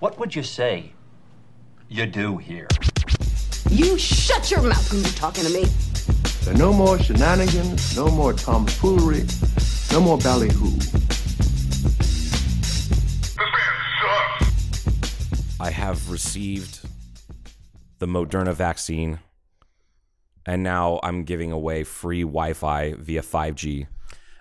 What would you say you do here? You shut your mouth when you're talking to me. There are no more shenanigans, no more tomfoolery, no more ballyhoo. I have received the Moderna vaccine, and now I'm giving away free Wi-Fi via 5G.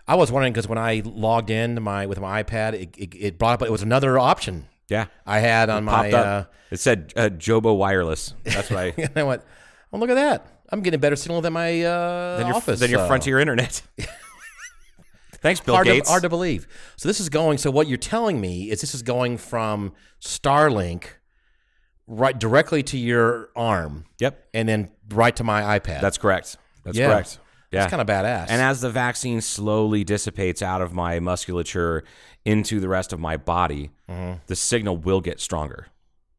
I was wondering because when I logged in to my with my iPad, it, it, it brought up it was another option. Yeah, I had It on my. popped Uh, up. it said uh, Jobo Wireless. That's why. and I went, oh look at that! I'm getting a better signal than my uh, Then your, office. then your uh, frontier internet. Thanks, Bill hard Gates. To, hard to believe. So this is going. So what you're telling me is this is going from Starlink right directly to your arm. Yep. And then right to my iPad. That's correct. That's Yeah. correct. Yeah. That's kind of badass. And as the vaccine slowly dissipates out of my musculature into the rest of my body, Mm-hmm. the signal will get stronger.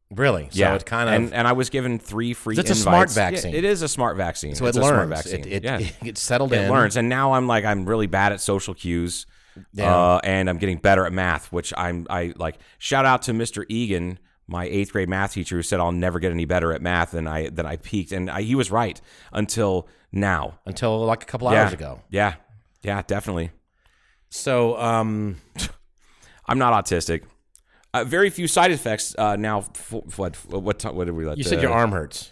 really, so it kind of and, and I was given three free. It's a invites. Yeah, smart vaccine. it is a smart vaccine. so it's it a smart learns. vaccine. It, it, yeah. it gets settled it in. learns. And now I'm like I'm really bad at social cues. Yeah. Uh, and I'm getting better at math, which I'm I like. Shout out to Mr. Egan, my eighth grade math teacher, who said I'll never get any better at math than I than I peaked, and I, he was right until now. until like a couple yeah. hours ago. Yeah, yeah, definitely. So um, I'm not autistic. Uh, very few side effects uh, now. F- what what t- what did we let? you said uh, your arm hurts.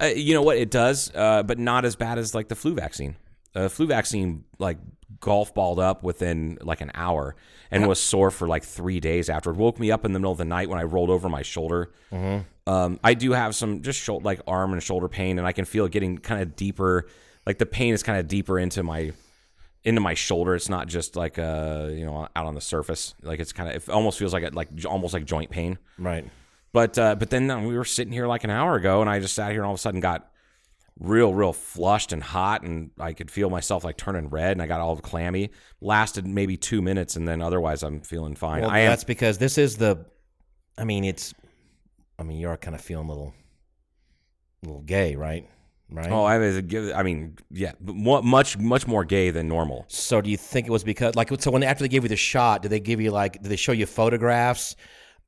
Uh, you know what? It does, uh, but not as bad as like the flu vaccine. Uh, flu vaccine like golf balled up within like an hour and was sore for like three days after. It woke me up in the middle of the night when I rolled over my shoulder. Um, I do have some just shou- like arm and shoulder pain, and I can feel it getting kind of deeper. Like the pain is kind of deeper into my into my shoulder. It's not just like uh you know out on the surface. Like it's kind of it almost feels like it like almost like joint pain. Right. But uh, but then uh, we were sitting here like an hour ago, and I just sat here and all of a sudden got real, real flushed and hot, and I could feel myself like turning red, and I got all clammy. Lasted maybe two minutes, and then otherwise I'm feeling fine. Well, I am. that's because this is the. I mean, it's. I mean, you are kind of feeling a little, little gay, right? Right. Oh, I was. give- I mean, yeah, but mu- much much more gay than normal. So do you think it was because like so when after they gave you the shot, did they give you like did they show you photographs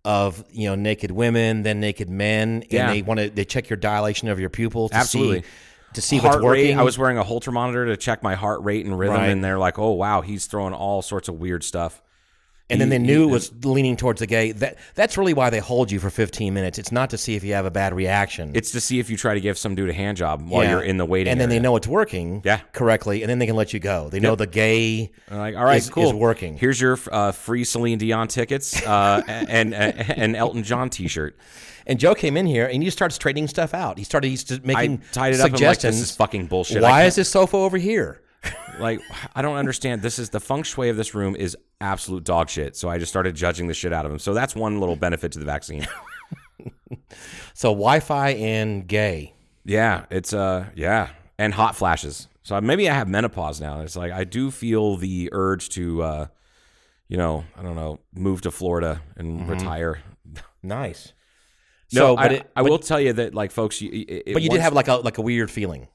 of you know naked women, then naked men, Yeah. and they want to they check your dilation of your pupil to Absolutely. see to see heart what's working. rate. I was wearing a Holter monitor to check my heart rate and rhythm, Right. and they're like, "Oh wow, he's throwing all sorts of weird stuff." and then they he- knew he- it was leaning towards the gay. That that's really why they hold you for 15 minutes. It's not to see if you have a bad reaction. It's to see if you try to give some dude a hand job while Yeah. you're in the waiting. and then area. they know it's working Yeah. correctly, and then they can let you go. They know the gay. And like, all right, is, cool. is working. Here's your uh, free Celine Dion tickets uh, and, and an Elton John T-shirt. And Joe came in here and he starts trading stuff out. He started he's just making tied it up. I'm like, suggestions. this is fucking bullshit. I Why can't- is this sofa over here? Like, I don't understand. This is the feng shui of this room is absolute dog shit. So I just started judging the shit out of him. So that's one little benefit to the vaccine. So Wi-Fi and gay. yeah, it's uh, yeah, and hot flashes. So maybe I have menopause now. It's like I do feel the urge to, uh, you know, I don't know, move to Florida and retire. Nice. No, So, Mm-hmm. but I, it, I will tell you that, like, folks, you, it, it- but you did once- have like a like a weird feeling,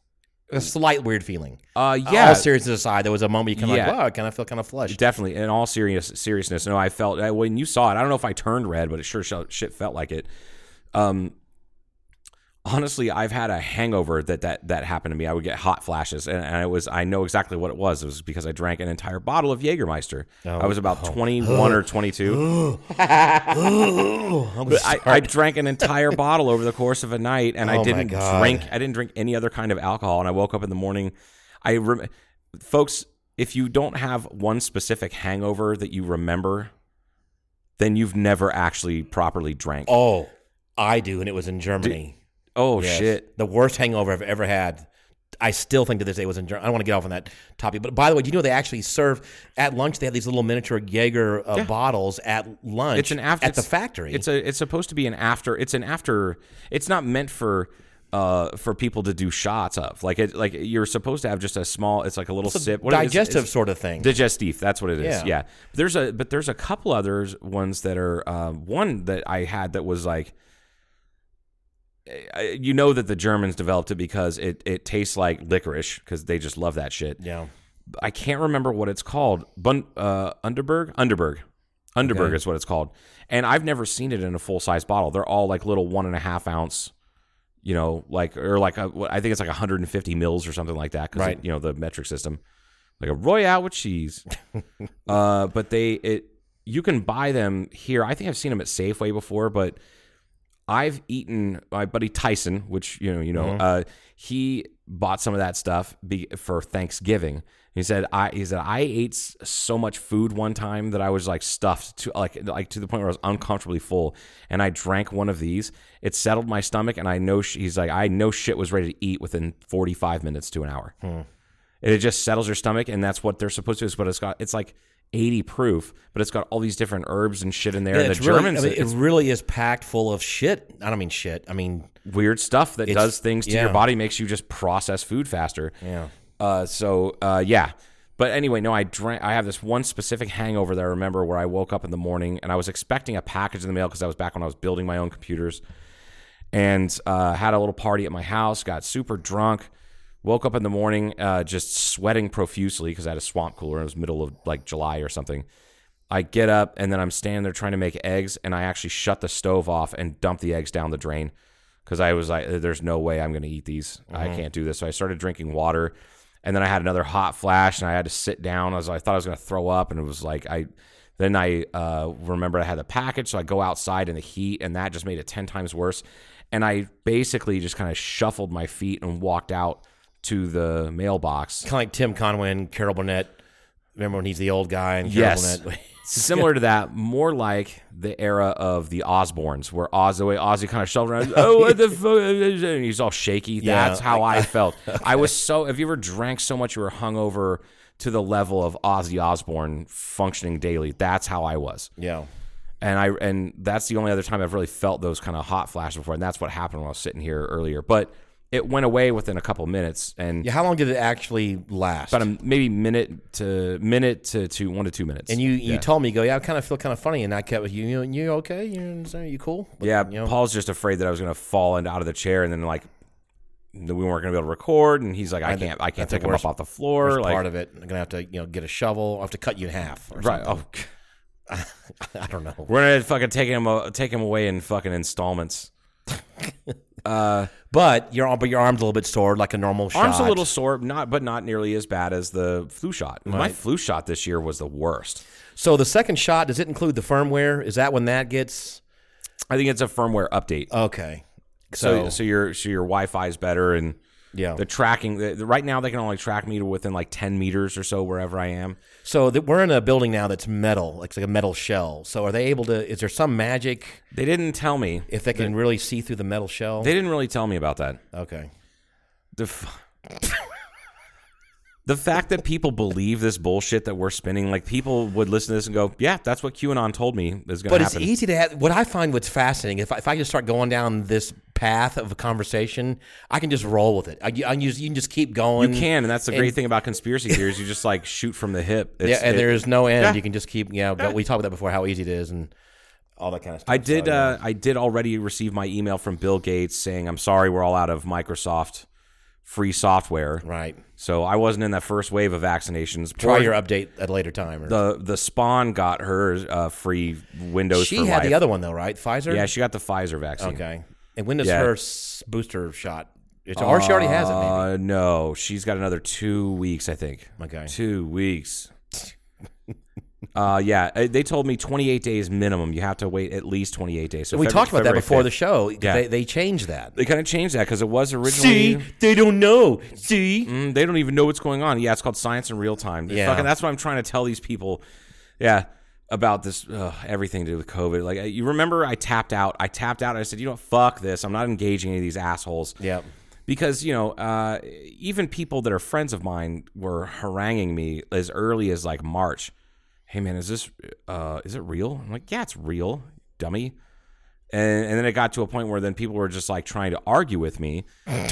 a slight weird feeling. uh, yeah, All seriousness aside, there was a moment you kind of Yeah. like, wow, I kind of feel kind of flushed. Definitely, in all serious seriousness, no, I felt I- when you saw it. I don't know if I turned red, but it sure sh- shit felt like it. Um, honestly, I've had a hangover that that that happened to me. I would get hot flashes, and, and it was I know exactly what it was. It was because I drank an entire bottle of Jägermeister. I was about twenty one or twenty two. I was- But I, I drank an entire bottle over the course of a night, and I Oh my didn't God. drink. I didn't drink any other kind of alcohol, and I woke up in the morning. I rem- folks, if you don't have one specific hangover that you remember, then you've never actually properly drank. Oh, oh, I do, and it was in Germany. Yes. shit! the worst hangover I've ever had. I still think to this day was in Germany. I don't want to get off on that topic, but by the way, do you know they actually serve at lunch? They have these little miniature Jaeger uh, bottles at lunch. It's an after at the it's- factory. It's a. It's supposed to be an after. It's an after. It's not meant for. Uh, for people to do shots of, like it, like you're supposed to have just a small. It's like a little sip. What is- it's- digestive sort of thing. Digestif, that's what it is. Yeah. Yeah. There's a but there's a couple others ones that are uh, one that I had that was like eh, I- you know that the Germans developed it because it it tastes like licorice because they just love that shit. yeah. I can't remember what it's called. Bun, uh, Underberg, Underberg. Underberg is what it's called. And I've never seen it in a full size bottle. They're all like little one and a half ounce, you know, like, or like, a, what- I think it's like 150 mils or something like that. Cause, Right. it- you know, the metric system, like a Royale with cheese. uh, but they, it, you can buy them here. I think I've seen them at Safeway before, but I've eaten my buddy Tyson, which you know, you know, Mm-hmm. uh, he bought some of that stuff be, for Thanksgiving. He said, "I," he said, "I ate s- so much food one time that I was like stuffed to like like to the point where I was uncomfortably full, and I drank one of these. It settled my stomach, and I know sh- he's like, I know shit was ready to eat within forty five minutes to an hour. Hmm. And it just settles your stomach, and that's what they're supposed to. do. But it's got it's like." 80 proof, but it's got all these different herbs and shit in there. Yeah, the it's really- Germans, I mean, it's it really is packed full of shit. I don't mean shit. I mean, weird stuff that does things to your yeah. body makes you just process food faster. Yeah. Uh, so uh, yeah. But anyway, no, I drank. I have this one specific hangover that I remember where I woke up in the morning and I was expecting a package in the mail because that was back when I was building my own computers, and uh, had a little party at my house. Got super drunk. Woke up in the morning, uh, just sweating profusely because I had a swamp cooler. and It was middle of like July or something. I get up and then I'm standing there trying to make eggs, and I actually shut the stove off and dump the eggs down the drain because I was like, "There's no way I'm going to eat these. I can't do this." So I started drinking water, and then I had another hot flash, and I had to sit down. I was, I thought I was going to throw up, and it was like I. Then I uh, remembered I had the package, so I go outside in the heat, and that just made it ten times worse. And I basically just kind of shuffled my feet and walked out to the mailbox. kind of like Tim Conway and Carol Burnett. Remember when he's the old guy and Carol Yes. Burnett? Similar to that, more like the era of the Osbournes, where Oz, the way Ozzy kind of shoved around, oh, what the fuck? is it?" And he's all shaky. Yeah, That's how I felt. I was so, have you ever drank so much you were hungover to the level of Ozzy Osbourne functioning daily? That's how I was. yeah. And I and that's the only other time I've really felt those kind of hot flashes before. And that's what happened when I was sitting here earlier. But it went away within a couple minutes and Yeah. How long did it actually last? about a, maybe minute to minute to two, one to two minutes. and you, you told me, you go, yeah, I kind of feel kind of funny. And I kept with you, you, you okay? You, know what I'm saying? you cool? But, Yeah, You know, Paul's just afraid that I was going to fall into, out of the chair, and then like that we weren't going to be able to record. And he's like, I can't, I can't that's the pick him up worst- off the floor. that's Like, part of it. I'm going to have to, you know, get a shovel. I'll have to cut you in half. Or right? something. Oh, g- I don't know. we're going to fucking take him, uh, take him away in fucking installments. But your, but your arm's a little bit sore, like a normal shot. Arms a little sore, not but not nearly as bad as the flu shot. My flu shot this year was the worst. So the second shot, does it include the firmware? Is that when that gets? I think it's a firmware update. Okay. so, so your so your Wi-Fi is better and. yeah. The tracking the, the- right now, they can only track me to within like ten meters or so wherever I am. So that we're in a building now that's metal, like it's like a metal shell. So are they able to? Is there some magic They didn't tell me. if they can really see through the metal shell? They didn't really tell me about that. okay. The f- the fact that people believe this bullshit that we're spinning, like people would listen to this and go, "Yeah, that's what QAnon told me is going But to it's happen." easy to have. What I find what's fascinating, if I, if I just start going down this path of a conversation, I can just roll with it. I, I can just, you can just keep going. you can, and that's the great and- thing about conspiracy theories. You just like shoot from the hip. Yeah, It's- and it- there is no end. Yeah. You can just keep. Yeah, go we talked about that before. How easy it is and all that kind of stuff. I did. Uh, I did already receive my email from Bill Gates saying, "I'm sorry, we're all out of Microsoft free software." right. So I wasn't in that first wave of vaccinations. Try Poor- your update at a later time. Or, the the spawn got her uh, free Windows. she for had life. the other one though, right? Pfizer. Yeah, she got the Pfizer vaccine. Okay. And when does Yeah. her s- booster shot? It's, or she already has it. Maybe. Uh, no, she's got another two weeks, I think. Okay. Two weeks. uh, yeah, uh, they told me 28 days minimum. You have to wait at least 28 days. So We February- talked about February that before 5th. the show. Yeah. They, they changed that. They kind of changed that because it was originally. they don't know. See, Mm, they don't even know what's going on. Yeah, it's called science in real time. They Yeah. fucking- that's what I'm trying to tell these people. Yeah, about this ugh, everything to do with COVID. Like I- you remember, I tapped out. I tapped out. I said, you know, what? fuck this. I'm not engaging any of these assholes. Yep. Because you know, uh, even people that are friends of mine were haranguing me as early as like March. Hey man, is this uh, is it real? I'm like, yeah, it's real, dummy. And, and then it got to a point where then people were just like trying to argue with me. Uh,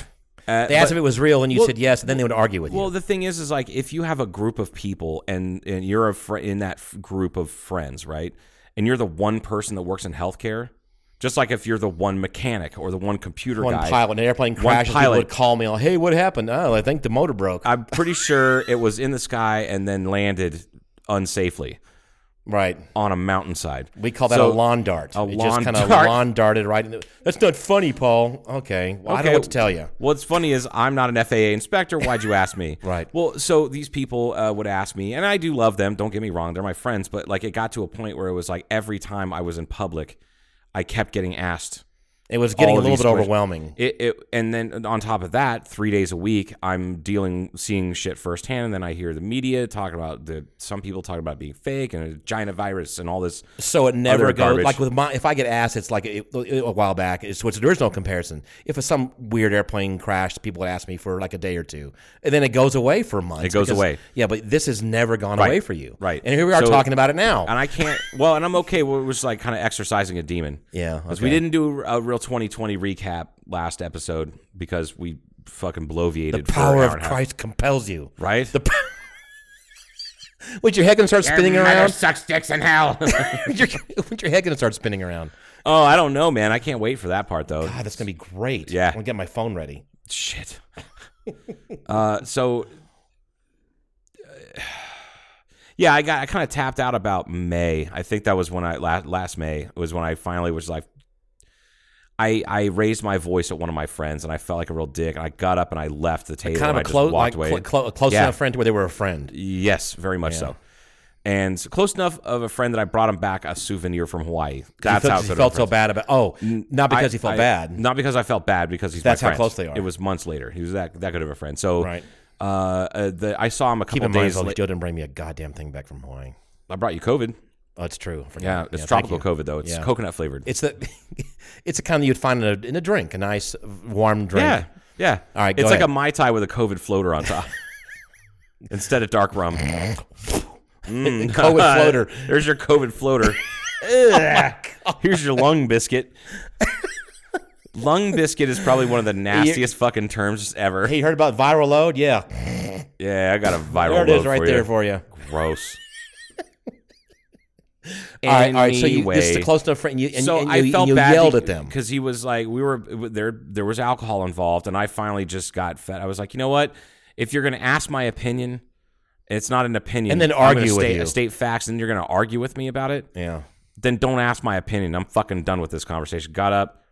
they asked but- if it was real, and you said yes, and then they would argue with well, you. the thing is, is like if you have a group of people and and you're a fr- in that f- group of friends, right? And you're the one person that works in healthcare. Just like if you're the one mechanic or the one computer One guy, pilot, an airplane crashes. People pilot. would call me, like, "Hey, what happened? Oh, I think the motor broke." I'm pretty sure it was in the sky and then landed unsafely. Right. on a mountainside. We call that So- a lawn dart. A it lawn just kind of dart. lawn darted right. In the, That's not funny, Paul. Okay. Well, I don't know what to tell you. What's funny is I'm not an FAA inspector. Why'd you ask me? Right. Well, so these people uh, would ask me, and I do love them. Don't get me wrong; they're my friends. But like, it got to a point where it was like every time I was in public, I kept getting asked. It was getting all a of little these bit questions. overwhelming. It, it and then on top of that, three days a week, I'm dealing, seeing shit firsthand, and then I hear the media talking about the some people talking about being fake and a giant virus and all this. So it never other goes garbage. like with my. If I get asked, it's like it, it- a while back. It's which there is no comparison. If it's some weird airplane crash, people would ask me for like a day or two, and then it goes away for months. It goes away. Yeah, but this has never gone away for you. Right. And here we are So- talking about it now. and I can't. Well, and I'm okay. with just like kind of exercising a demon. Yeah, because we okay. didn't do a real 2020 recap last episode because we fucking bloviated. the for an power hour of and a half. Christ compels you. right? The p- Would your head gonna start spinning around? sucks dicks in hell. Would your, would your head gonna start spinning around? oh, I don't know, man. I can't wait for that part though. God, Ah, that's gonna be great. Yeah. I'm gonna get my phone ready. Shit. uh, so. Yeah, I got I kind of tapped out about May. I think that was when I last last May was when I finally was like I I raised my voice at one of my friends and I felt like a real dick and I got up and I left the table and Kind of I a just close, like, walked cl- away. clo- a close Yeah. enough friend to where they were a friend. Yes, very much so. And so close enough of a friend that I brought him back a souvenir from Hawaii. That's he how felt, he good of a felt so friend. bad about. Oh, not because I- he felt I- bad. Not because I felt bad, because he's That's my how friend. close they are. It was months later. He was that that good of a friend. So Right. uh, uh, the, I saw him a Keep couple in mind, days Joe later. didn't bring me a goddamn thing back from Hawaii. I brought you COVID. Oh, it's true. I forgot. Yeah, it's thank tropical you. COVID though. It's Yeah. coconut flavored. It's the, it's the kind that you'd find in a, in a drink, a nice uh, warm drink. yeah, yeah. All right, it's go like ahead. a mai tai with a COVID floater on top instead of dark rum. And go with floater. Oh There's your COVID floater. Here's your lung biscuit. lung biscuit is probably one of the nastiest fucking terms ever. Hey, you heard about viral load? Yeah, Yeah, I got a viral. there it is, load right for there you. for you. Gross. All right, all right. So you this is a close enough friend. You, and, so and I you, felt and you bad yelled at them. because he was like, we were there. There was alcohol involved, and I finally just got fed. I was like, you know what? If you're going to ask my opinion, it's not an opinion, And then I'm gonna argue with state, you. state facts, and you're going to argue with me about it. Yeah. Then don't ask my opinion. I'm fucking done with this conversation. Got up,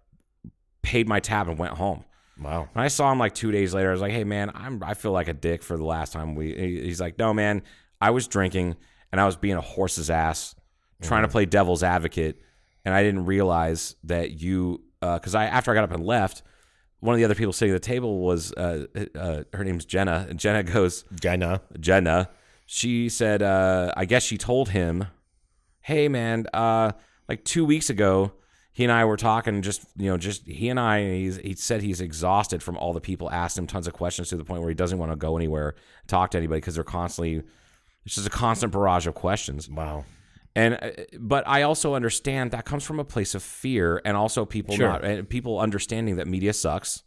paid my tab, and went home. Wow. When I saw him like two days later, I was like, "Hey man, I'm I feel like a dick for the last time we." he- He's like, "No man, I was drinking and I was being a horse's ass, trying to play devil's advocate, and I didn't realize that you because I after I got up and left, one of the other people sitting at the table was uh, uh, her name's Jenna, and Jenna goes, Jenna. Jenna, she said, uh, I guess she told him, hey, man, uh, like two weeks ago, he and I were talking, just, you know, just he and I, and he's, he said he's exhausted from all the people asked him tons of questions to the point where he doesn't want to go anywhere, talk to anybody because they're constantly, it's just a constant barrage of questions. Wow. And, uh, but I also understand that comes from a place of fear and also people Sure. not, and people understanding that media sucks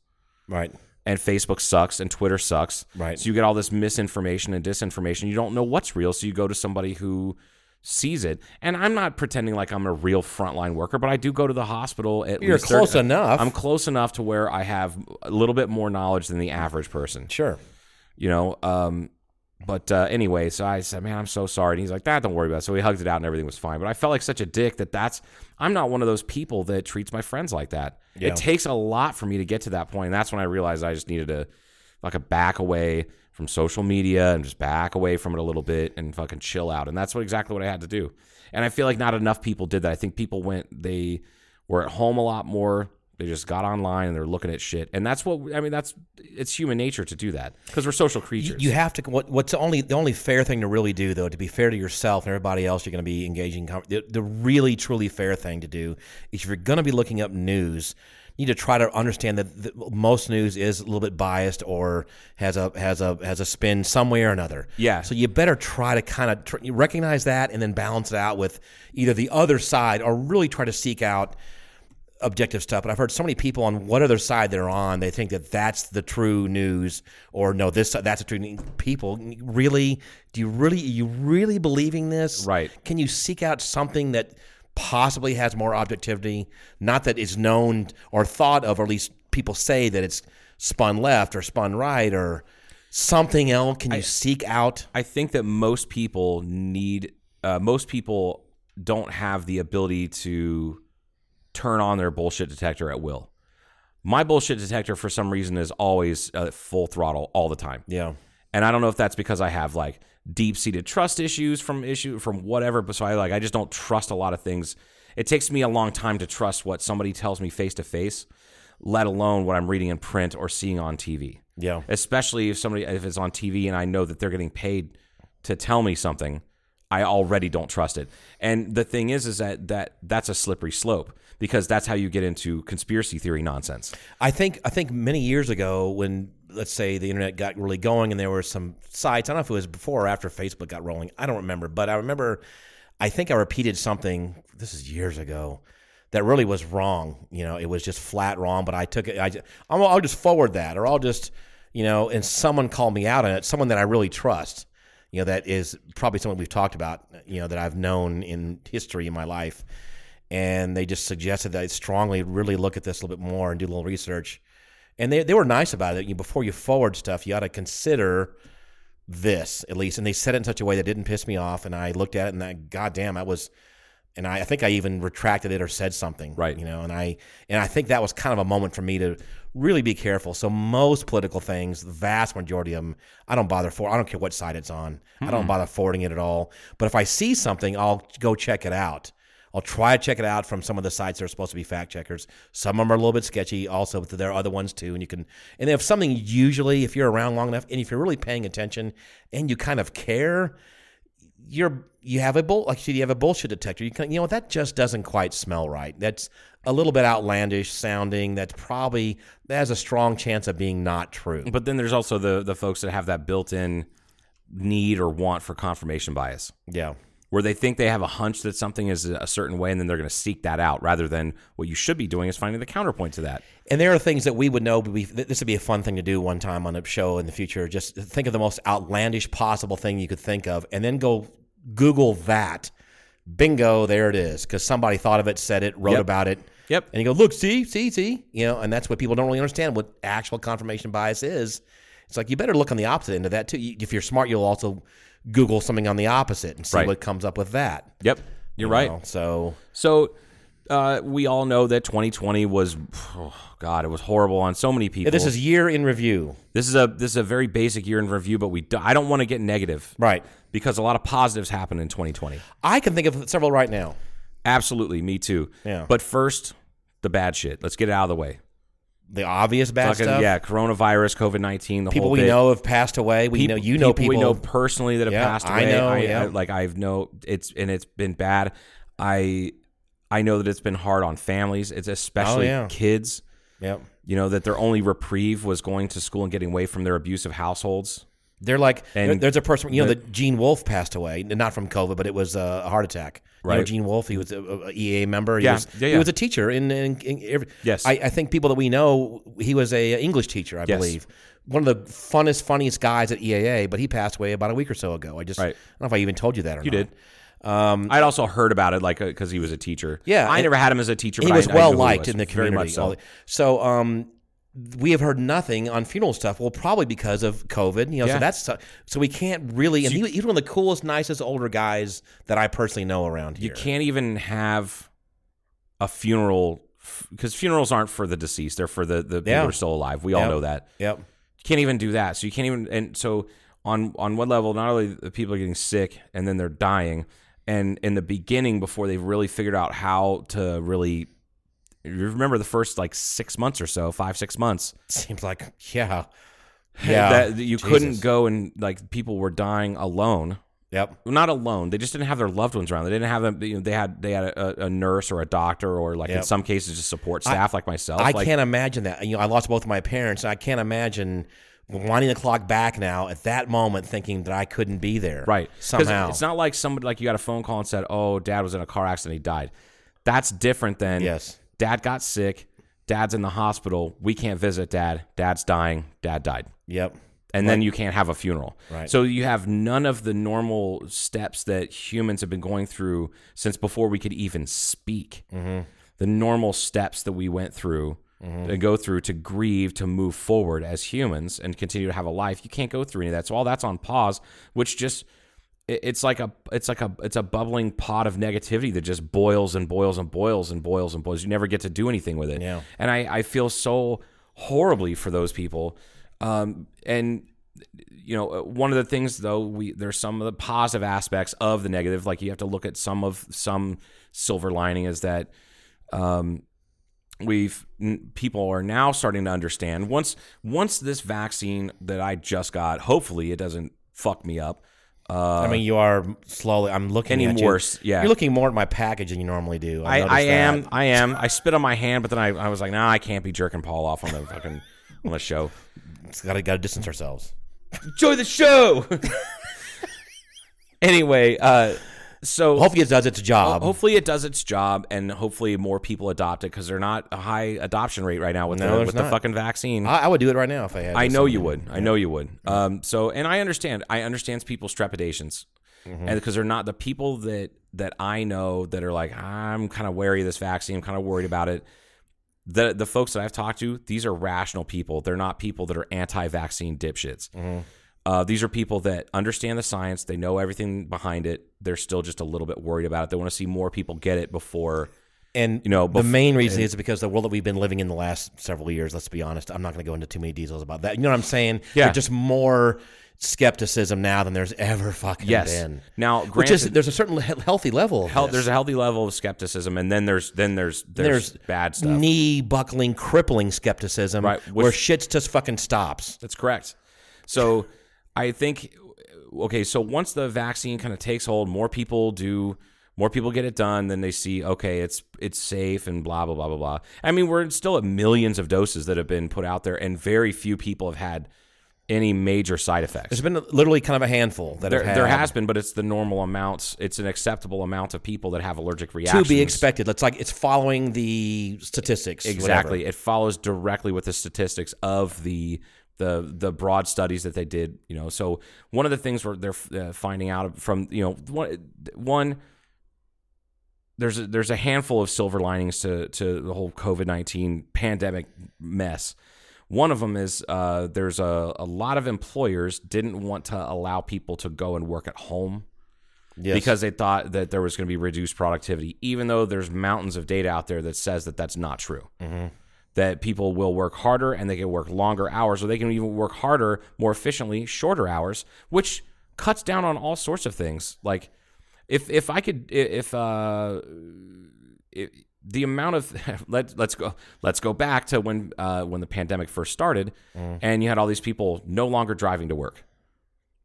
Right. and Facebook sucks and Twitter sucks. Right. So you get all this misinformation and disinformation. You don't know what's real, so you go to somebody who sees it. And I'm not pretending like I'm a real frontline worker, but I do go to the hospital at You're least close enough. I'm close enough to where I have a little bit more knowledge than the average person. Sure. You know, um but uh, anyway, so I said, "Man, I'm so sorry." And he's like, "That, don't worry about it." So we hugged it out, and everything was fine. But I felt like such a dick that that's I'm not one of those people that treats my friends like that. Yeah. It takes a lot for me to get to that point, and that's when I realized I just needed to like a back away from social media and just back away from it a little bit and fucking chill out. And that's what exactly what I had to do. And I feel like not enough people did that. I think people went they were at home a lot more. They just got online and they're looking at shit. And that's what I mean, that's it's human nature to do that because we're social You, creatures. you have to. What, what's the only the only fair thing to really do though, to be fair to yourself and everybody else, you're going to be engaging. con- The, the really truly fair thing to do is if you're going to be looking up news, you need to try to understand that the, most news is a little bit biased or has a has a has a spin some way or another. Yeah. So you better try to kind of tr- you recognize that and then balance it out with either the other side or really try to seek out objective stuff. But I've heard so many people on what other side they're on, they think that that's the true news, or no, this that's the true news. People really, do you really, are you really believing this? Right. Can you seek out something that possibly has more objectivity? Not that is known or thought of, or at least people say that it's spun left or spun right or something else. Can you seek out? I think that most people need uh, most people don't have the ability to turn on their bullshit detector at will. My bullshit detector, for some reason, is always uh, full throttle all the time. Yeah. And I don't know if that's because I have like deep seated trust issues from issue from whatever, but so I like I just don't trust a lot of things. It takes me a long time to trust what somebody tells me face to face, let alone what I'm reading in print or seeing on TV. Yeah. Especially if somebody if it's on TV and I know that they're getting paid to tell me something, I already don't trust it. And the thing is is that that that's a slippery slope because that's how you get into conspiracy theory nonsense. I think I think many years ago when let's say the internet got really going and there were some sites I don't know if it was before or after Facebook got rolling I don't remember but I remember I think I repeated something this is years ago that really was wrong you know it was just flat wrong but I took it I I'll, I'll just forward that or I'll just you know and someone called me out on it someone that I really trust you know that is probably someone we've talked about you know that I've known in history in my life and they just suggested that I strongly really look at this a little bit more and do a little research. And they, they were nice about it. You, before you forward stuff, you ought to consider this at least. And they said it in such a way that didn't piss me off. And I looked at it and I, goddamn, I was, and I, I think I even retracted it or said something, Right. You know, and I, and I think that was kind of a moment for me to really be careful. So most political things, the vast majority of them, I don't bother for. I don't care what side it's on. I don't bother forwarding it at all. But if I see something, I'll go check it out. I'll try to check it out from some of the sites that are supposed to be fact checkers. Some of them are a little bit sketchy, also, but there are other ones too. And you can, and if something usually, if you're around long enough, and if you're really paying attention, and you kind of care, you're you have a bull like you said, you have a bullshit detector. You can, you know that just doesn't quite smell right. That's a little bit outlandish sounding. That's probably that has a strong chance of being not true. But then there's also the the folks that have that built in need or want for confirmation bias. Yeah, where they think they have a hunch that something is a certain way and then they're going to seek that out rather than what you should be doing is finding the counterpoint to that. and there are things that we would know. But we, th- this would be a fun thing to do one time on a show in the future. Just think of the most outlandish possible thing you could think of, and then go Google that. Bingo, there it is. Because somebody thought of it, said it, wrote Yep. about it. Yep. And you go, look, see, see, see, you know, and that's what people don't really understand what actual confirmation bias is. It's like you better look on the opposite end of that too. You- If you're smart, you'll also Google something on the opposite and see Right. what comes up with that. Yep. You're you right. know? So So uh, we all know that 2020 was, oh, God, it was horrible on so many people. this is year in review, this is a this is a very basic year in review, but we do, I don't want to get negative, right? Because a lot of positives happened in 2020. I can think of several right now. Absolutely, me too. Yeah. But first, the bad shit. Let's get it out of the way. The obvious bad Fucking- stuff. Yeah, coronavirus, COVID 19, the People whole we bit. know have passed away. We know you know people. we know personally that have Yeah, passed I away. know, yeah. like I've no it's and it's been bad. I I know that it's been hard on families. It's especially Oh, yeah. kids. Yep. You know that their only reprieve was going to school and getting away from their abusive households. They're like, And there- there's a person, you know, that Gene Wolfe passed away, not from COVID, but it was uh, a heart attack. You know, Right. Gene Wolfe, he was a, a EA member. He Yeah. Was, Yeah, He yeah. was a teacher. In, in, in every, Yes. I, I think people that we know, he was a English teacher, I Yes. believe. One of the funnest, funniest guys at EAA, but he passed away about a week or so ago. I just, I Right. don't know if I even told you that or You not. did. I'd also heard about it, like because he was a teacher. Yeah, I and- never had him as a teacher. He but I- was I knew well who he liked was, in the very community. much so. All the- So um, we have heard nothing on funeral stuff. Well, probably because of COVID. You know, so Yeah. that's so- so we can't really. And he, he was one of the coolest, nicest older guys that I personally know around here. You can't even have a funeral because funerals aren't for the deceased; they're for the the people Yeah. who are still alive. We all Yep. know that. Yep. can't even do that. So you can't even and so on on one level, not only the people are getting sick and then they're dying, and in the beginning before they've really figured out how to really you remember the first like six months or so, five, six months. Seems like yeah, yeah. That you couldn't Jesus. go and like people were dying alone. Yep. Well, Not alone. They just didn't have their loved ones around. They didn't have them. You know, they had they had a, a nurse or a doctor or like in Yep. some cases just support staff like myself. I like, can't imagine that. You know, I lost both of my parents, and I can't imagine winding the clock back now at that moment, thinking that I couldn't be there. Right. 'Cause Somehow. It's not like somebody like you got a phone call and said, "Oh, dad was in a car accident, he died." That's different than Yes. Dad got sick. Dad's in the hospital. We can't visit dad. Dad's dying. Dad died. Yep. And then you can't have a funeral. Right. So you have none of the normal steps that humans have been going through since before we could even speak. The normal steps that we went through to go through to grieve, to move forward as humans and continue to have a life, you can't go through any of that. So all that's on pause, which just it- it's like a it's like a it's a bubbling pot of negativity that just boils and boils and boils and boils and boils. You never get to do anything with it. Yeah. And I, I feel so horribly for those people. Um, and you know, uh, one of the things though, we there's some of the positive aspects of the negative. Like you have to look at some of some silver lining is that um, we've n- people are now starting to understand once once this vaccine that I just got. Hopefully, it doesn't fuck me up. Uh, I mean, you are slowly. I'm looking Any at you. worse, yeah. You're looking more at my package than you normally do. I, noticed I am. that. I am. I spit on my hand, but then I, I was like, nah, I can't be jerking Paul off on the fucking on the show. It's gotta gotta distance ourselves. Enjoy the show. anyway, uh, so Hopefully, it does its job. hopefully it does its job, and hopefully more people adopt it because they're not a high adoption rate right now with No, the, there's with the not. fucking vaccine. I, I would do it right now if I had. I this know on you me. would. I know you would. Um, so, and I understand. I understand people's trepidations, and because they're not the people that that I know that are like, I'm kind of wary of this vaccine. I'm kind of worried about it. The the folks that I've talked to, these are rational people. They're not people that are anti-vaccine dipshits. Uh, these are people that understand the science. They know everything behind it. They're still just a little bit worried about it. They want to see more people get it before. And you know, the bef- uh, main reason is because the world that we've been living in the last several years. Let's be honest. I'm not going to go into too many details about that. You know what I'm saying? Yeah. There's just more skepticism now than there's ever fucking Yes. been. Now, which is granted- there's a certain he- healthy level. Of Hel- this. There's a healthy level of skepticism, and then there's then there's there's, There's bad stuff. knee buckling, crippling skepticism, Right, which- where shit just fucking stops. That's correct. So I think okay, so once the vaccine kind of takes hold, more people do more people get it done, then they see, okay, it's it's safe and blah blah blah blah blah. I mean, we're still at millions of doses that have been put out there and very few people have had any major side effects. There's been literally kind of a handful that There, have had there has been, but it's the normal amounts. It's an acceptable amount of people that have allergic to reactions. be expected. It's like it's following the statistics. Exactly. whatever. It follows directly with the statistics of the the the broad studies that they did. You know, so one of the things where they're uh, finding out from you know one one there's a, there's a handful of silver linings to to the whole COVID nineteen pandemic mess. One of them is uh, there's a, a lot of employers didn't want to allow people to go and work at home Yes. because they thought that there was going to be reduced productivity, even though there's mountains of data out there that says that that's not true. That people will work harder and they can work longer hours, or they can even work harder, more efficiently, shorter hours, which cuts down on all sorts of things. Like if if I could i- if uh if, the amount of let let's go let's go back to when uh, when the pandemic first started, Mm-hmm. and you had all these people no longer driving to work.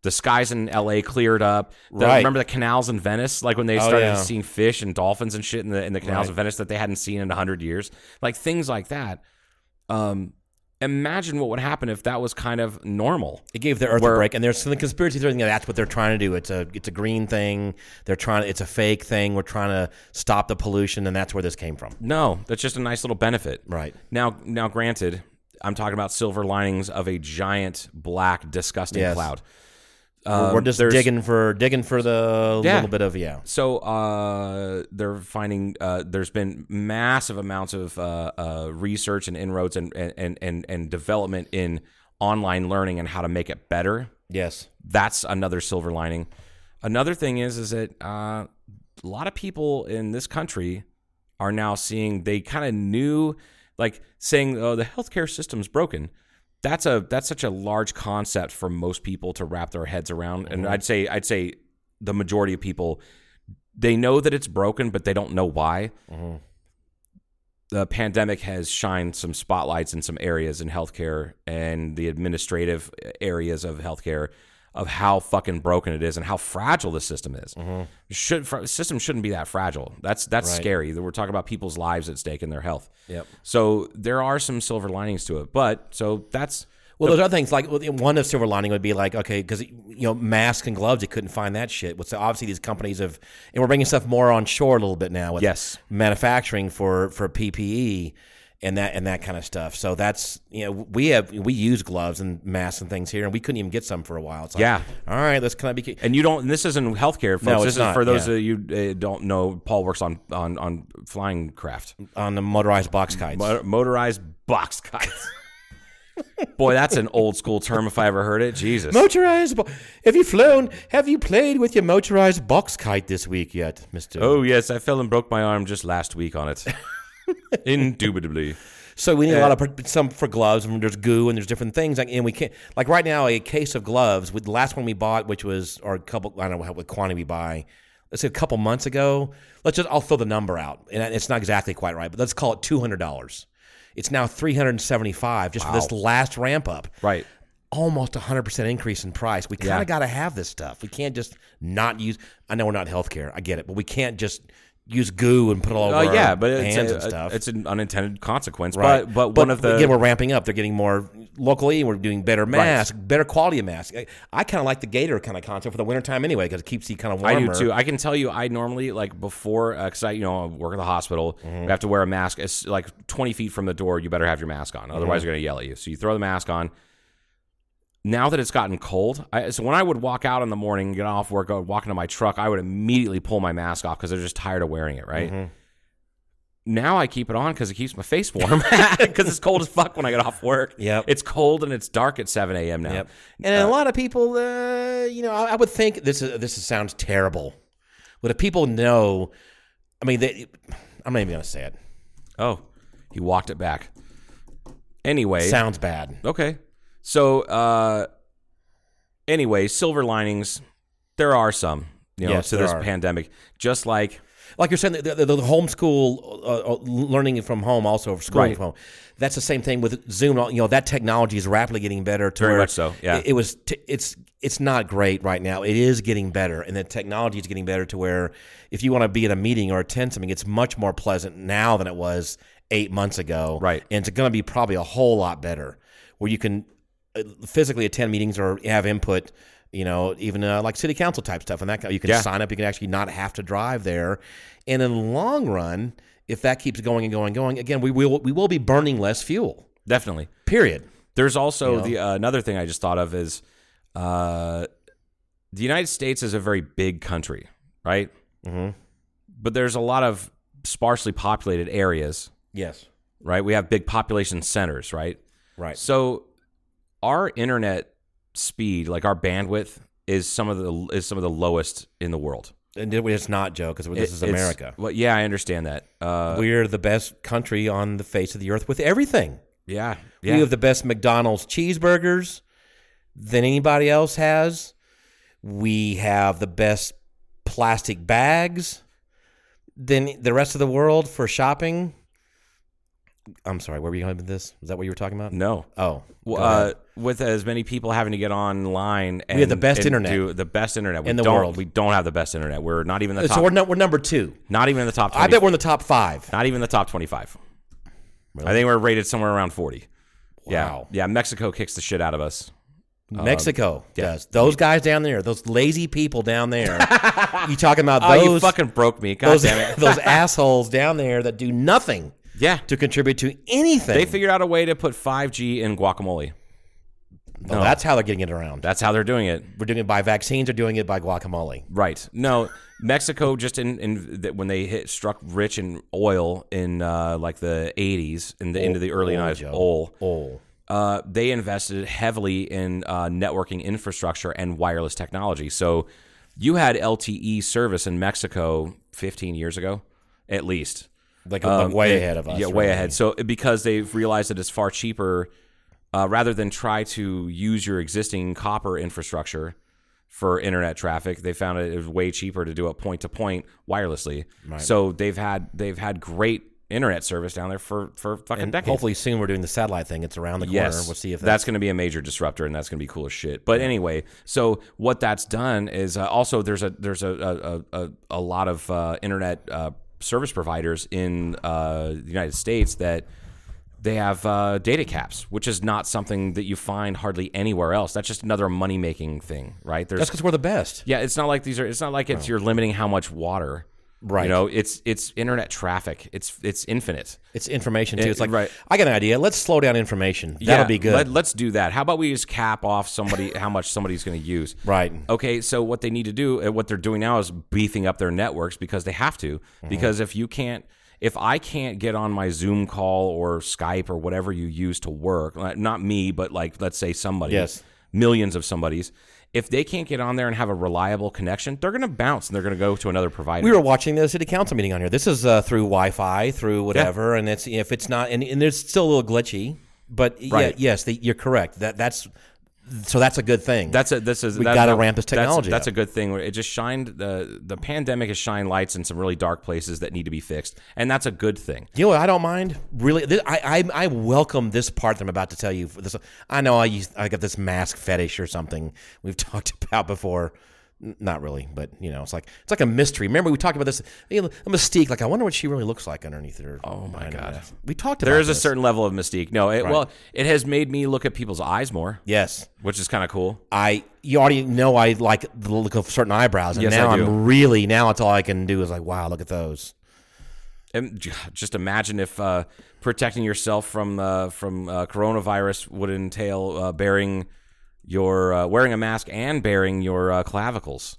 The skies in LA cleared up. The- Right. Oh, Remember the canals in Venice, like when they started yeah. seeing fish and dolphins and shit in the in the canals of Venice that they hadn't seen in hundred years, like things like that. Um, imagine what would happen if that was kind of normal. It gave the Earth Where- a break, and there's some conspiracy theory that that's what they're trying to do. It's a it's a green thing. They're trying. It's a fake thing. We're trying to stop the pollution, and that's where this came from. No, that's just a nice little benefit. Right. Now now granted, I'm talking about silver linings of a giant black disgusting Yes. cloud. We're- we're just Um, there's- digging for digging for the Yeah. little bit of yeah. So uh, they're finding uh, there's been massive amounts of uh, uh, research and inroads and and, and and development in online learning and how to make it better. Yes. That's another silver lining. Another thing is is that uh, a lot of people in this country are now seeing they kind of knew like saying oh the healthcare system's broken. That's a that's such a large concept for most people to wrap their heads around, and I'd say I'd say the majority of people they know that it's broken, but they don't know why. The pandemic has shined some spotlights in some areas in healthcare and the administrative areas of healthcare of how fucking broken it is and how fragile the system is. Should fr- system shouldn't be that fragile. That's that's scary. That We're talking about people's lives at stake and their health. Yep. So there are some silver linings to it, but so that's Well, there's other things like well, one of silver lining would be like okay, because you know masks and gloves, you couldn't find that shit. What's obviously these companies have, and we're bringing stuff more on shore a little bit now. With Yes. manufacturing for for PPE and that and that kind of stuff. So that's you know we have we use gloves and masks and things here, and we couldn't even get some for a while. It's like, Yeah. all right, let's kind of be. And you don't. And this isn't healthcare, folks. No, this it's is not, for those yeah. of you uh, don't know. Paul works on on on flying craft, on the motorized box kites. Mo- motorized box kites. Boy, that's an old school term if I ever heard it. Jesus. Motorized. Bo- have you flown? Have you played with your motorized box kite this week yet, Mister? Oh yes, I fell and broke my arm just last week on it. Indubitably. So we need a lot of pr- some for gloves, and there's goo, and there's different things. Like, and we can't like right now a case of gloves. With the last one we bought, which was or a couple, I don't know what quantity we buy. Let's say a couple months ago. Let's just I'll throw the number out, and it's not exactly quite right, but let's call it two hundred dollars. It's now three hundred and seventy five just for this last ramp up. Right. Almost a hundred percent increase in price. We kind of Yeah. got to have this stuff. We can't just not use. I know we're not healthcare. I get it, but we can't just use goo and put it all over Uh, yeah, our but it's, hands a- and a- stuff. it's an unintended consequence. Right. But, but one of the again, we're ramping up. They're getting more locally. We're doing better masks, better quality of masks. I, I kind of like the gator kind of concept for the wintertime anyway because it keeps you kind of warmer. I do too. I can tell you, I normally like before because I, you know, I work at the hospital. Mm-hmm. We have to wear a mask. It's like twenty feet from the door. You better have your mask on, otherwise Mm-hmm. they're gonna yell at you. So you throw the mask on. Now that it's gotten cold, I, so when I would walk out in the morning, get off work, I would walk into my truck. I would immediately pull my mask off because they're just tired of wearing it. Right. Mm-hmm. Now I keep it on because it keeps my face warm because it's cold as fuck when I get off work. Yep. It's cold and it's dark at 7 a.m. now. Yep. And a lot of people, uh, you know, I, I would think this is, this is, sounds terrible, but if people know, I mean, they, I'm not even gonna say it. Oh, he walked it back. Anyway, Sounds bad. Okay. So, uh, anyway, silver linings, there are some, you know, Yes, to there this are. pandemic. Just like, Like you're saying, the, the, the homeschool uh, uh, learning from home, also or schooling Right. from home. That's the same thing with Zoom. You know, that technology is rapidly getting better. To Very where much so, yeah. it, it was. T- it's it's not great right now. It is getting better, and the technology is getting better to where if you want to be at a meeting or attend something, it's much more pleasant now than it was eight months ago. Right. and it's going to be probably a whole lot better where you can uh, physically attend meetings or have input. You know, even uh, like city council type stuff, and that kind- you can Yeah. sign up. You can actually not have to drive there, and in the long run, if that keeps going and going and going, again, we will we will be burning less fuel. definitely. Period. There's also the uh, another thing I just thought of is uh, the United States is a very big country, right? Mm-hmm. But there's a lot of sparsely populated areas, Yes. right? We have big population centers, right? Right. So our internet speed, like our bandwidth, is some of the is some of the lowest in the world. And it- it's not Joe because this is It's- America. Well, yeah, I understand that. Uh, We're the best country on the face of the earth with everything. yeah, yeah. We have the best McDonald's cheeseburgers than anybody else has. We have the best plastic bags than the rest of the world for shopping. I'm sorry, where were you going with this? Is that what you were talking about? no. Oh, Well, go uh, ahead. with as many people having to get online, and, have the best and internet. do the best internet we In the don't, world. We don't have the best internet. We're not even the so we're, top. no, we're number two. Not even in the top. 20, I bet we're in the top five. not even the top twenty-five. I think we're rated somewhere around forty. Wow. Yeah, yeah. Mexico kicks the shit out of us. Um, Mexico does. Those guys down there, those lazy people down there. you talking about Oh, Uh, those you fucking broke me. God those, damn it. those assholes down there that do nothing Yeah, to contribute to anything. they figured out a way to put five G in guacamole. Well, Oh, that's how they're getting it around. That's how they're doing it. We're doing it by vaccines or doing it by guacamole. Right. No, Mexico just in, in that when they hit struck rich in oil in uh, like the 80s and the into the early oil, 90s, Joe. oil. Oh. Uh, they invested heavily in uh, networking infrastructure and wireless technology. So you had LTE service in Mexico 15 years ago, at least. Like, Um, like way it- ahead of us. Yeah, way really. ahead. So because they've realized that it's far cheaper, uh, rather than try to use your existing copper infrastructure for internet traffic, they found it was way cheaper to do it point to point wirelessly. So they've had they've had great internet service down there for for fucking And decades. hopefully soon we're doing the satellite thing. It's around the corner. Yes, We'll see if that's going to be a major disruptor, and that's going to be cool as shit. But anyway, so what that's done is uh, also there's a there's a a, a, a lot of uh, internet uh, service providers in uh, the United States that they have uh, data caps, which is not something that you find hardly anywhere else. That's just another money making thing, right? There's that's because we're the best. yeah, it's not like these are. It's not like it's you're limiting how much water. Right. You know, it's it's internet traffic. It's it's infinite. It's information too. It- It's like Eh, right. I got an idea. Let's slow down information. That'll Yeah, be good. Let, us do that. How about we just cap off somebody how much somebody's going to use? Right. Okay. So what Mm-hmm. they need to do, uh, what they're doing now, is beefing up their networks because they have to. Because if you can't, if I can't get on my Zoom call or Skype or whatever you use to work, like, not me, but like let's say somebody, Yes. millions of somebody's, if they can't get on there and have a reliable connection, they're going to bounce and they're going to go to another provider. We were watching the city council meeting on here. This is uh, through Wi-Fi, through whatever, and it's if it's not, and, and it's still a little glitchy. But yeah, Right. yes, the, you're correct. That that's so that's a good thing. That's a this is We that- gotta that- ramp this that's- technology That's, up. a good thing. It just shined the the pandemic has shined lights in some really dark places that need to be fixed, and that's a good thing. You know what? I don't mind really. This, I, I I welcome this part that I'm about to tell you. For this, I know I used, I got this mask fetish or something we've talked about before. N- Not really, but you know, it's like it's like a mystery. Remember we talked about this you know, a mystique. Like I wonder what she really looks like underneath her. Oh my god, we talked about There is a this. certain level of mystique. No, it, well, it has made me look at people's eyes more, yes. which is kind of cool. I you already know I like the look of certain eyebrows, and Yes, now I do. am really now it's all I can do is like wow, look at those. And j- just imagine if uh, protecting yourself from uh, from uh, coronavirus would entail uh, bearing your uh, wearing a mask and bearing your uh, clavicles.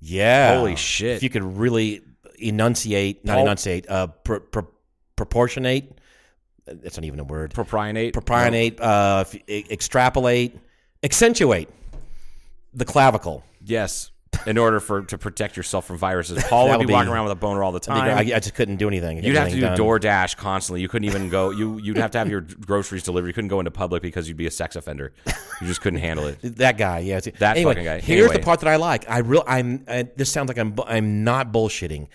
Yeah, Holy shit. If you could really enunciate, not Paul- enunciate, uh, pr- pr- proportionate. uh, That's not even a word. Propionate. Propionate, uh, if- e- extrapolate, accentuate the clavicle. Yes. In order for to protect yourself from viruses, Paul would be, That would be- walking around with a boner all the I, time. I just couldn't do anything. You'd have to do Anything done. DoorDash constantly. You couldn't even go. You you'd have to have your groceries delivered. You couldn't go into public because you'd be a sex offender. You just couldn't handle it. That guy, yeah. it's- That anyway, fucking guy. Here's the Anyway. part that I like. I real. I'm. Uh, this sounds like I'm. bu- I'm not bullshitting.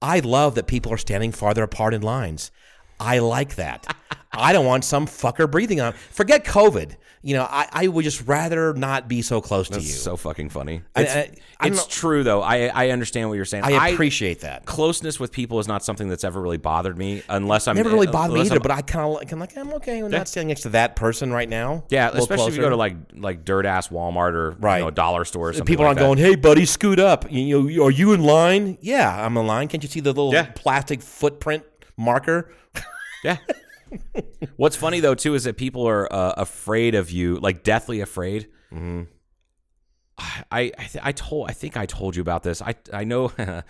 I love that people are standing farther apart in lines. I like that. I don't want some fucker breathing on. Forget COVID. You know, I, I would just rather not be so close to you. It's so fucking funny. I- It's, I- I don't it's know. true though. I I understand what you're saying. I appreciate that. closeness with people is not something that's ever really bothered me unless I'm uh, Never really bothered me unless either, I'm- but I kind of like. I'm like, I'm okay. with not standing next to that person right now. yeah, A little especially if you closer. go to like like dirt ass Walmart or Right. you know, a dollar store. Or something People like aren't that. going, hey, buddy, scoot up. You, you, are you in line? Yeah, I'm in line. Can't you see the little Yeah. plastic footprint marker? Yeah. What's funny though too is that people are uh, afraid of you, like deathly afraid. Mm-hmm. I I, th- I told I think I told you about this. I I know.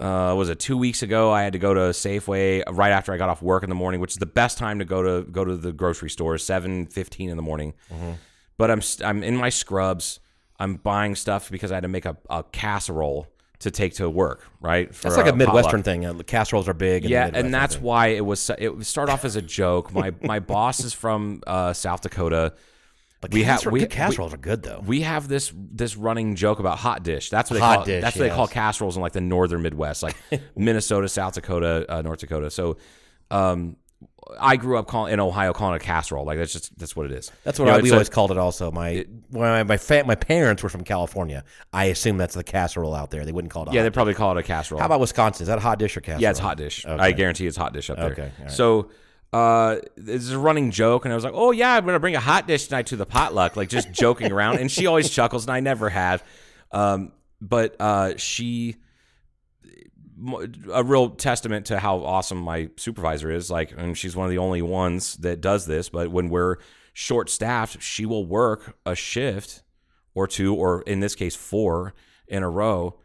Uh, was it two weeks ago? I had to go to Safeway right after I got off work in the morning, which is the best time to go to go to the grocery store, seven fifteen in the morning. Mm-hmm. But I'm st- I'm in my scrubs. I'm buying stuff because I had to make a, a casserole to take to work. Right? For That's like a Midwestern potluck. thing. Uh, the casseroles are big. in the Yeah, Midwest, I and that's think. why it was. so- It started off as a joke. My my boss is from uh, South Dakota. But we have- casserole- we- good casseroles are good though. We have this this running joke about hot dish. That's what they Hot call dish, that's what they call yes. casseroles in like the northern Midwest, like Minnesota, South Dakota, uh, North Dakota. So, um, I grew up calling in Ohio calling it a casserole. Like that's just that's what it is. that's what You know, I, we it's a- always called it. Also, my when my my, fa- my parents were from California. I assume that's the casserole out there. They wouldn't call it. a yeah, hot they dish. probably call it a casserole. How about Wisconsin? Is that a hot dish or casserole? Yeah, it's hot dish. I guarantee it's hot dish up there. Okay, all right. So uh, this is a running joke, and I was like, "Oh yeah, I'm gonna bring a hot dish tonight to the potluck," like just joking around. And she always chuckles, and I never have. Um, but uh, she, a real testament to how awesome my supervisor is. Like, and she's one of the only ones that does this. But when we're short staffed, she will work a shift or two, or in this case, four in a row.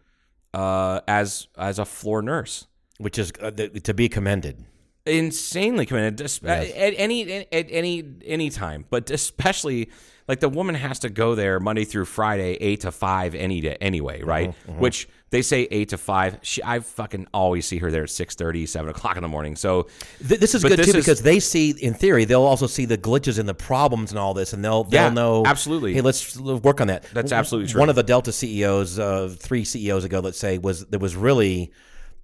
Uh, as as a floor nurse, Which is uh, th- to be commended. insanely committed dis- at any at any any time but especially like the woman has to go there monday through friday 8 to 5 any day anyway Mm-hmm, right which they say 8 to 5 she i fucking always see her there at 6 7 o'clock in the morning so Th- this is But good this too is- because they see, in theory, they'll also see the glitches and the problems and all this, and they'll they'll Yeah, know absolutely. Hey, let's l- work on that. That's W- absolutely true. One of the Delta CEOs, uh, three CEOs ago, let's say, was there was really,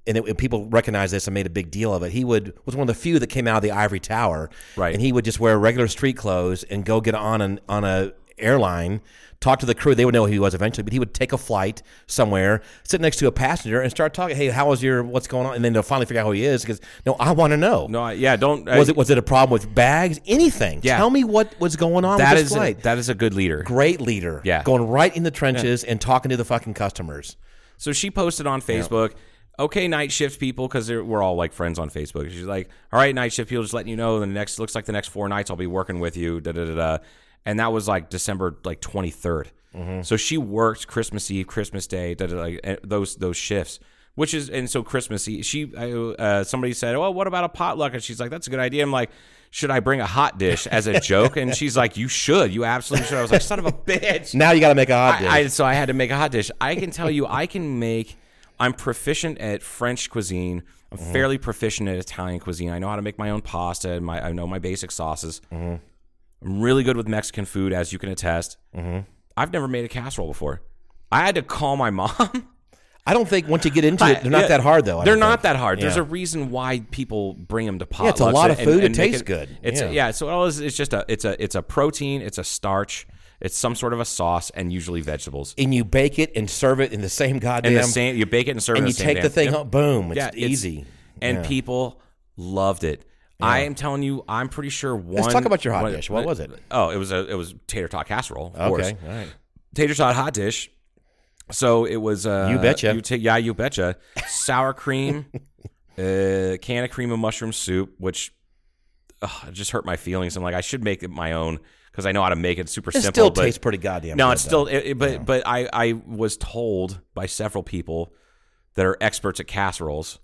and, it, and people recognized this and made a big deal of it. He would was one of the few that came out of the ivory tower, Right. And he would just wear regular street clothes and go get on an on a airline. Talk to the crew; they would know who he was eventually. But he would take a flight somewhere, sit next to a passenger, and start talking. Hey, how was your? What's going on? And then they'll finally figure out who he is because no, I want to know no I, yeah don't was I- it was it a problem with bags? Anything? Yeah. Tell me what was going on. that with this is a, flight. that is a good leader great leader. Yeah. going right in the trenches and talking to the fucking customers. So she posted on Facebook, okay, night shift people, because we're all like friends on Facebook. She's like, all right, night shift people, just letting you know the next looks like the next four nights I'll be working with you. Da da da da. And that was like December like twenty third. So she worked Christmas Eve, Christmas Day, da da da, eh, those those shifts. Which is and so Christmas. He, she I, uh, somebody said, "Well, what about a potluck?" And she's like, "That's a good idea." I'm like, "Should I bring a hot dish as a joke?" And she's like, "You should. You absolutely should." I was like, "Son of a bitch!" Now you got to make a hot dish. I, I, so I had to make a hot dish. I can tell you, I can make. I'm proficient at French cuisine. I'm Mm-hmm. fairly proficient at Italian cuisine. I know how to make my own pasta and my I know my basic sauces. Mm-hmm. I'm really good with Mexican food, as you can attest. Mm-hmm. I've never made a casserole before. I had to call my mom. I don't think once you get into it, they're not Yeah. that hard though. I They're don't not think. that hard. There's Yeah. a reason why people bring them to potlucks. it's a lot of and- food. It and make tastes good. It's Yeah. yeah. so all is, it's just a it's a it's a protein. It's a starch. It's some sort of a sauce and usually vegetables. And you bake it and serve it in the same goddamn. And the same, you bake it and serve. it and in you the same take the damn- thing Yep. home. Boom. It's Yeah, it's- easy. and Yeah. people loved it. I am telling you, I'm pretty sure one. talk about your hot dish. What was it? Oh, it was a it was tater tot casserole. Of course. Okay. All right. tater tot hot dish. So it was. Uh, You betcha. ta- yeah, you betcha. Sour cream, uh, can of cream of mushroom soup, which ugh, it just hurt my feelings. I'm like, I should make it my own because I know how to make it super It simple. still but- tastes pretty goddamn. No, good, it's still. It, it- but but I I was told by several people that are experts at casseroles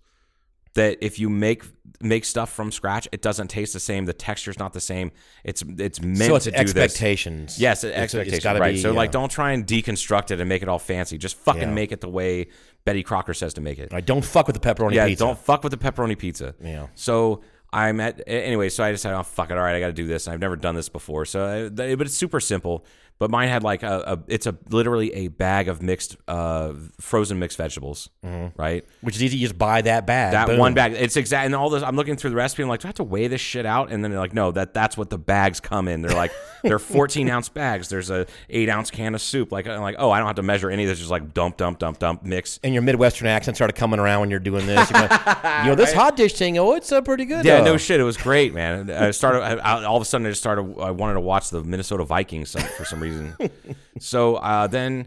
that if you make make stuff from scratch, it doesn't taste the same. The texture's not the same. It's it's though. meant So it's to do this. expectations. Yes, It's- expectations. It's got to right. be so like, yeah. don't try and deconstruct it and make it all fancy. Just fucking Yeah. make it the way Betty Crocker says to make it. Right, don't fuck with the pepperoni yeah, pizza. don't fuck with the pepperoni pizza. Yeah. So I'm at a- anyway. So I decided, oh fuck it, all right, I got to do this. And I've never done this before, so I, th- but it's super simple. But mine had like a, a it's a literally a bag of mixed uh, frozen mixed vegetables, right? Which is easy. You just buy that bag. That Mm-hmm. boom. one bag. It's exact. And all this, I'm looking through the recipe. I'm like, do I have to weigh this shit out? And then they're like, no, that that's what the bags come in. They're like, they're 14 ounce bags. There's a eight ounce can of soup. Like, I'm like, oh, I don't have to measure any of this. Just like dump, dump, dump, dump, mix. And your Midwestern accent started coming around when you're doing this. You're going, you know, this hot dish thing, oh, it's uh, pretty good. Yeah, though." no shit. It was great, man. And I started I, I- all of a sudden. I just started. I wanted to watch the Minnesota Vikings some, for some reason. so uh, then,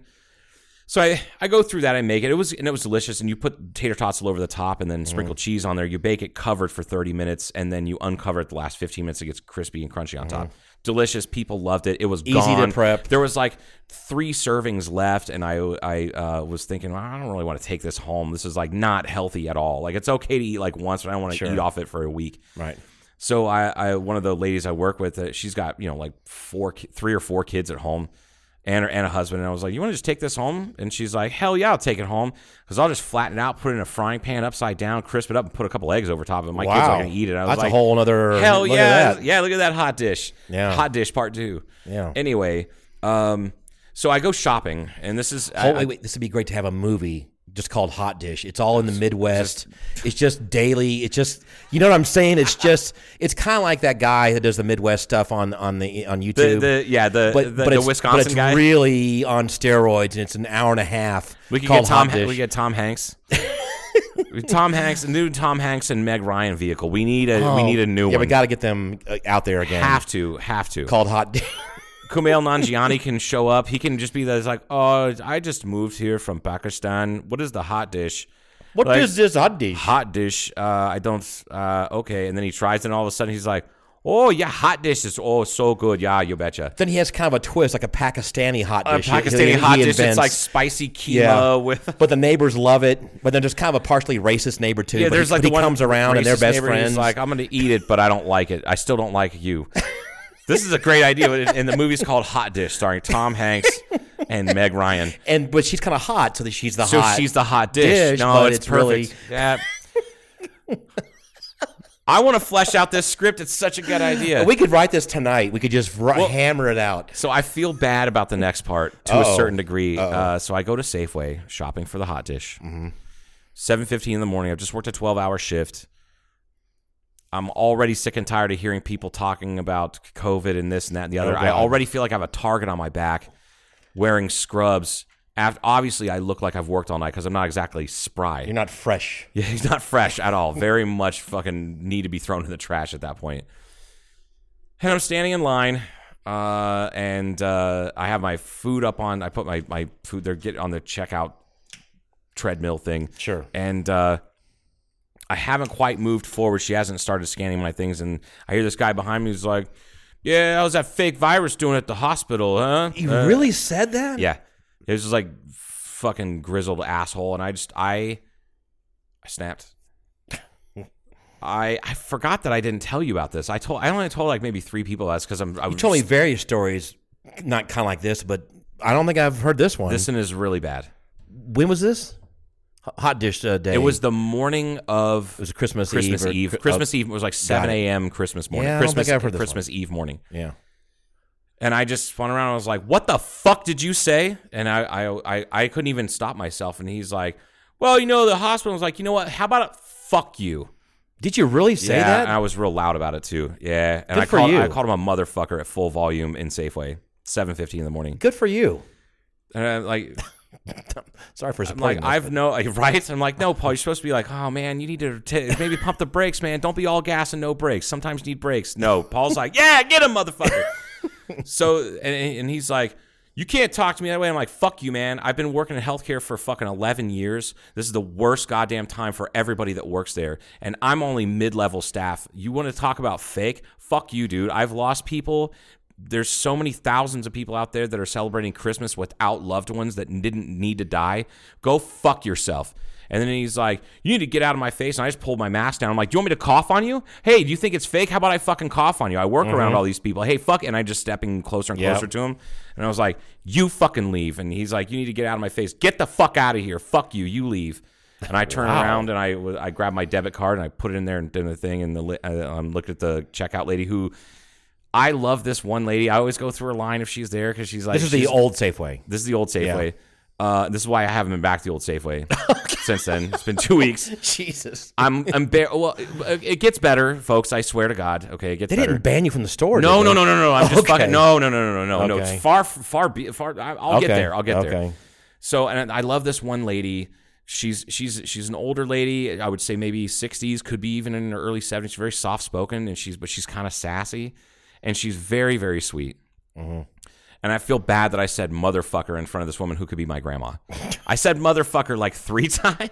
so I I go through that. I make it. It was and it was delicious. And you put tater tots all over the top, and Mm. then sprinkle cheese on there. You bake it covered for thirty minutes, and then you uncover it the last fifteen minutes. It gets crispy and crunchy on top. Delicious. People loved it. It was Mm-hmm. to gone. prep. There was like three servings left, and I I uh, was thinking well, I don't really want to take this home. This is like not healthy at all. Like it's okay to eat like once, but I don't want to eat off it for a week. Right. So I, I one of the ladies I work with, uh, she's got you know like four, ki- three or four kids at home, and her, and a husband. And I was like, you want to just take this home? And she's like, hell yeah, I'll take it home because I'll just flatten it out, put it in a frying pan upside down, crisp it up, and put a couple eggs over top of it. My kids Wow. are gonna eat it. I was That's a like, whole nother- hell look at yeah, that. yeah. Look at that hot dish. Yeah. hot dish part two. Yeah. Anyway, um, so I go shopping, and this is I- Oh, I- wait, wait, this would be great to have a movie just called Hot Dish. It's all in the Midwest. it's just daily. It's just you know what I'm saying. It's just it's kind of like that guy that does the Midwest stuff on on the on YouTube. the- yeah, the- the- the it's, Wisconsin but it's guy. really on steroids, and it's an hour and a half. We could called get Tom. Hot Dish. We get Tom Hanks. Tom Hanks, new Tom Hanks and Meg Ryan vehicle. We need a we need a new Oh. yeah, one. we got to get them uh, out there again. have to have to. called Hot Dish. Kumail Nanjiani can show up. He can just be that's like, oh, I just moved here from Pakistan. What is the hot dish? What is Like- this Hot Dish? Hot dish. Uh, I don't. Uh, okay, and then he tries, and all of a sudden he's like, oh yeah, hot dish is oh so good. Yeah, you betcha. Then he has kind of a twist, like a Pakistani hot A dish. He- he- Pakistani he hot dish. It's invents- like spicy quinoa with but the neighbors love it. But then there's kind of a partially racist neighbor too. Yeah, but there's he, like the but he one comes around and they're racist best neighbor who's friends. Like I'm going to eat it, but I don't like it. I still don't like you. this is a great idea, but it- and the movie's called Hot Dish, starring Tom Hanks and Meg Ryan. and but she's kind of hot, so that she's the So hot. she's the hot dish. dish, no, but it's, it's perfect. really- Yeah. I want to flesh out this script. It's such a good idea. we could write this tonight. We could just ri- hammer it out. so I feel bad about the next part to Uh-oh. a certain degree. Uh, so I go to Safeway shopping for the hot dish. Seven fifteen in the morning. I've just worked a twelve hour shift. I'm already sick and tired of hearing people talking about COVID and this and that and the other. I God. already feel like I have a target on my back wearing scrubs. Af obviously, I look like I've worked all night because I'm not exactly spry. You're not fresh. Yeah, he's not fresh at all. Very much fucking need to be thrown in the trash at that point. And I'm standing in line, uh, and uh, I have my food up on. I put my my food. They're get on the checkout treadmill thing. Sure. And uh, I haven't quite moved forward. She hasn't started scanning my things, and I hear this guy behind me who's like, "Yeah, how's that fake virus doing at the hospital, huh?" You Uh, really said that? yeah. It was just like fucking grizzled asshole. And I just, I I snapped. I, I forgot that I didn't tell you about this. I told I only told like maybe three people that's because I'm I You told me various stories, not kind of like this, but I don't think I've heard this one. this one is really bad. when was this? H- Hot dish uh, day. It was the morning of It was Christmas, Christmas Eve. or- Eve. Cri- Christmas Eve was like seven it. a.m. Christmas morning. Yeah, I don't Christmas think I've heard this Christmas Eve morning. oh, yeah. And I just spun around. and I was like, "What the fuck did you say?" And I, I, I, I couldn't even stop myself. And he's like, "Well, you know, the hospital was like, you know what? How about a fuck you?" Did you really say yeah, that? and I was real loud about it too. Yeah, and Good I for called, you. I called him a motherfucker at full volume in Safeway, seven fifty in the morning. Good for you. And I'm like, Sorry for I'm like supporting this, I've no right. I'm like, no, Paul, you're supposed to be like, oh man, you need to t- maybe pump the brakes, man. Don't be all gas and no brakes. Sometimes you need brakes. No, Paul's like, yeah, get him, motherfucker. so and, and he's like. You can't talk to me that way. I'm like, fuck you, man. I've been working in healthcare for fucking 11 years. This is the worst goddamn time for everybody that works there. And I'm only mid level staff. You want to talk about fake? Fuck you, dude. I've lost people there's so many thousands of people out there that are celebrating Christmas without loved ones that didn't need to die. Go fuck yourself. And then he's like, You need to get out of my face. And I just pulled my mask down. I'm like, Do you want me to cough on you? Hey, do you think it's fake? How about I fucking cough on you? I work Mm-hmm. around all these people. Hey, fuck. And I just stepping closer and Yep. closer to him. And I was like, You fucking leave. And he's like, You need to get out of my face. Get the fuck out of here. Fuck you. You leave. And I turn around and I, was- I grabbed my debit card and I put it in there and did the thing. And the, li- I um, looked at the checkout lady who I love this one lady. I always go through her line if she's there because she's like this is the she's- old Safeway. this is the old Safeway. Uh, this is why I haven't been back to the old Safeway since then. It's been two weeks. Jesus. I'm I'm bar- well. It it gets better, folks. I swear to God. Okay, it gets They better. didn't ban you from the store. no, did no, they? no, no, no. I'm just Okay. fucking no, no, no, no, no, no. Okay. It's far, far, be, far. I- I'll get Okay. there. I'll get there. Okay. So, and I love this one lady. She's she's she's an older lady. I would say maybe 60s, could be even in her early 70s. She's very soft spoken, and she's but she's kind of sassy, and she's very very sweet. Mm-hmm. And I feel bad that I said motherfucker in front of this woman who could be my grandma. I said motherfucker like three times.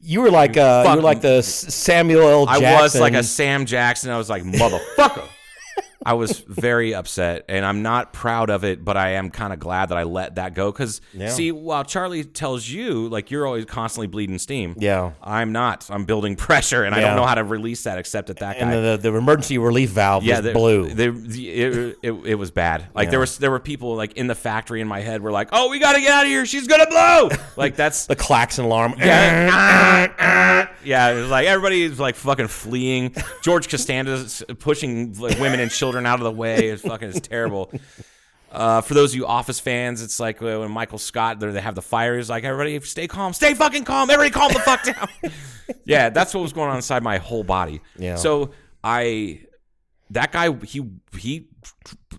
You were like uh, you Fuck. were like the S- Samuel L. I Jackson. was like a Sam Jackson. I was like, motherfucker. I was very upset, and I'm not proud of it, but I am kind of glad that I let that go. Because see, while Charlie tells you, like you're always constantly bleeding steam. Yeah. I'm not. I'm building pressure, and I Yeah. don't know how to release that except at that guy. and the, the emergency relief valve yeah, yeah, the- blue. the- the- it, it, it was bad. Like there was there were people like in the factory in my head were like, "Oh, we got to get out of here. She's gonna blow." Like that's the klaxon alarm. Yeah, it was like everybody's like fucking fleeing. George Costanza's pushing like, women and children out of the way. It's fucking it's terrible. Uh, for those of you Office fans, it's like uh, when Michael Scott there they have the fire. He's like, everybody stay calm, stay fucking calm, everybody calm the fuck down. yeah, that's what was going on inside my whole body. Yeah. So I, that guy, he he,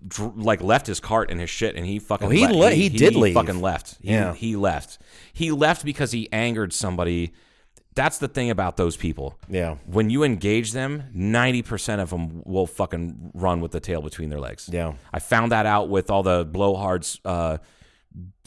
dr- like left his cart and his shit, and he fucking Oh, he left. le- he did leave. Fucking left. He, Yeah. he left. He left because he angered somebody. That's the thing about those people. Yeah. When you engage them, 90% of them will fucking run with the tail between their legs. Yeah. I found that out with all the blowhards, uh,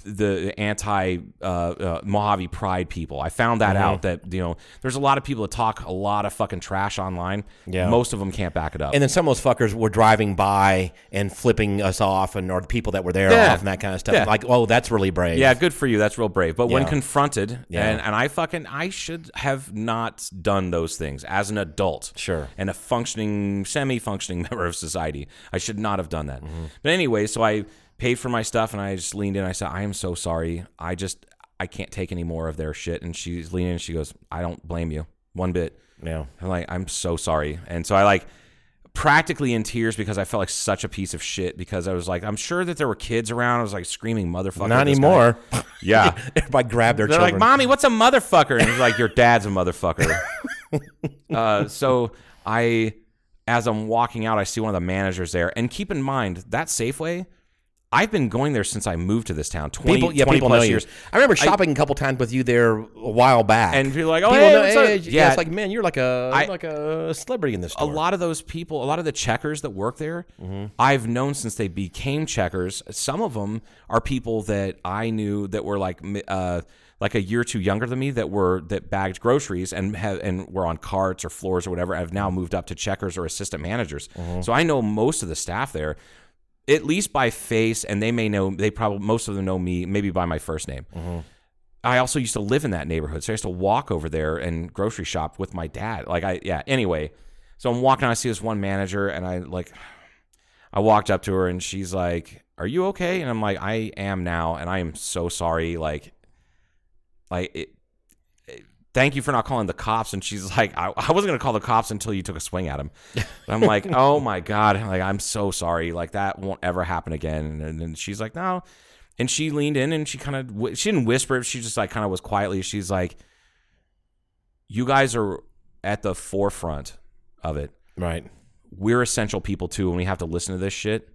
the anti uh, uh, Mojave Pride people. I found Mm-hmm. that out that, you know, there's a lot of people that talk a lot of fucking trash online. Yeah. Most of them can't back it up. And then some of those fuckers were driving by and flipping us off, and or the people that were there Yeah. off and that kind of stuff. Yeah. Like, oh, that's really brave. Yeah, good for you. That's real brave. But when Yeah. confronted, Yeah. and, and I fucking I should have not done those things as an adult. Sure. And a functioning, semi-functioning member of society. I should not have done that. But anyway, so I paid for my stuff and I just leaned in. I said, I am so sorry. I just I can't take any more of their shit. And she's leaning in and she goes, I don't blame you one bit. Yeah. I'm like, I'm so sorry. And so I like practically in tears because I felt like such a piece of shit because I was like, I'm sure that there were kids around. I was like screaming motherfucker. Not at this guy. anymore. Yeah. Everybody grabbed their They're children. like, Mommy, what's a motherfucker? And he's like, Your dad's a motherfucker. uh, so I, as I'm walking out, I see one of the managers there. And keep in mind, that Safeway, I've been going there since I moved to this town 20, people, yeah, 20 people know plus you. years. I remember shopping a couple times with you there a while back, And people are like, "Oh, People hey, know- what's up?" yeah, Yeah. it's like, man, you're like a I- you're like a celebrity in this. A Store. lot of those people, a lot of the checkers that work there, I've known since they became checkers. Some of them are people that I knew that were like mi- uh, like a year or two younger than me that were that bagged groceries and have, and were on carts or floors or whatever. I've now moved up to checkers or assistant managers, so I know most of the staff there at least by face, and they may know they probably most of them know me maybe by my first name. I also used to live in that neighborhood, so I used to walk over there and grocery shop with my dad. Like I, yeah. Anyway, so I'm walking, I see this one manager, and I like, I walked up to her, and she's like, "Are you okay?" And I'm like, "I am now, and I am so sorry." Like, like it, it- thank you for not calling the cops. And she's like, I, I wasn't gonna call the cops until you took a swing at him. And I'm like, oh my god, like I'm so sorry. Like that won't ever happen again. And then she's like, no. And she leaned in and she kind of she didn't whisper. She just like kind of was quietly. She's like, you guys are at the forefront of it. Right. We're essential people too, and we have to listen to this shit.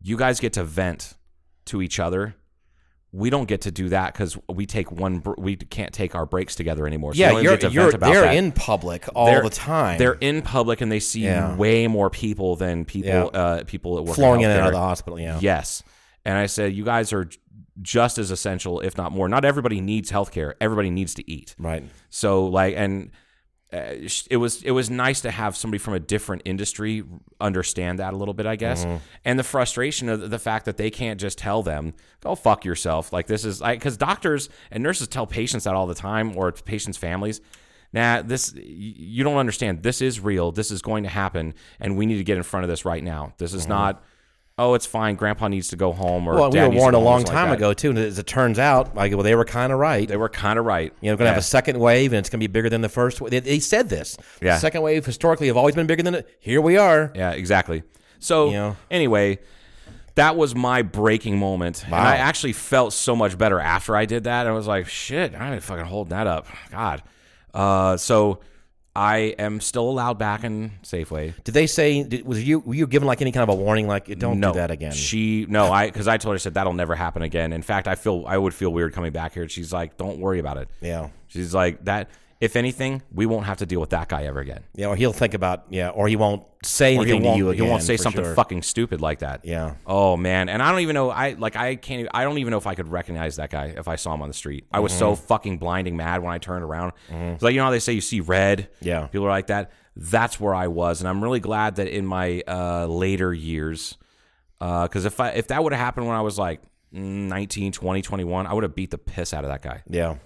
You guys get to vent to each other. We don't get to do that because we take one. Br- we can't take our breaks together anymore. So we Yeah, don't you're, get to you're vent about they're that. in public all They're- the time. They're in public and they see Yeah. way more people than people. Yeah. Uh, people at work flowing in and out of healthcare. the hospital. Yeah. Yes. And I said, you guys are j- just as essential, if not more. Not everybody needs healthcare. Everybody needs to eat. Right. So like, and uh, sh- it was it was nice to have somebody from a different industry understand that a little bit, I guess. Mm-hmm. And the frustration of the fact that they can't just tell them, "Go fuck yourself." Like this is because doctors and nurses tell patients that all the time, or to patients' families. Nah, this y- you don't understand. This is real. This is going to happen, and we need to get in front of this right now. This is not. Oh, it's fine. Grandpa needs to go home, or Mm-hmm. Well, we Dad were needs to warned a go home," long something time like that. ago too, and as it turns out, like well, they were kind of right. They were kind of right. You know, we're going to have a second wave, and it's going to be bigger than the first. wave. They, they said this. Yeah. Second wave historically have always been bigger than it. Here we are. Yeah, exactly. So You know? anyway, that was my breaking moment, Wow. and I actually felt so much better after I did that. I was like, "Shit, I didn't fucking hold that up." God. Uh, so I am still allowed back in Safeway. Did they say? Did, was you were you given like any kind of a warning? Like don't no, do that again. She no, I because I told her I said that'll never happen again. In fact, I feel I would feel weird coming back here. She's like, "Don't worry about it." yeah. She's like that. If anything, we won't have to deal with that guy ever again. Yeah. Or he'll think about. Yeah. Or he won't say Or he anything won't, to you again. he won't say for something sure. fucking stupid like that. Yeah. Oh man, and I don't even know. I like I can't. Even, I don't even know if I could recognize that guy if I saw him on the street. I was so Mm-hmm. fucking blinding mad when I turned around. It's like you know how they say you see red. Yeah. people are like that. That's where I was, and I'm really glad that in my uh, later years, because if I if that would have happened when I was like 19, 20, 21, I would have beat the piss out of that guy. Yeah.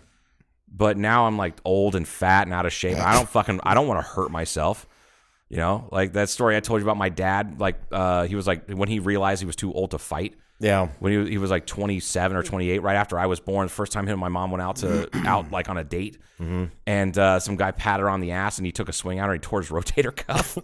But now I'm like old and fat and out of shape. I don't fucking I don't want to hurt myself. You know, like that story I told you about my dad. Like uh, he was like when he realized he was too old to fight Yeah. when he was, he was like 27 or 28 right after i was born the first time him and my mom went out to out like on a date and uh, some guy patted her on the ass and he took a swing at her and he tore his rotator cuff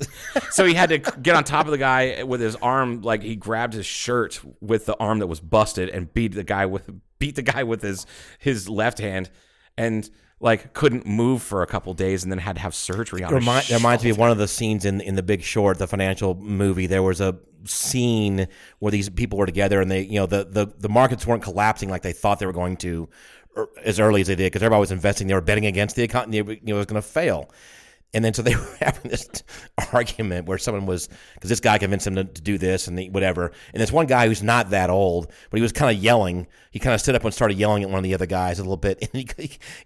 so he had to get on top of the guy with his arm like he grabbed his shirt with the arm that was busted and beat the guy with beat the guy with his his left hand and like couldn't move for a couple days and then had to have surgery on Remind, his it reminds me of one of the scenes in in The Big Short, the financial movie. There was a scene where these people were together, and they, you know, the the, the markets weren't collapsing like they thought they were going to, er, as early as they did, because everybody was investing. They were betting against the economy; you know, it was going to fail. And then so they were having this argument where someone was because this guy convinced him to, to do this and the, whatever. And this one guy who's not that old, but he was kind of yelling. He kind of stood up and started yelling at one of the other guys a little bit. And he,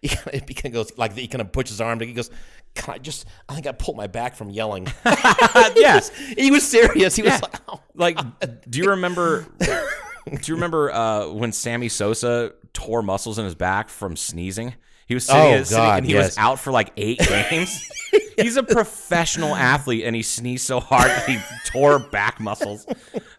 he, he kind of goes like he kind of pushed his arm. He goes, "God, I just I think I pulled my back from yelling." yes, he was serious. He was like, oh. like do you remember do you remember uh, when sammy sosa tore muscles in his back from sneezing he was sitting, Oh, sitting- God, and he yes. was out for like eight games he's a professional athlete and he sneezed so hard that he tore back muscles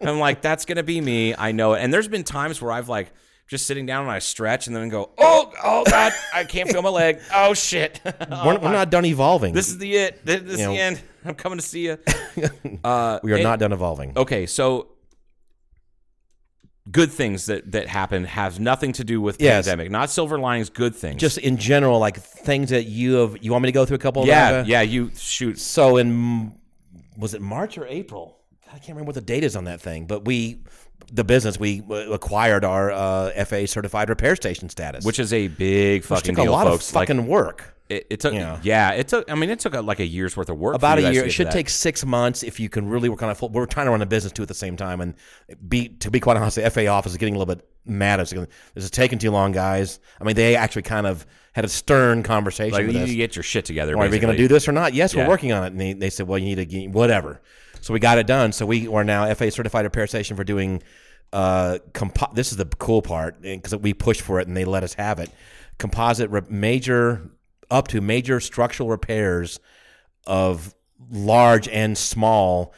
i'm like that's gonna be me i know it and there's been times where i've like just sitting down and i stretch and then go oh oh god i can't feel my leg oh shit we're, we're not done evolving. this is the it this is You know. the end i'm coming to see you we are it- not done evolving." okay, so good things that that happen have nothing to do with Yes. pandemic. Not silver linings, good things. Just in general, like things that you have. You want me to go through a couple? yeah, Amanda? yeah. You shoot. So in was it March or April? God, I can't remember what the date is on that thing, but we the business we uh, acquired our uh, FAA certified repair station status, Which is a big which fucking took a deal, lot folks. of Like, fucking work. it, it took, Yeah. yeah. it took. I mean, it took uh, like a year's worth of work. for About you a guys year. to It get should to that. take six months if you can really work on a full. We're trying to run a business too at the same time, and be to be quite honest, the FAA office is getting a little bit mad at us. This is taking too long, guys. I mean, they actually kind of had a stern conversation Like with you us. need to get your shit together. Are we going to basically. do this or not? Yes, we're Yeah. working on it. And they, they said, well, you need to get whatever. So we got it done. So we are now FAA certified repair station for doing. Uh, compo- this is the cool part because we pushed for it and they let us have it. composite re- major up to major structural repairs of large and small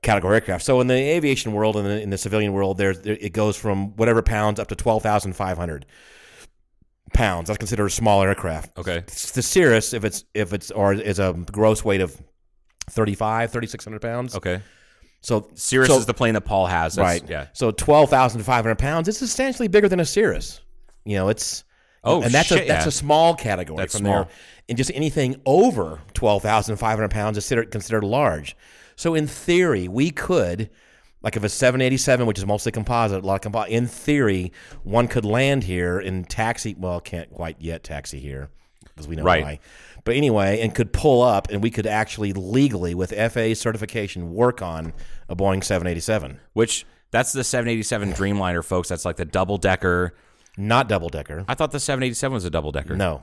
category aircraft. So in the aviation world and in the, in the civilian world, there's there, it goes from whatever pounds up to twelve thousand five hundred pounds. That's considered a small aircraft. Okay. S- The Cirrus, if it's if it's or is a gross weight of 35, 3,600 pounds. Okay. So Cirrus so- is the plane that Paul has. That's- right. Yeah. So twelve thousand five hundred pounds. It's essentially bigger than a Cirrus. You know, it's Oh, and that's shit, a that's yeah. a small category That's from small. there. And just anything over twelve thousand five hundred pounds is considered considered large. So in theory, we could. Like if a 787, which is mostly composite, a lot of composite. In theory, one could land here and taxi. Well, can't quite yet taxi here because we know Right. why. But anyway, and could pull up, and we could actually legally, with FAA certification, work on a Boeing 787. Which that's the 787 Dreamliner, folks. That's like the double decker. Not double decker. I thought the 787 was a double decker. No.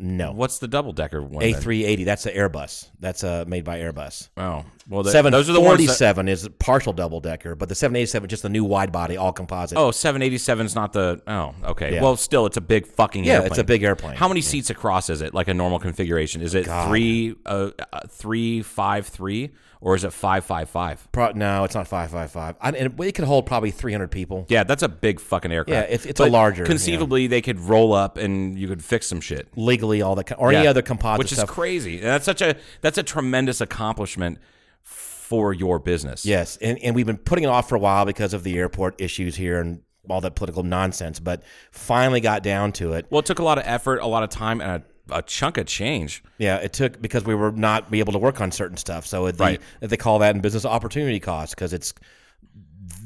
No. What's the double decker one? then? A380, that's an Airbus. That's uh, made by Airbus. Oh, well, the, those are the ones. That, 747 is a partial double decker, but the 787 just the new wide body all composite. oh, 787's not the. Oh, okay. Yeah. Well, still, it's a big fucking. yeah, airplane. it's a big airplane. How many seats across is it? Like a normal configuration? Is it three, uh, uh, three, five, three, or is it five, five, five? Pro- no, it's not 555. I, and it could hold probably 300 people. Yeah, that's a big fucking aircraft. Yeah, it's- it's a larger, Conceivably, they could roll up and you could fix some shit. Legally, all that, ki- or any Yeah. other composite which is stuff. crazy. And that's such a that's a tremendous accomplishment for your business. Yes, and, and we've been putting it off for a while because of the airport issues here and all that political nonsense, but finally got down to it. Well, it took a lot of effort, a lot of time, and a, a chunk of change. Yeah, it took because we were not be able to work on certain stuff. So it- they, Right. they call that in business opportunity cost because it's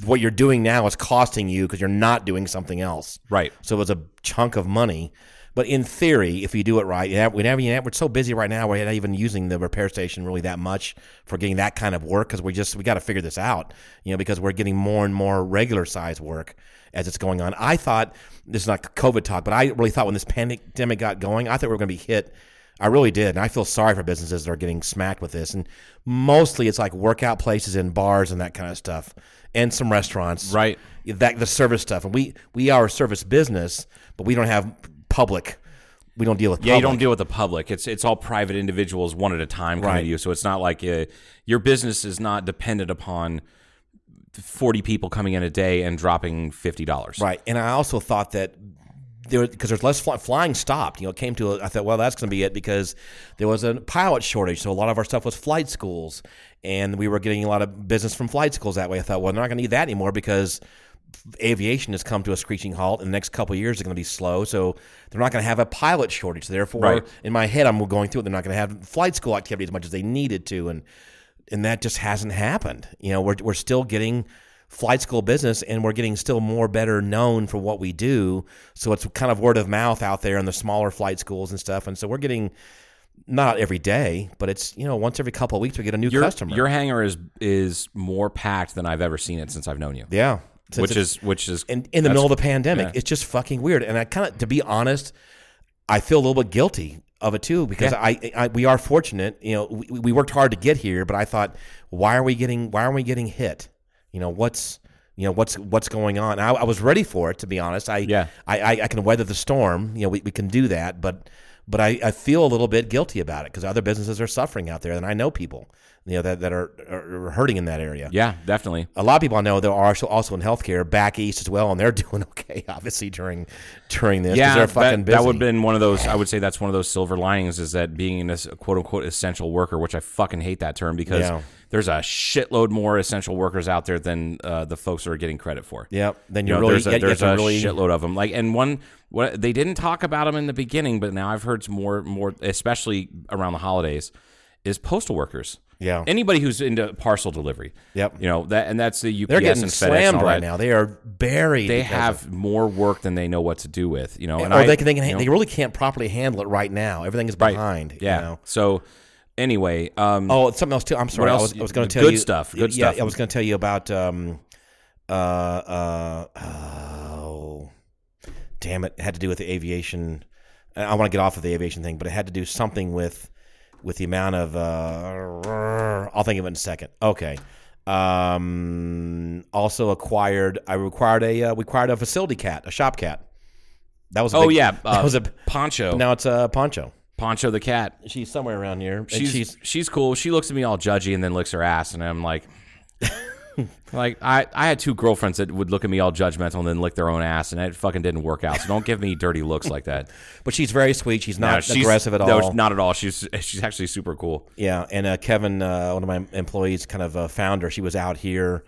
what you're doing now is costing you because you're not doing something else. Right. So it was a chunk of money. But in theory, if you do it right, yeah, we never, yeah, we're so busy right now, we're not even using the repair station really that much for getting that kind of work because we just we got to figure this out, you know, because we're getting more and more regular size work as it's going on. I thought this is not COVID talk, but I really thought when this pandemic got going, I thought we were going to be hit. I really did, and I feel sorry for businesses that are getting smacked with this. And mostly, it's like workout places and bars and that kind of stuff, and some restaurants, Right. that the service stuff, and we we are a service business, but we don't have public. We don't deal with Yeah, you don't public. deal with the public. It's it's all private individuals one at a time coming Right. to you. So it's not like uh, your business is not dependent upon forty people coming in a day and dropping fifty dollars. right. And I also thought that there because there's less fly, flying stopped. You know, it came to a, I thought, well, that's going to be it because there was a pilot shortage, so a lot of our stuff was flight schools, and we were getting a lot of business from flight schools that way. I thought, well, they're not going to need that anymore because aviation has come to a screeching halt and the next couple of years are going to be slow so they're not going to have a pilot shortage therefore Right. in my head i'm going through it they're not going to have flight school activity as much as they needed to and and that just hasn't happened you know we're, we're still getting flight school business and we're getting still more better known for what we do so it's kind of word of mouth out there in the smaller flight schools and stuff and so we're getting not every day but it's you know once every couple of weeks we get a new Your, customer your hangar is is more packed than I've ever seen it since I've known you. yeah Since which it's- is which is in, in that's- the middle of the pandemic. yeah. It's just fucking weird. And I kind of, to be honest, I feel a little bit guilty of it too because I, I we are fortunate. You know, we, we worked hard to get here, but I thought, why are we getting why are we getting hit? You know, what's you know what's what's going on? I, I was ready for it to be honest. I Yeah. I, I, I can weather the storm. You know, we, we can do that, but. But I, I feel a little bit guilty about it because other businesses are suffering out there, and I know people, you know, that, that are, are hurting in that area yeah, definitely. a lot of people I know that are also- also in healthcare back east as well, and they're doing okay, obviously during during this. 'cause Yeah, they're that- fucking that, busy. would have been one of those. I would say that's one of those silver linings is that being a quote unquote essential worker, which I fucking hate that term because Yeah. there's a shitload more essential workers out there than uh, the folks that are getting credit for. Yep. Then You know, you're really there's a, you have there's to a really shitload of them. Like, and one what they didn't talk about them in the beginning, but now I've heard some more, more, especially around the holidays, is postal workers. Yeah. anybody who's into parcel delivery. Yep. you know that, and that's the UPS they're getting and FedEx and slammed all right that. now. They are buried. They because have more work than they know what to do with. You know, of- and or I- they can, they, can, you know, they really can't properly handle it right now. Everything is Right. behind. Yeah. You know? So anyway, um, Oh, it's something else too. I'm sorry. What I else? was, I was going The to tell good you stuff, good yeah, stuff. I was going to tell you about. Um, uh, uh, oh, damn it! it had to do with the aviation. and I want to get off of the aviation thing, but it had to do something with with the amount of. Uh, I'll think of it in a second. Okay. Um, also acquired. I required a uh, we acquired a facility cat, a shop cat That was a Oh big- yeah, uh, that was a Poncho. now it's a poncho. Poncho the cat. She's somewhere around here. and She's, she's cool. She looks at me all judgy and then licks her ass, and I'm like, like I I had two girlfriends that would look at me all judgmental and then lick their own ass, and it fucking didn't work out. So don't give me dirty looks like that. but she's very sweet. She's not No, she's- aggressive at all. No, not at all. She's she's actually super cool. Yeah, and uh, Kevin, uh, one of my employees, kind of uh, found her. She was out here,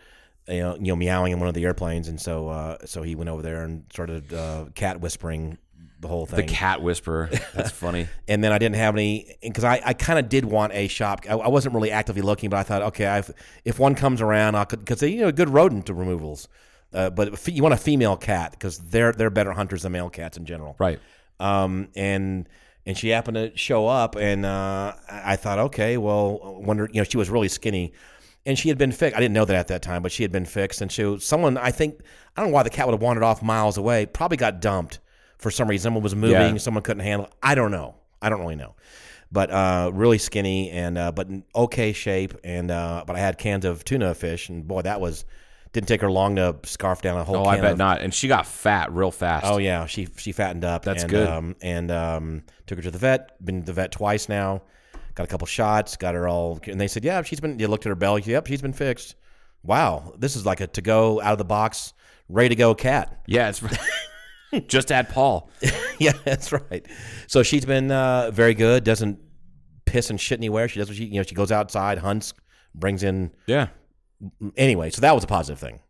you know, you know, meowing in one of the airplanes, and so uh, so he went over there and started uh, cat whispering the whole thing. The cat whisperer. That's funny. and then I didn't have any because I, I kind of did want a shop. I, I wasn't really actively looking, but I thought, okay, i if one comes around, I could because you know good rodent removals. Uh, but if you want a female cat because they're they're better hunters than male cats in general, Right. Um, and and she happened to show up, and uh, I I thought, okay, well, wonder you know she was really skinny, and she had been fixed. I didn't know that at that time, but she had been fixed, and she was- someone I think I don't know why the cat would have wandered off miles away. Probably got dumped for some reason. Someone was moving, Yeah. someone couldn't handle. I don't know. I don't really know. But uh, really skinny and uh, but in okay shape and uh, but I had cans of tuna fish and boy that was didn't take her long to scarf down a whole. Oh, can I bet of, not. And she got fat real fast. Oh yeah, she she fattened up. That's and, good. Um, and um, took her to the vet. Been to the vet twice now. Got a couple shots. Got her all. And they said, yeah, she's been. You looked at her belly. Yep, she's been fixed. Wow, this is like a to go out of the box, ready to go cat. yeah. It's just add Paul. yeah, that's right. So she's been uh, very good. Doesn't piss and shit anywhere. She does what she you know. She goes outside, hunts, brings in Yeah. anyway, so that was a positive thing.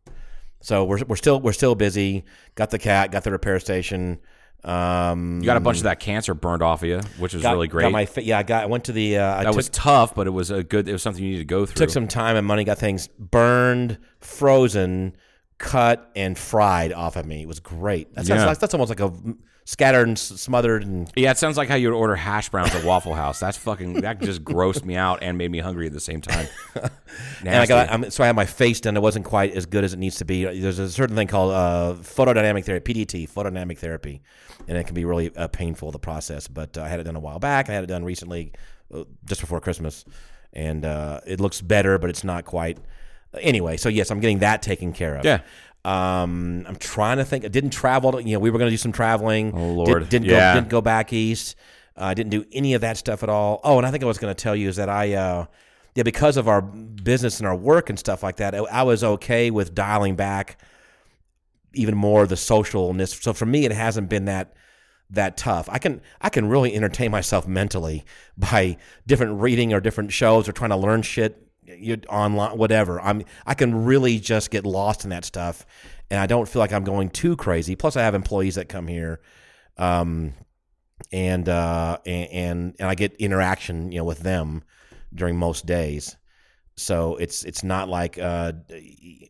So we're, we're still we're still busy. Got the cat. Got the repair station. Um, You got a bunch of that cancer burned off of you, which is got- really great. Got my fa- yeah. I got. I went to the. Uh, I that took, was tough, but it was a good. It was something you needed to go through. took some time and money. Got things burned, frozen, cut, and fried off of me. It was great. That sounds Yeah. like, that's almost like a scattered and s- smothered and Yeah, it sounds like how you would order hash browns at Waffle House. That's fucking that just grossed me out and made me hungry at the same time. and I got Nasty. I'm, so I had my face done. It wasn't quite as good as it needs to be. There's a certain thing called uh, photodynamic therapy, PDT, photodynamic therapy, and it can be really uh, painful the process. But uh, I had it done a while back. I had it done recently, uh, just before Christmas, and uh, it looks better, but it's not quite. uh, Anyway, so yes, I'm getting that taken care of. Yeah. Um, I'm trying to think. I didn't travel. to- You know, we were going to do some traveling. Oh, Lord. Did, not Yeah. go. Didn't go back east. I didn't do any of that stuff at all. Oh, and I think I was going to tell you is that I, uh, yeah, because of our business and our work and stuff like that, I, I was okay with dialing back even more the socialness. So for me, it hasn't been that that tough. I can I can really entertain myself mentally by different reading or different shows or trying to learn shit you online whatever. I'm I can really just get lost in that stuff and I don't feel like I'm going too crazy. Plus I have employees that come here um and uh and and, and I get interaction, you know, with them during most days. So it's it's not like, uh,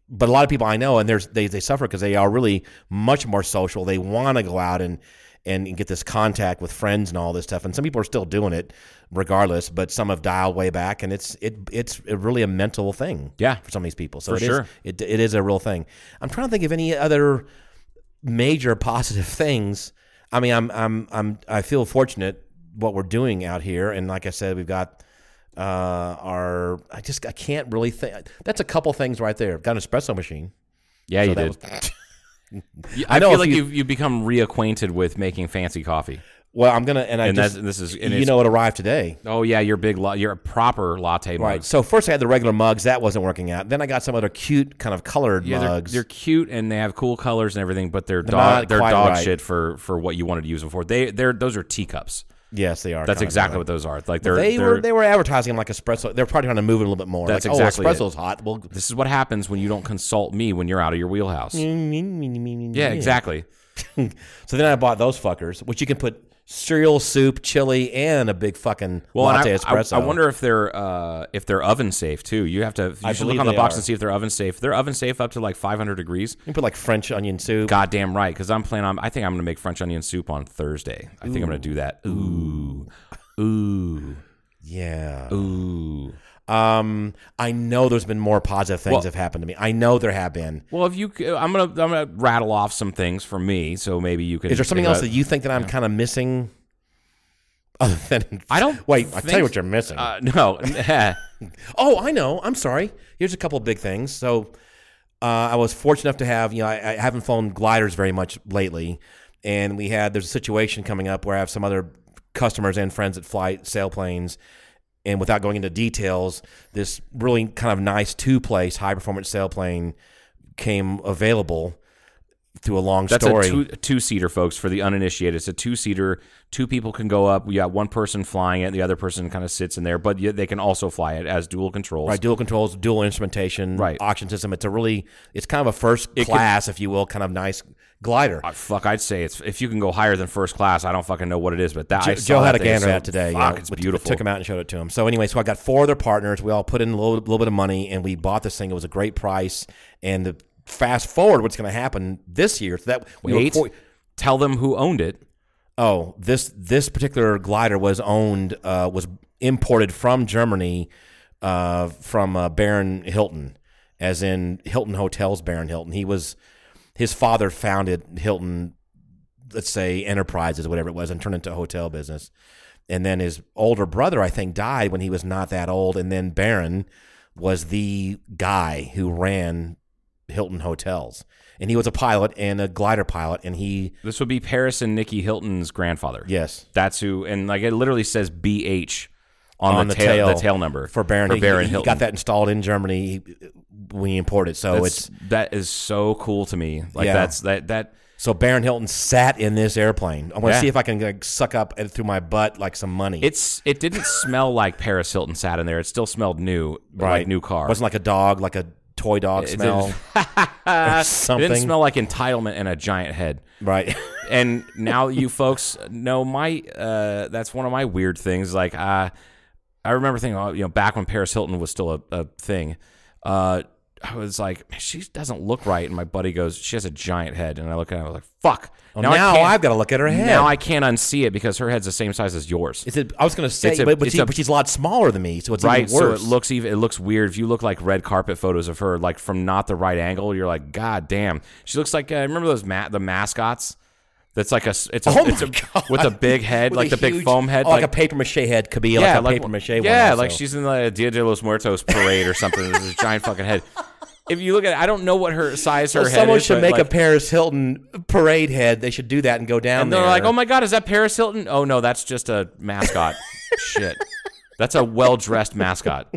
but a lot of people I know, and there's they they suffer because they are really much more social. They want to go out and and get this contact with friends and all this stuff. And some people are still doing it, regardless. But some have dialed way back, and it's it it's really a mental thing. Yeah. for some of these people. So For it is- sure. it it is a real thing. I'm trying to think of any other major positive things. I mean, I'm I'm I'm I feel fortunate what we're doing out here, and like I said, we've got uh, our. I just I can't really think. That's a couple things right there. Got an espresso machine. yeah, you did. that You- I, know feel a like few- you've you've become reacquated with making fancy coffee. Well, I'm gonna and I And just that's- this is- and you it's- know it arrived today. Oh yeah, your big la- your proper latte Right. mugs. So first I had the regular mugs that wasn't working out. Then I got some other cute kind of colored Yeah, they're, mugs. they're cute and they have cool colors and everything, but they're, not dog they're quite dog right. shit for for what you wanted to use them for. They they're those are teacups. yes, they are. That's kind of exactly like- what those are. Like they're they they're- were they were advertising them like espresso. They're probably trying to move it a little bit more. That's like, exactly oh, it. espresso's hot. Well, This is what happens when you don't consult me when you're out of your wheelhouse. Yeah, yeah, exactly. So then I bought those fuckers, which you can put cereal, soup, chili, and a big fucking and latte I, I- espresso. I, wonder if they're uh, if they're oven safe too. You have to you I should believe look on the they box are. and see if they're oven safe. They're oven safe up to like 500 degrees. You can put like French onion soup. Goddamn right, because I'm planning on. I think I'm going to make French onion soup on Thursday. I think I'm going to do that. Ooh, ooh, Yeah. ooh. Um, I know there's been more positive things Well- have happened to me. I know there have been. Well, if you, c- I'm gonna I'm gonna rattle off some things for me, so maybe you can. Is there something think else about- that you think that I'm kind of missing? Other than I don't wait. I tell think- you what you're missing. Uh, no. Oh, I know. I'm sorry. Here's a couple of big things. So uh, I was fortunate enough to have, you know, I, I haven't flown gliders very much lately. and we had there's a situation coming up where I have some other customers and friends that fly sailplanes, and without going into details, this really kind of nice two place high performance sailplane came available through a long That's story. a two two seater, folks. For the uninitiated, it's a two seater. Two people can go up. You got one person flying it, the other person kind of sits in there, but yet they can also fly it as dual controls. Right, dual controls, dual instrumentation, Right. auction system. It's a really, it's kind of a first class, if you will, kind of nice glider. Uh, Fuck, I'd say it's if you can go higher than first class. I don't fucking know what it is, but that I Jo- saw Joe that had a thing, gander so at it today. you Fuck, know, it's we t- beautiful. Took him out and showed it to him. So anyway, so I got four other partners. We all put in a little, little bit of money, and we bought this thing. It was a great price. And the fast forward, what's going to happen this year? So that we were Wait, four- tell them who owned it. oh, this this particular glider was owned, uh, was imported from Germany, uh, from uh, Baron Hilton, as in Hilton Hotels. Baron Hilton. He was his father founded Hilton let's say enterprises, whatever it was, and turned into a hotel business. And then his older brother, I think, died when he was not that old. And then Barron was the guy who ran Hilton Hotels. And he was a pilot and a glider pilot. And he, This would be Paris and Nikki Hilton's grandfather. yes, that's who. And like it literally says BH on, the, tail, the tail number for Barron. for Baron he, he Hilton. got that installed in Germany when he imported. it. So That's, it's that is so cool to me. Like Yeah. that's that that so Baron Hilton sat in this airplane. I want to Yeah. see if I can like, suck up uh, through my butt like some money. it's it didn't smell like Paris Hilton sat in there. It still smelled new, like new car. wasn't like a dog, like a toy dog It smell. or It something. didn't smell like entitlement and a giant head. right. and now you folks know my uh, that's one of my weird things like uh, i remember thinking oh, you know back when paris hilton was still a, a thing uh, i was like "Man, she doesn't look right and my buddy goes she has a giant head and i look at it i was like fuck now I've got to look at her head. now i can't unsee it because her head's the same size as yours It's a, I was going to say, It's a- but, but, it's she- a- but she's a lot smaller than me, so it's Right, even so worse. it looks even it looks weird. If you look like red carpet photos of her, like from not the right angle, you're like, God damn, she looks like. Uh, remember those ma- the mascots? That's like a s- it's a, Oh it's my a- God. with a big head, With like a the big huge- foam head, oh, like, a paper mache head could be like a paper mache one. yeah, also. like she's in the Dia de los Muertos parade or something. There's a giant fucking head. If you look at, it, I don't know what her size her So head. someone is, should but, make like, a Paris Hilton parade head. They should do that and go down And there. they're like, oh my god, is that Paris Hilton? Oh no, that's just a mascot. Shit, that's a well dressed mascot.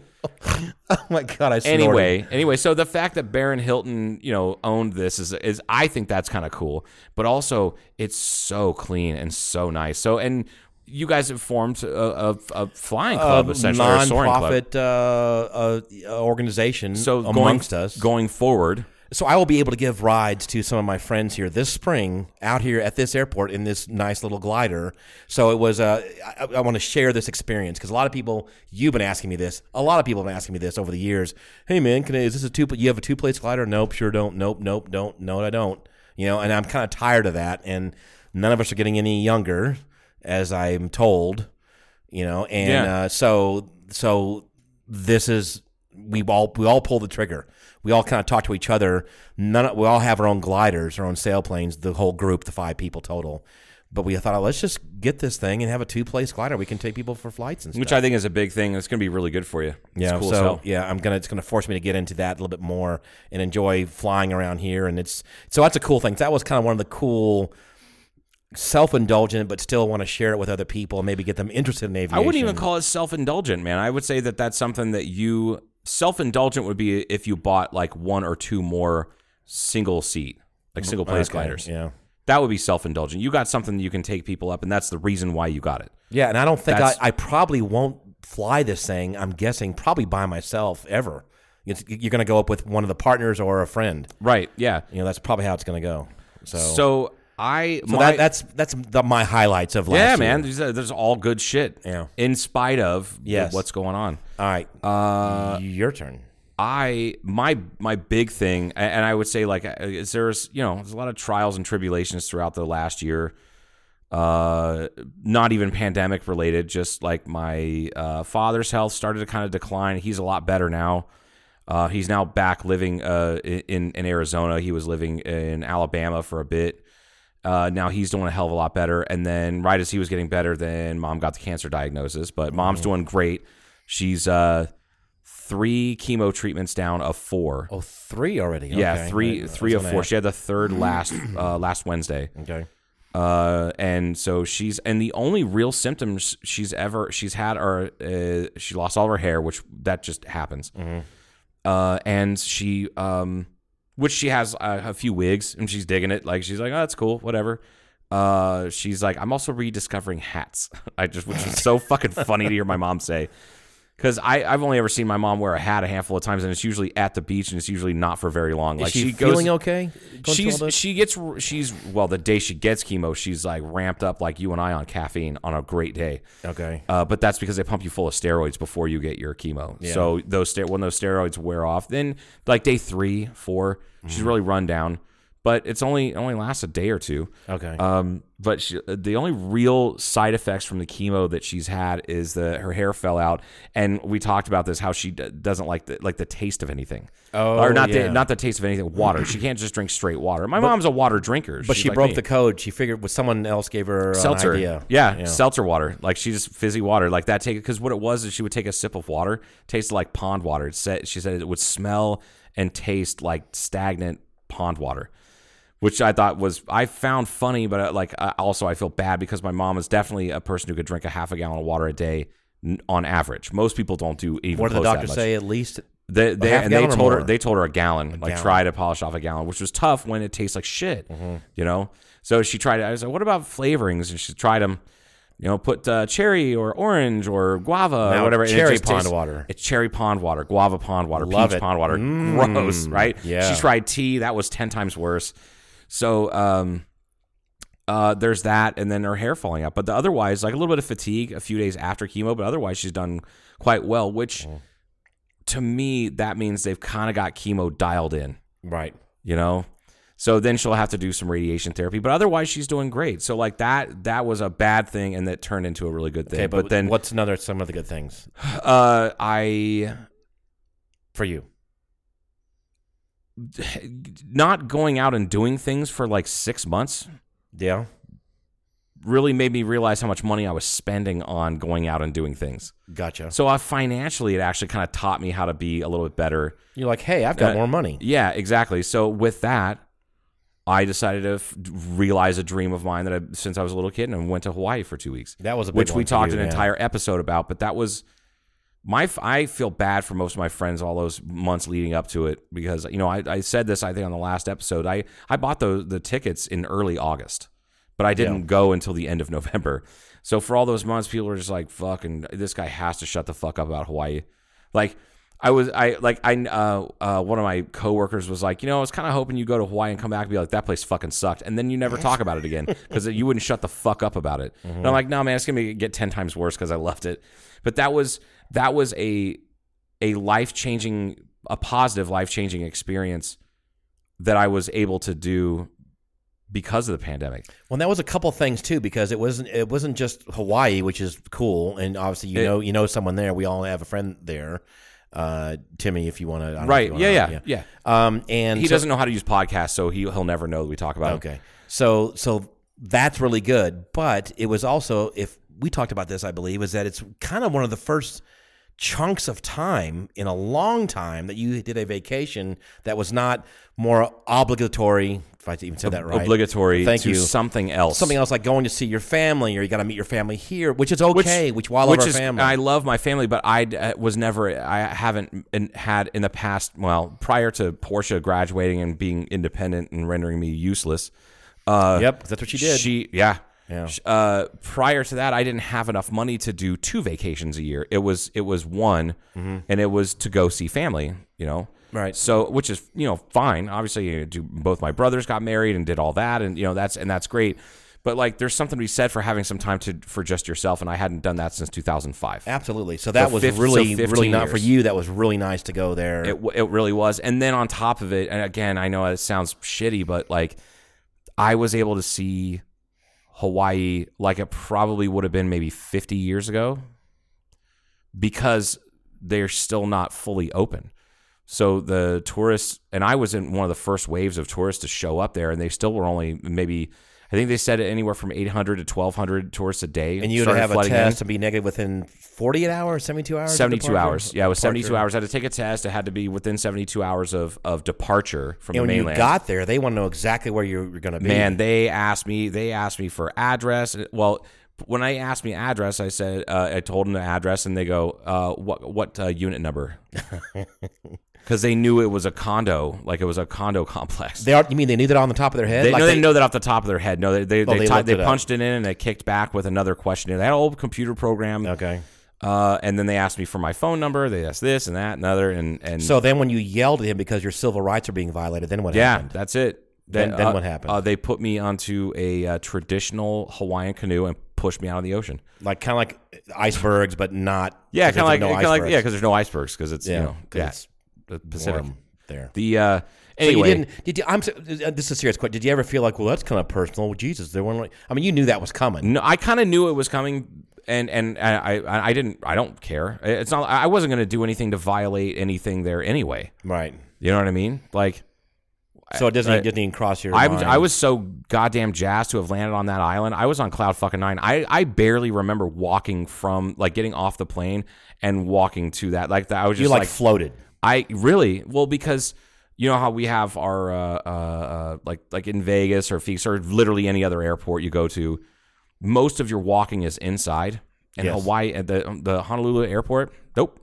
Oh my god! I snorted. anyway, anyway, so the fact that Baron Hilton, you know, owned this is is I think that's kind of cool, but also it's so clean and so nice. So and you guys have formed a, a, a flying a club essentially, or a soaring club. non-profit uh, uh, organization So amongst going, us. going forward, So I will be able to give rides to some of my friends here this spring out here at this airport in this nice little glider. So it was. Uh, I, I want to share this experience because a lot of people you've been asking me this. A lot of people have been asking me this over the years. Hey man, can I, is this a two? You have a two place glider? Nope, sure don't. Nope, nope, don't. No, I don't. You know, and I'm kind of tired of that. And none of us are getting any younger, as I'm told. You know, and Yeah. uh, so so this is we all we all pull the trigger. We all kind of talk to each other. None of, we all have our own gliders, our own sailplanes, the whole group, the five people total. But we thought, let's just get this thing and have a two-place glider. We can take people for flights and stuff. which I think is a big thing, it's going to be really good for you. It's yeah, cool as so hell. yeah, I'm gonna it's gonna force me to get into that a little bit more and enjoy flying around here. And it's so that's a cool thing. That was kind of one of the cool self-indulgent, but still want to share it with other people and maybe get them interested in aviation. I wouldn't even call it self indulgent, man. I would say that that's something that you self indulgent would be if you bought like one or two more single seat, like single place Okay, gliders. Yeah. That would be self indulgent. You got something you can take people up, and that's the reason why you got it. Yeah, and I don't think I, That's- I probably won't fly this thing. I'm guessing probably by myself ever. It's, you're going to go up with one of the partners or a friend. Right. Yeah. You know, that's probably how it's going to go. So, so, So I my, that, that's that's the, my highlights of last yeah, year. man. These are, there's all good shit. Yeah. In spite of Yes. what's going on. All right, uh, your turn. I my my big thing, a- and I would say like uh, is there's you know there's a lot of trials and tribulations throughout the last year, uh, not even pandemic related. Just like my uh, father's health started to kind of decline. He's a lot better now. Uh, he's now back living uh, i- in in Arizona. He was living in Alabama for a bit. Uh, now he's doing a hell of a lot better. And then right as he was getting better, then mom got the cancer diagnosis. But mom's Mm-hmm. doing great. She's uh, three chemo treatments down of four. Oh, three already. yeah, Okay. three Right. I three was of gonna four. ask- She had the third last uh, last Wednesday. Okay. Uh, and so she's and the only real symptoms she's ever she's had are uh, she lost all of her hair, which that just happens. Mm-hmm. Uh, and she um, which she has a, a few wigs and she's digging it. Like she's like, oh, that's cool, whatever. Uh, she's like, I'm also rediscovering hats. I just which is so fucking funny to hear my mom say. Because I've only ever seen my mom wear a hat a handful of times, and it's usually at the beach, and it's usually not for very long. Like Is she, goes, feeling okay? going through all She's this? she gets she's well the day she gets chemo she's like ramped up like you and I on caffeine on a great day. okay. Uh, but that's because they pump you full of steroids before you get your chemo. So those ste- when those steroids wear off, then like day three, four, she's really run down. But it's only it only lasts a day or two. Okay. Um, but she, the only real side effects from the chemo that she's had is that her hair fell out, and we talked about this how she d- doesn't like the like the taste of anything. Oh, or not yeah. the not the taste of anything. Water. she can't just drink straight water. My mom's a water drinker, but She's she like broke me the code. She figured was someone else gave her seltzer. an idea. Yeah, seltzer water. Like she just fizzy water like that. Take because what it was is she would take a sip of water, tasted like pond water. It said she said it would smell and taste like stagnant pond water, which I thought was I found funny, but uh, like I- also I feel bad because my mom is definitely a person who could drink a half a gallon of water a day n- on average. Most people don't do even. What did the close to that doctor much. say? At least They, they, half and they gallon or told her more? they told her a gallon. like gallon. Mm-hmm. try to polish off a gallon, which was tough when it tastes like shit. You know. So she tried. I was like, "What about flavorings?" And she tried them. You know, put uh, cherry or orange or guava Now or whatever. it's and it cherry just pond water. It's cherry pond water, guava pond water, Love peach it. Mm. pond water. Gross, right? yeah. She tried tea. That was ten times worse. So um, uh, there's that, and then her hair falling out. But the otherwise, like a little bit of fatigue a few days after chemo, but otherwise she's done quite well. Which Mm. to me, that means they've kind of got chemo dialed in, right. you know? So then she'll have to do some radiation therapy, but otherwise she's doing great. So like that that was a bad thing and that turned into a really good thing. Okay, but, then what's another some of the good things uh I for you? not going out and doing things for like 6 months Yeah. really made me realize how much money I was spending on going out and doing things. Gotcha. So I financially it actually kind of taught me how to be a little bit better You're like, hey, I've got Uh, more money. Yeah, exactly. So with that, I decided to f- realize a dream of mine that I, since I was a little kid, and went to Hawaii for two weeks. That was a big which we one for talked you, an yeah. entire episode about. But that was my. f- I feel bad for most of my friends all those months leading up to it because you know I, I said this I think on the last episode. I I bought the the tickets in early August, but I didn't go until the end of November. So for all those months, people were just like, "Fucking, this guy has to shut the fuck up about Hawaii." Like I was, I like I uh, uh one of my coworkers was like, you know, I was kind of hoping you go to Hawaii and come back and be like, that place fucking sucked, and then you never talk about it again because you wouldn't shut the fuck up about it. And I'm like, no, man, it's gonna be, get ten times worse because I left it. But that was that was a a life changing, a positive life changing experience that I was able to do because of the pandemic. Well, that was a couple things too, because it wasn't it wasn't just Hawaii, which is cool, and obviously you It- know you know someone there. We all have a friend there, uh, Timmy, if you want to. Right. Yeah, yeah, Um, and He so- doesn't know how to use podcasts, so he he'll never know that we talk about. it. Okay. So so that's really good, but it was also if we talked about this, I believe, is that it's kind of one of the first chunks of time in a long time that you did a vacation that was not more obligatory. If I even said that right, obligatory Thank to you. something else. Something else like going to see your family, or you got to meet your family here, which is okay. Which, while which our is, family, I love my family, but I uh, was never, I haven't in, had in the past, well, prior to Portia graduating and being independent and rendering me useless. Uh, Yep, that's what she did. She, yeah. Yeah. Sh- Uh, prior to that, I didn't have enough money to do two vacations a year. It was it was one, and it was to go see family. You know, Mm-hmm. Right. So, which is you know fine. Obviously, you do, both my brothers got married and did all that, and you know that's and that's great. But like, there's something to be said for having some time to for just yourself, and I hadn't done that since 2005. absolutely. So that So was fif- so really, 15 really not for years. you. That was really nice to go there. It, w- it really was. And then on top of it, and again, I know it sounds shitty, but like I was able to see Hawaii like it probably would have been maybe 50 years ago because they're still not fully open. So the tourists, and I was in one of the first waves of tourists to show up there, and they still were only maybe, I think they said anywhere from 800 to 1,200 tourists a day. And you would started have a flooding in. test and be negative within 48 hours, 72 hours? of 72 departure? hours. Yeah, it was 72 Departure. hours. I had to take a test. It had to be within 72 hours of, of departure from And the when mainland. you got there, they want to know exactly where you're, you're going to be. Man, they asked me. They asked me for address. Well, when I asked me address, I said uh, I told them the address, and they go, uh, "What what uh, unit number?" Because they knew it was a condo, like it was a condo complex. They are, you mean they knew that on the top of their head? They, Like no, they, they- didn't know that off the top of their head. No, they they, Oh, they, they typed- looked they it up. punched it in and they kicked back with another question. They had an old computer program. Okay. Uh, and then they asked me for my phone number. They asked this and that and other. And, and So then when you yelled at him because your civil rights are being violated, then what yeah, happened? that's it. Then- then uh, what happened? Uh, they put me onto a uh, traditional Hawaiian canoe and pushed me out of the ocean. Like kind of like icebergs, but not. Yeah, 'cause kind of like, there's no kinda like icebergs. yeah, because there's no icebergs because it's Yeah, you know 'cause yeah, it's the Pacific. warm there. The uh, So anyway, you didn't. Did you, I'm. so- uh, This is a serious question. Did you ever feel like, well, that's kind of personal? Well, Jesus, they weren't. Like, I mean, you knew that was coming. No, I kind of knew it was coming, and and I, I I didn't. I don't care. It's not. I wasn't going to do anything to violate anything there anyway. Right. You know what I mean? Like So it doesn't. I- it didn't even cross your. I was mind. I was so goddamn jazzed to have landed on that island. I was on cloud fucking nine. I I barely remember walking from like getting off the plane and walking to that. Like that, I was just You like, like floated. I really well because you know how we have our uh, uh, uh, like like in Vegas or Phoenix or literally any other airport you go to, most of your walking is inside. And Yes. Hawaii at the um, the Honolulu airport, nope,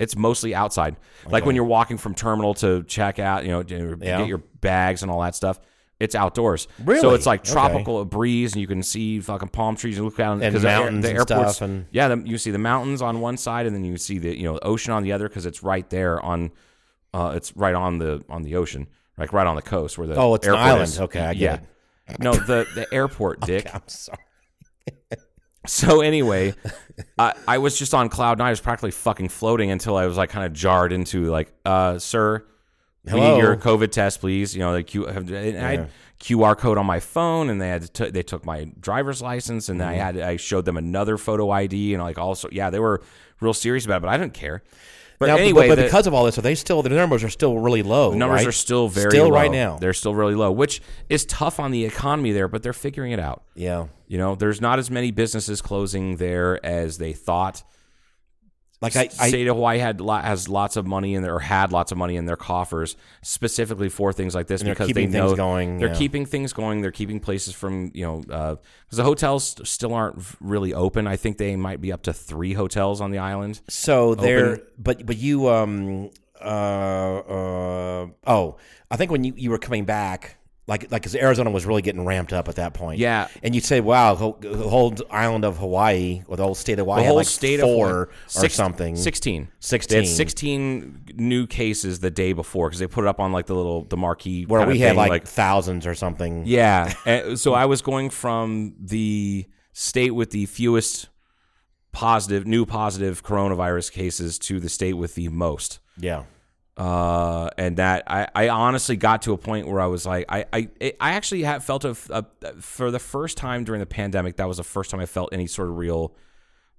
it's mostly outside. Like when you're walking from terminal to check out, you know, to Yeah. get your bags and all that stuff. It's outdoors, so Really? it's like Okay. tropical a breeze, and you can see fucking palm trees and look out And 'cause the air- mountains The, and airport's stuff and- yeah, the, you see the mountains on one side, and then you see the you know ocean on the other because it's right there on, uh, it's right on the on the ocean, like right on the coast where the Oh, it's an airport island. is. Okay, I get yeah. it. No, the the airport, Dick. I'm sorry. So anyway, I, I was just on cloud nine. I was practically fucking floating until I was like kind of jarred into like, uh, sir, we Hello? need your COVID test, please. You know, the Q, and I had QR code on my phone, and they had to they took my driver's license, and then I Mm-hmm. had I showed them another photo ID, and like also, yeah, they were real serious about it, but I didn't care. But Now, anyway, but, the- because of all this, are they still? The numbers are still really low. the numbers right? are still very still low. right now. They're still really low, which is tough on the economy there, but they're figuring it out. yeah. You know, there's not as many businesses closing there as they thought. Like I, I state of Hawaii had lot, has lots of money in their, or had lots of money in their coffers specifically for things like this they're because keeping they things know going, they're yeah. keeping things going. They're keeping places from you know because the hotels st- still aren't v- really open. I think they might be up to three hotels on the island. So there, but but you um uh, uh oh, I think when you you were coming back. Like, like, 'cause Arizona was really getting ramped up at that point. Yeah. and you say, "Wow, ho- the whole island of Hawaii or the whole state of Hawaii, The had whole like state four of Hawaii- or six- something." sixteen. 16. They had sixteen new cases the day before because they put it up on like the little the marquee where kinda we had thing, like, thousands or something. Yeah. Uh, so I was going from the state with the fewest positive, new positive coronavirus cases to the state with the most. yeah. Uh, and that I, I honestly got to a point where I was like, I, I, it- I actually had felt a, a, for the first time during the pandemic, that was the first time I felt any sort of real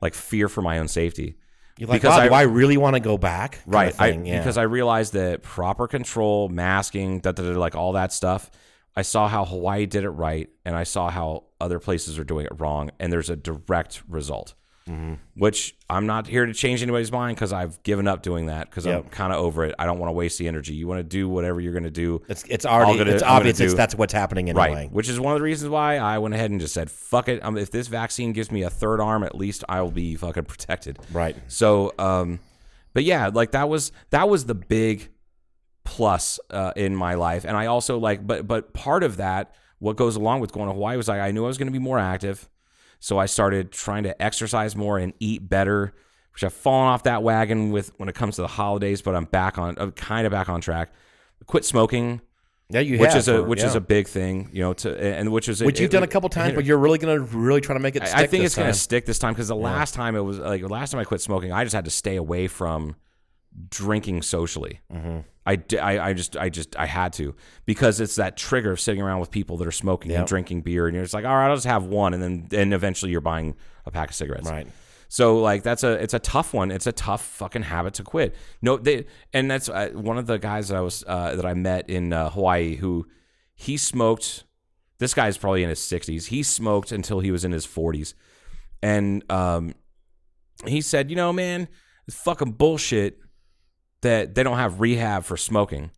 like fear for my own safety. You're like, Because wow, I- do I really want to go back? Kinda Right. I, thing, yeah. Because I realized that proper control, masking, da, da, da, like all that stuff. I saw how Hawaii did it right, and I saw how other places are doing it wrong, and there's a direct result. Mm-hmm. Which I'm not here to change anybody's mind because I've given up doing that because I'm Yep. kind of over it. I don't want to waste the energy. You want to do whatever you're going to do, it's it's already I'll gonna- it's I'm gonna obvious it's, do- that's what's happening anyway. right? Which is one of the reasons why I went ahead and just said, "Fuck it." Um, if this vaccine gives me a third arm, at least I will be fucking protected. Right. So, um, but yeah, like that was that was the big plus uh, in my life, and I also like, but but part of that, what goes along with going to Hawaii was like I knew I was going to be more active, so I started trying to exercise more and eat better, which I've fallen off that wagon with when it comes to the holidays, but I'm back on, I'm kind of back on track. Quit smoking, Yeah, you which have, is a or- which is yeah. a big thing, you know, to and which is which you've it- done a it- couple times, but you're really gonna really try to make it. Stick I think this it's going time. to stick this time because the last time it was like the last time I quit smoking, I just had to stay away from drinking socially. Mm-hmm. I, di- I I just I just I had to because it's that trigger of sitting around with people that are smoking and Yep. drinking beer, and you're just like, all right, I'll just have one, and then and eventually you're buying a pack of cigarettes, Right. So like that's a it's a tough one. It's a tough fucking habit to quit. No, they and that's uh, one of the guys that I was uh, that I met in uh, Hawaii who he smoked This guy's probably in his 60s. He smoked until he was in his 40s. And um, he said, you know, man, it's fucking bullshit that they don't have rehab for smoking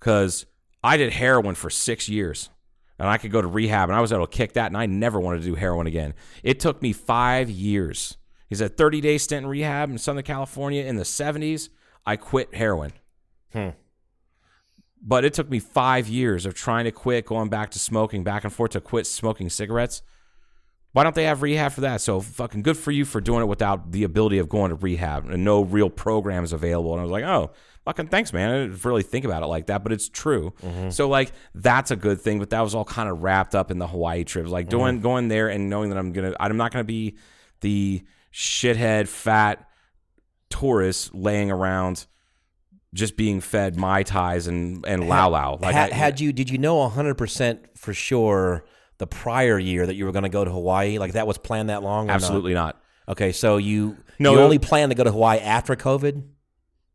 because I did heroin for six years and I could go to rehab and I was able to kick that and I never wanted to do heroin again. It took me five years. He's a 30 day stint in rehab in Southern California in the 70s. I quit heroin. But it took me five years of trying to quit, going back to smoking, back and forth to quit smoking cigarettes. Why don't they have rehab for that? So fucking good for you for doing it without the ability of going to rehab and no real programs available. And I was like, oh, fucking thanks, man. I didn't really think about it like that, but it's true. Mm-hmm. So like that's a good thing. But that was all kind of wrapped up in the Hawaii trip. Like Mm-hmm. doing going there and knowing that I'm gonna I'm not gonna be the shithead fat tourist laying around just being fed mai tais and and lao lao. Like Ha- I- had you did you know 100% for sure the prior year that you were going to go to Hawaii? Like that was planned that long? or not? absolutely not. Okay, so you No, you it- only planned to go to Hawaii after COVID?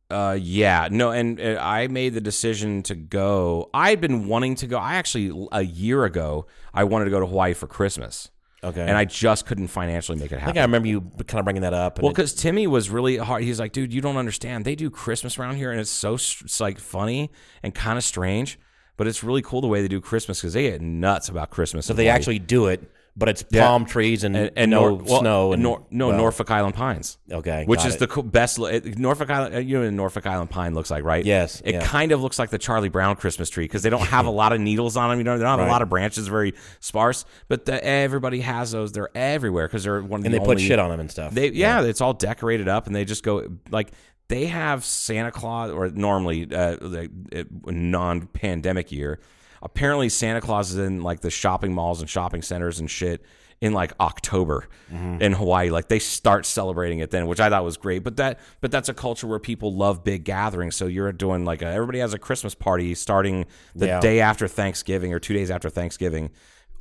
Uh, yeah, no, and uh, I made the decision to go. I had been wanting to go. I actually a year ago I wanted to go to Hawaii for Christmas, Okay. and I just couldn't financially make it I happen. think I remember you kind of bringing that up. and well, it- because Timmy was really hard. He's like, dude, you don't understand. They do Christmas around here, and it's so str- it's like funny and kind of strange, but it's really cool the way they do Christmas because they get nuts about Christmas. so they actually do it, but it's Yeah. palm trees and, and, and no Nor- well, snow and Nor- no well, Norfolk Island pines. Okay, which got is it. the co- best lo- it- Norfolk Island. You know, what a Norfolk Island pine looks like, right? Yes, it yeah. kind of looks like the Charlie Brown Christmas tree because they don't have a lot of needles on them. You know, they don't have Right. a lot of branches, very sparse. But the, everybody has those. They're everywhere because they're one of and the they put only- shit on them and stuff. They yeah, it's all decorated up, and they just go like they have Santa Claus or normally uh, the uh, non-pandemic year. Apparently, Santa Claus is in like the shopping malls and shopping centers and shit in like October Mm-hmm. in Hawaii. Like they start celebrating it then, which I thought was great. But that but that's a culture where people love big gatherings. So you're doing like a, everybody has a Christmas party starting the Yeah. day after Thanksgiving or two days after Thanksgiving.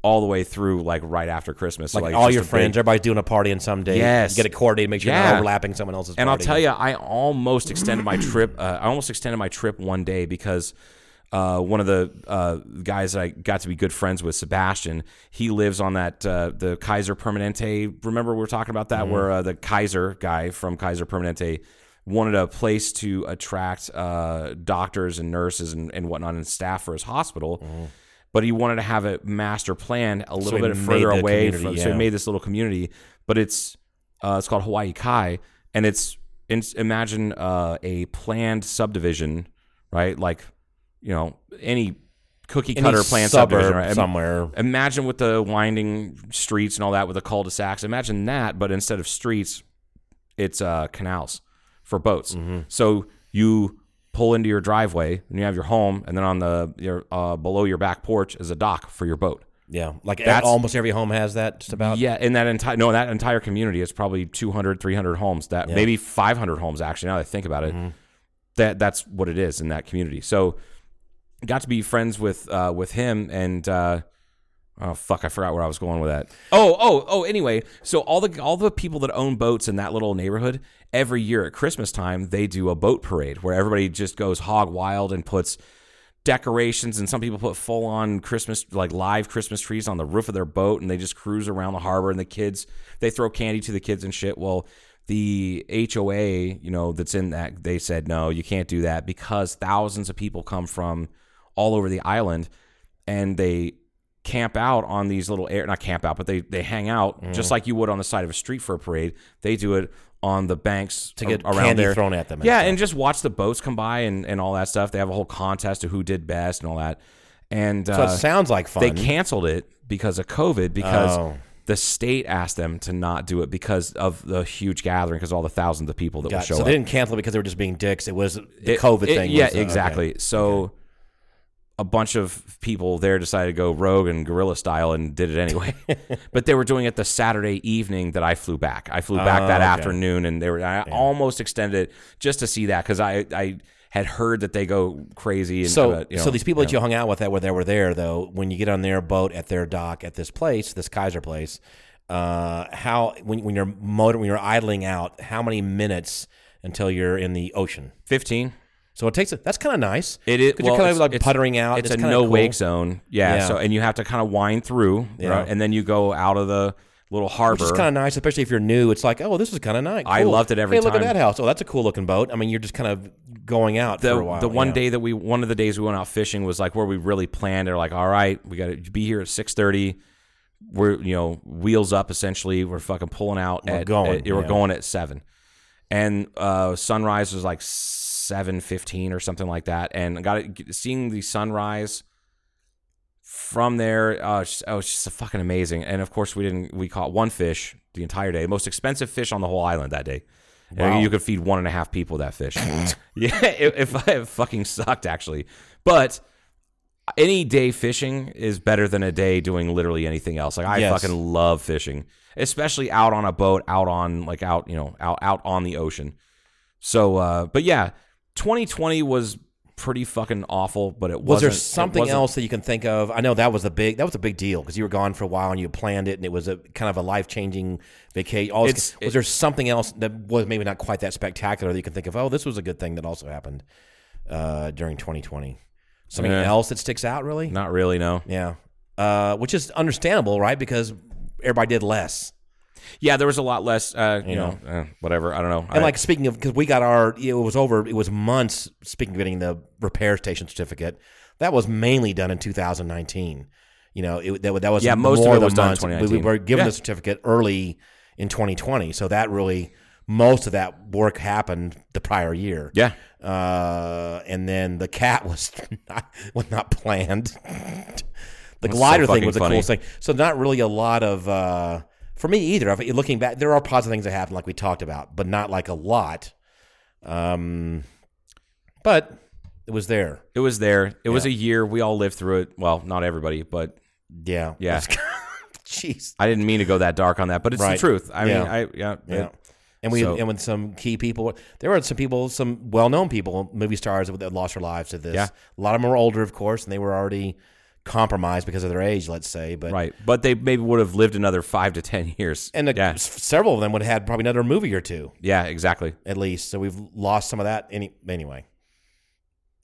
All the way through, like right after Christmas, So, like, it's all just your a big- friends, everybody's doing a party on some day. Yes. you get it coordinated, make sure you're not Yeah. overlapping someone else's. And I'll party. tell you, I almost extended my trip. Uh, I almost extended my trip one day because uh, one of the uh, guys that I got to be good friends with, Sebastian, he lives on that uh, the Kaiser Permanente. Remember we were talking about that, where uh, the Kaiser guy from Kaiser Permanente wanted a place to attract uh, doctors and nurses and, and whatnot and staff for his hospital. But he wanted to have a master plan a little he bit made further the away. community, From, So yeah. he made this little community, but it's uh, it's called Hawaii Kai, and it's, it's imagine uh, a planned subdivision, right? Like you know any cookie Any cutter planned suburb subdivision, right? Im- somewhere. Imagine with the winding streets and all that, with the cul-de-sacs. Imagine that, but instead of streets, it's uh, canals for boats. Mm-hmm. So you pull into your driveway and you have your home, and then on the your uh, below your back porch is a dock for your boat. yeah, like e- That's- almost every home has that. Just about Yeah, in that entire no, that entire community is probably 200, 300 homes. That maybe five hundred homes actually. Now that I think about it, that that's what it is in that community. So, got to be friends with uh, with him and. Uh, Oh fuck! I forgot where I was going with that. Oh, oh, oh. Anyway, so all the all the people that own boats in that little neighborhood every year at Christmas time they do a boat parade where everybody just goes hog wild and puts decorations and some people put full on Christmas like live Christmas trees on the roof of their boat and they just cruise around the harbor and the kids they throw candy to the kids and shit. Well, the HOA, you know, that's in that they said no, you can't do that because thousands of people come from all over the island and they camp out on these little air not camp out, but they they hang out Mm. just like you would on the side of a street for a parade. They do it on the banks to get around candy there. thrown at them and Yeah, stuff. and just watch the boats come by and, and all that stuff. They have a whole contest of who did best and all that. And So uh, it sounds like fun. they canceled it because of COVID because Oh. the state asked them to not do it because of the huge gathering because all the thousands of people that Got- will show so up. they didn't cancel it because they were just being dicks. It was the It- COVID it- thing. Yeah, was, uh, okay. exactly. So a bunch of people there decided to go rogue and guerrilla style and did it anyway. but they were doing it the Saturday evening that I flew back. I flew back Oh, that afternoon and they were I almost extended it just to see that cuz I I had heard that they go crazy and So, uh, you know, so these people that you hung out with that were there were there though. When you get on their boat at their dock at this place, this Kaiser place, uh, how when when you're motor when you're idling out, how many minutes until you're in the ocean? 15 So it takes a, that's kind of nice. It is 'Cause you're well, kind it's- of like it's- puttering out. It's, and a kinda no cool. wake zone. Yeah, Yeah. So and you have to kind of wind through, right? and then you go out of the little harbor. Which is kind of nice, especially if you're new. It's like, oh, this is kind of nice. I Cool. loved it every hey, Look time. at that house. Oh, that's a cool looking boat. I mean, you're just kind of going out the, for a while. the one yeah. day that we one of the days we went out fishing was like where we really planned. They're like, all right, we got to be here at six thirty. We're you know wheels up essentially. We're fucking pulling out. We're at, going, at- we're yeah. going at seven, and uh, sunrise was like seven fifteen or something like that. And I got it, seeing the sunrise from there. Uh, it's just, oh, it's just fucking amazing. And of course, we didn't. We caught one fish the entire day. Most expensive fish on the whole island that day. And You could feed one and a half people that fish. yeah, it, it, it fucking sucked actually. But any day fishing is better than a day doing literally anything else. Like I Yes. fucking love fishing, especially out on a boat, out on like out you know out out on the ocean. So, uh, but yeah, 2020 was pretty fucking awful. But it Was there wasn't- it something wasn't- else that you can think of? I know that was a big that was a big deal because you were gone for a while and you planned it and it was a kind of a life changing vacation. All this- It's- was there something else that was maybe not quite that spectacular that you can think of? Oh, this was a good thing that also happened uh, during 2020. Something Yeah. else that sticks out really? Not really. No. Yeah, uh, which is understandable, right? Because everybody did less. Yeah, there was a lot less. Uh, you know, eh, whatever. I don't know. And I- like speaking of, because we got our, it was over. It was months. Speaking of getting the repair station certificate, that was mainly done in 2019. You know, it, that, that was Yeah, most of more it the was done in months. We- We, 2019. were given Yeah. the certificate early in 2020, so that really most of that work happened the prior year. Yeah. uh, and then the cat was not, was not planned. so the glider thing fucking was the funny. coolest thing. So not really a lot of uh, for me either. If, looking back, there are positive things that happened, like we talked about, but not like a lot. Um, but it was there. It was there. It was a year. We all lived through it. Well, not everybody, but Yeah. yeah. Jeez. I didn't mean to go that dark on that, but it's the Right. truth. I Yeah. mean, I yeah, Yeah. it- And we So- and with some key people, there were some people, some well-known people, movie stars that lost their lives to this. Yeah. A lot of them were older, of course, and they were already compromised because of their age, let's say. But right. But they maybe would have lived another five to ten years. and the, yeah, s- several of them would have had probably another movie or two yeah, exactly. at least. So we've lost some of that. Any anyway,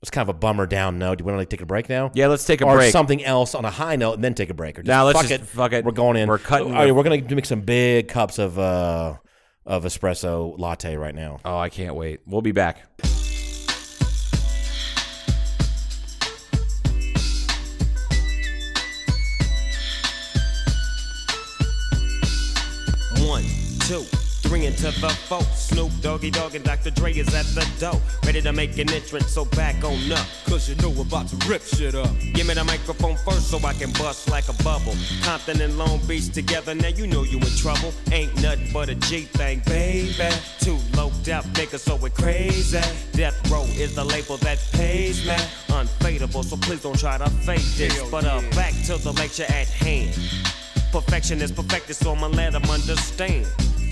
it's kind of a bummer down note. Do we want to take a break now? Yeah, let's take a or break. something else on a high note, and then take a break. Or just Nah, let's fuck just- it. fuck it. We're going in. We're cutting All right, the- we're gonna make some big cups of uh of espresso latte right now. Oh, I can't wait. We'll be back. One, two, three into the four. Snoop Doggy Dogg and Dr. Dre is at the door. Ready to make an entrance, so back on up. Cause you know we're about to rip shit up. Give me the microphone first so I can bust like a bubble. Compton and Long Beach together, now you know you in trouble. Ain't nothing but a G thing, baby. Too low death niggas, so we're crazy. Death Row is the label that pays me. Unfadable, so please don't try to fake this. Hell But uh, yeah. back to the lecture at hand. Perfection is perfected, so I'ma let 'em understand.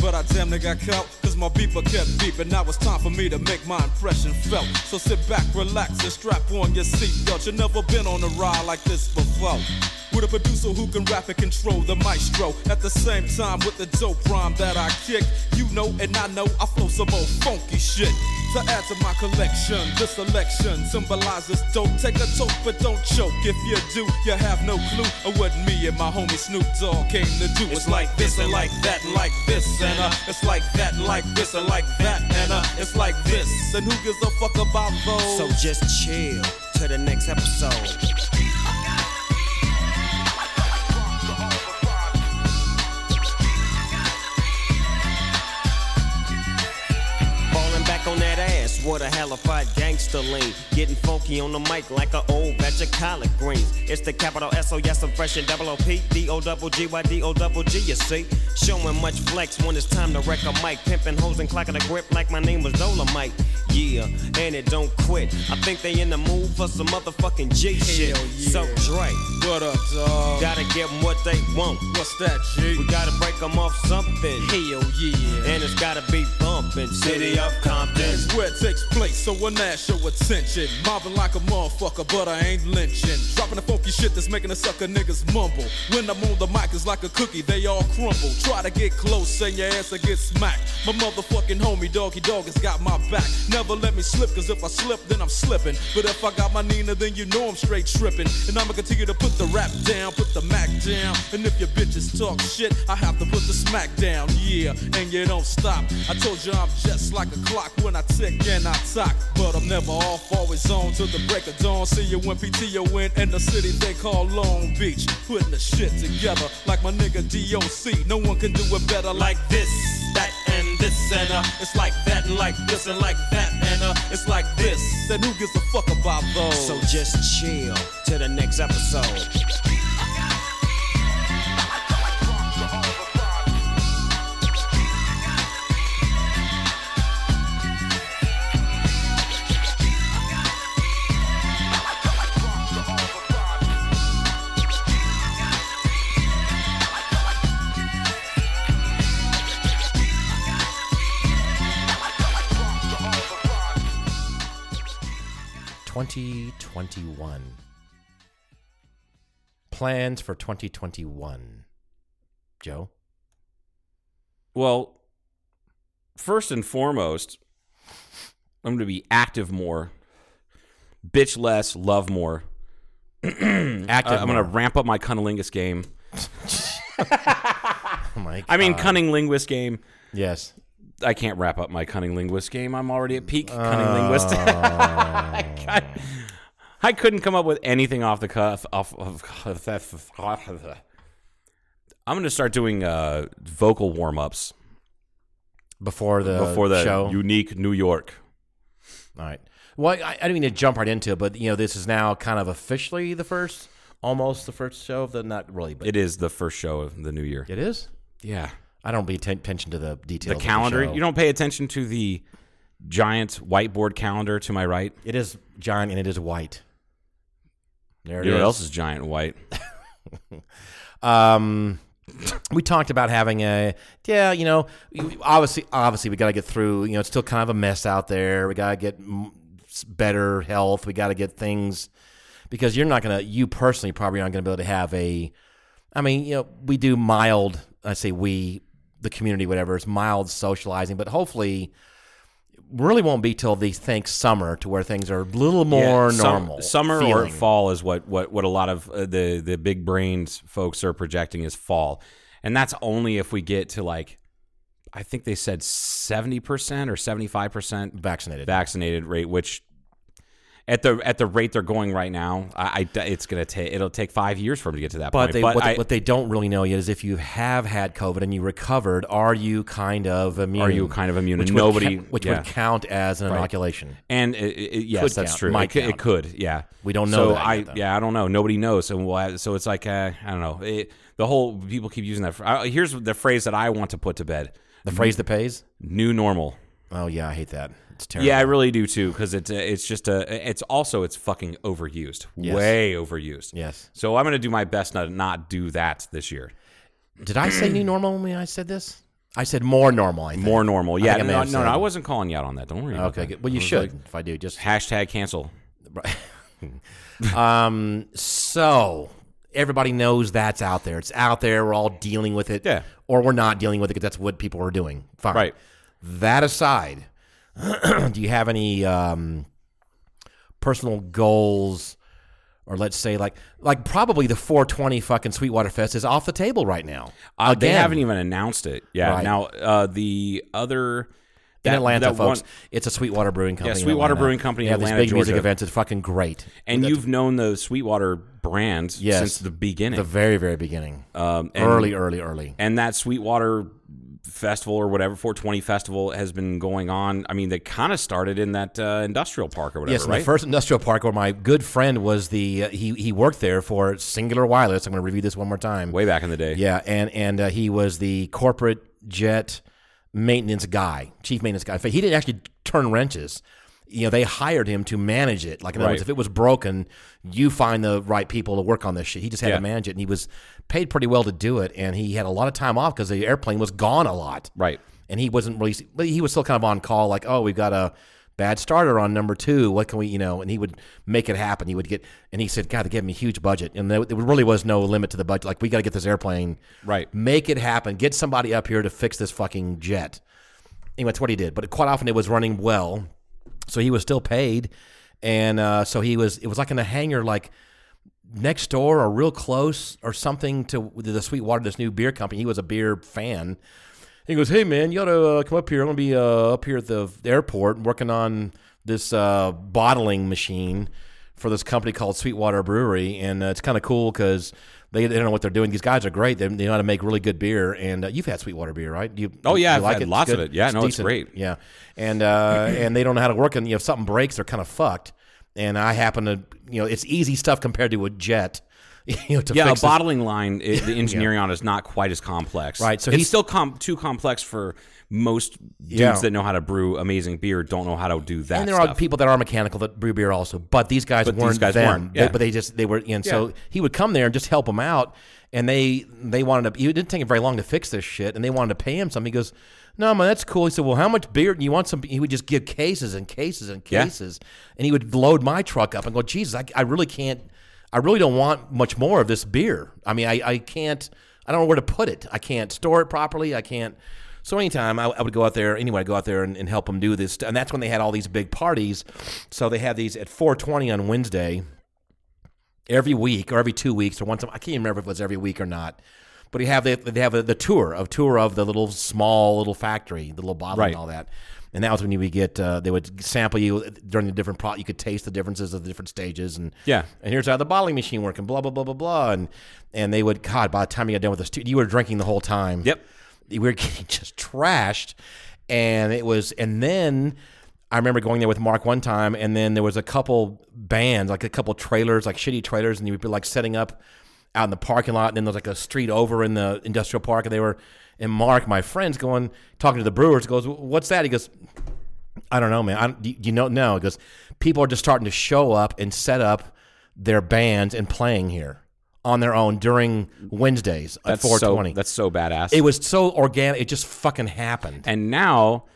But I damn near got caught because my beeper kept beeping. Now it's time for me to make my impression felt. So sit back, relax, and strap on your seatbelt. you never been on a ride like this before. With a producer who can rap and control the maestro. At the same time, with the dope rhyme that I kick, you know and I know I flow some old funky shit. To add to my collection, this selection symbolizes dope. Take a toke, but don't choke. If you do, you have no clue of what me and my homie Snoop Dogg came to do. It's like this and like that and like this and uh. It's like that and like this and like that and uh. It's like this. And who gives a fuck about those? So just chill to the next episode. Falling back on that ass, That's what a halified gangster lean. Getting funky on the mic like an old batch of collard greens. It's the capital S O yes, I'm fresh and double O P D O double G Y D O double G. You see, showing much flex when it's time to wreck a mic. Pimping hoes and clocking a grip like my name was Dolomite. Yeah, and it don't quit. I think they in the mood for some motherfucking G shit. Hell yeah. So Dre, What up, dog? gotta give 'em what they want. What's that, G? We gotta break 'em off something. Hell yeah. And it's gotta be bumpin'. City of Compton. It's where it takes place, so one ass show attention. Mobbing like a motherfucker, but I ain't lynching. Dropping the funky shit that's making the sucker niggas mumble. When I'm on the mic, it's like a cookie, they all crumble. Try to get close, and your ass will get smacked. My motherfucking homie, doggy dog, has got my back. Never let me slip, cause if I slip, then I'm slipping. But if I got my Nina, then you know I'm straight tripping. And I'ma continue to put the rap down, put the Mac down. And if your bitches talk shit, I have to put the smack down, yeah. And you don't stop. I told you I'm just like a clock when I tick and I talk. But I'm never off, always on till the break of dawn. See you when PTO in, in the city they call Long Beach. Putting the shit together like my nigga DOC. No one can do it better like this, that, and this, and uh. It's like that, and like this, and like that, and uh. It's like this. Then who gives a fuck about those? So just chill till the next episode. Twenty twenty one. Plans for twenty twenty one. Joe. Well, first and foremost, I'm going to be active more, bitch less, love more. Active. I- I'm going to more. ramp up my cunnilingus game. Oh my I mean, God. cunning linguist game. yes. I can't wrap up my cunning linguist game. I'm already at peak cunning linguist. I, I- I couldn't come up with anything off the cuff. Off of I'm going to start doing uh, vocal warm ups Before the before the show. unique New York. All right. Well, I, I didn't mean to jump right into it, but you know, this is now kind of officially the first, almost the first show of the not really, but It is the first show of the new year. it is. Yeah. I don't pay atten- attention to the the details. of calendar. show. you don't pay attention to the giant whiteboard calendar to my right. It is giant and it is white. There it You know is. what else is giant and white? Um, we talked about having a yeah, you know, we- obviously, obviously, we got to get through. You know, it's still kind of a mess out there. We got to get m- s- better health. We got to get things because you're not gonna, you personally, probably aren't gonna be able to have a. I mean, you know, we do mild. I say we, the community, whatever. It's mild socializing, but hopefully. Really won't be till the thanks summer to where things are a little more Yeah, sum- normal. summer or feeling. fall is what what what a lot of uh, the the big brains folks are projecting is fall, and that's only if we get to like, I think they said seventy percent or seventy five percent vaccinated. vaccinated rate, which at the at the rate they're going right now, I, I it's gonna take it'll take five years for them to get to that But point. they, what, I- they, what they don't really know yet is if you have had COVID and you recovered, are you kind of immune? Are you kind of immune? Which And nobody- would, ca- which yeah. would count as an inoculation. And it, it, it- yes, Could that's count. true. Might it, could, it count. could, yeah. We don't know So that I, yet, though. yeah, I don't know. Nobody knows, and we'll have, so it's like uh, I don't know. It, the whole people keep using that. fr- I, here's the phrase that I want to put to bed: The Mm-hmm. phrase that pays. new normal. Oh yeah, I hate that. It's terrible. Yeah, I really do too, because it's uh, it's just a. It's also it's fucking overused, Yes. way overused. Yes. So I'm gonna do my best not not do that this year. Did I say new normal when I said this? I said more normal. I think. More normal. Yeah. think I may no, have no, no, said- I wasn't calling you out on that. Don't worry. about Okay. that. Good. Well, you I was should. like, if I do, just hashtag cancel. um. So everybody knows that's out there. It's out there. We're all dealing with it. Yeah. Or we're not dealing with it because that's what people are doing. Fine. Right. That aside, do you have any um, personal goals, or let's say like like probably the 420 fucking Sweetwater Fest is off the table right now. Uh, they Again. haven't even announced it. Yeah. Right. Now uh, the other in That- Atlanta, that folks. one- it's a Sweetwater Brewing Company. in Sweetwater Atlanta. Brewing Company They in have these Atlanta, big music Georgia. events. It's fucking great. and you've known the Sweetwater brand Yes. since the beginning. The very, very beginning. Um, and- early, early, early. and that Sweetwater festival or whatever 420 festival has been going on. I mean, they kind of started in that uh, industrial park or whatever, Yes, in right? the first industrial park where my good friend was the uh, he he worked there for Singular Wireless. I'm going to review this one more time. Way back in the day. Yeah, and and uh, he was the corporate jet maintenance guy, chief maintenance guy. In fact, he didn't actually turn wrenches. You know, they hired him to manage it. Like, in other words, Right. if it was broken, you find the right people to work on this shit. He just had Yeah. to manage it, and he was paid pretty well to do it. And he had a lot of time off because the airplane was gone a lot. Right. And he wasn't really, but he was still kind of on call, like, oh, we've got a bad starter on number two. What can we, you know? And he would make it happen. He would get, and he said, God, they gave me a huge budget. And there, there really was no limit to the budget. Like, we got to get this airplane, Right. Make it happen. Get somebody up here to fix this fucking jet. Anyway, that's what he did. But quite often it was running well. So he was still paid. And uh, so he was, it was like in a hangar, like, next door or real close or something to the Sweetwater, this new beer company. He was a beer fan. He goes, "Hey man, you ought to uh, come up here. I'm gonna be uh, up here at the airport working on this uh, bottling machine for this company called Sweetwater Brewery, and uh, it's kind of cool because they, they don't know what they're doing. These guys are great. They, they know how to make really good beer. And uh, you've had Sweetwater beer, right? You, Oh, yeah, you I've had lots of it. Yeah, no, it's decent. great. Yeah, and uh, and they don't know how to work, and you know, if something breaks, they're kind of fucked. And I happen to, you know, it's easy stuff compared to a jet. You know, to Yeah, a fix this- bottling line, i the engineering on it is not quite as complex. Right, so it's he's- still com- too complex for most dudes Yeah. that know how to brew amazing beer. Don't know how to do that. and there are stuff. people that are mechanical that brew beer also, but these guys But these weren't guys them. weren't, They- yeah. but they just they were, and Yeah. so he would come there and just help them out. And they they wanted to. It didn't take him very long to fix this shit, and they wanted to pay him something. He goes, "No man, that's cool." He said, "Well, how much beer do you want?" Some he would just give cases and cases and Yeah. cases, and he would load my truck up and go, "Jesus, I, I really can't. I really don't want much more of this beer. I mean, I, I can't. I don't know where to put it. I can't store it properly. I can't." So anytime I, I would go out there, anyway, I'd go out there and, and help them do this, and that's when they had all these big parties. So they had these at 4:20 on Wednesday every week or every two weeks or once. A, I can't even remember if it was every week or not. But you have the, they have a, the tour of tour of the little small little factory, the little bottle Right. and all that. And that was when you would get uh, they would sample you during the different pro. You could taste the differences of the different stages and Yeah. And here's how the bottling machine worked and blah blah blah blah blah. And and they would God by the time you got done with the stu- you were drinking the whole time. Yep. we were getting just trashed, and it was and then. I remember going there with Mark one time, and then there was a couple bands, like a couple trailers, like shitty trailers, and you would be like setting up out in the parking lot, and then there's like a street over in the industrial park, and they were, and Mark, my friend's going talking to the Brewers, goes, "What's that?" He goes, "I don't know, man. I don't, do you know, no." He goes, "People are just starting to show up and set up their bands and playing here on their own during Wednesdays That's at 420." So, that's so badass. it was so organic; it just fucking happened. and now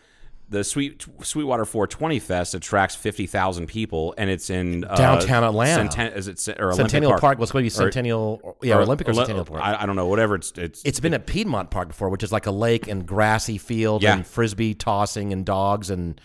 the Sweet Sweetwater 420 Fest attracts 50,000 people, and it's in uh, Downtown Atlanta. Centen- is it Cen- or Olympic Centennial Park. was going to be Or- Centennial, or, yeah, or Olympic or Oli- Centennial Park. I, I don't know. Whatever. It's it's it's been at Piedmont Park before, which is like a lake and grassy field Yeah. and frisbee tossing and dogs and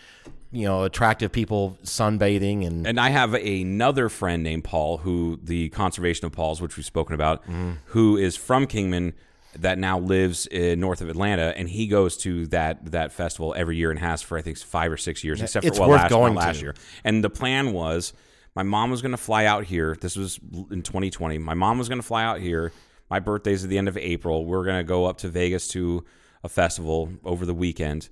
you know attractive people sunbathing and, And I have another friend named Paul, who the conservation of Paul's, which we've spoken about, Mm-hmm. who is from Kingman, that now lives in north of Atlanta, and he goes to that that festival every year and has for I think five or six years, except it's for well, worth last, going not last to. year. And the plan was, my mom was going to fly out here. This was in 2020. My mom was going to fly out here. My birthday's at the end of April. We're going to go up to Vegas to a festival over the weekend.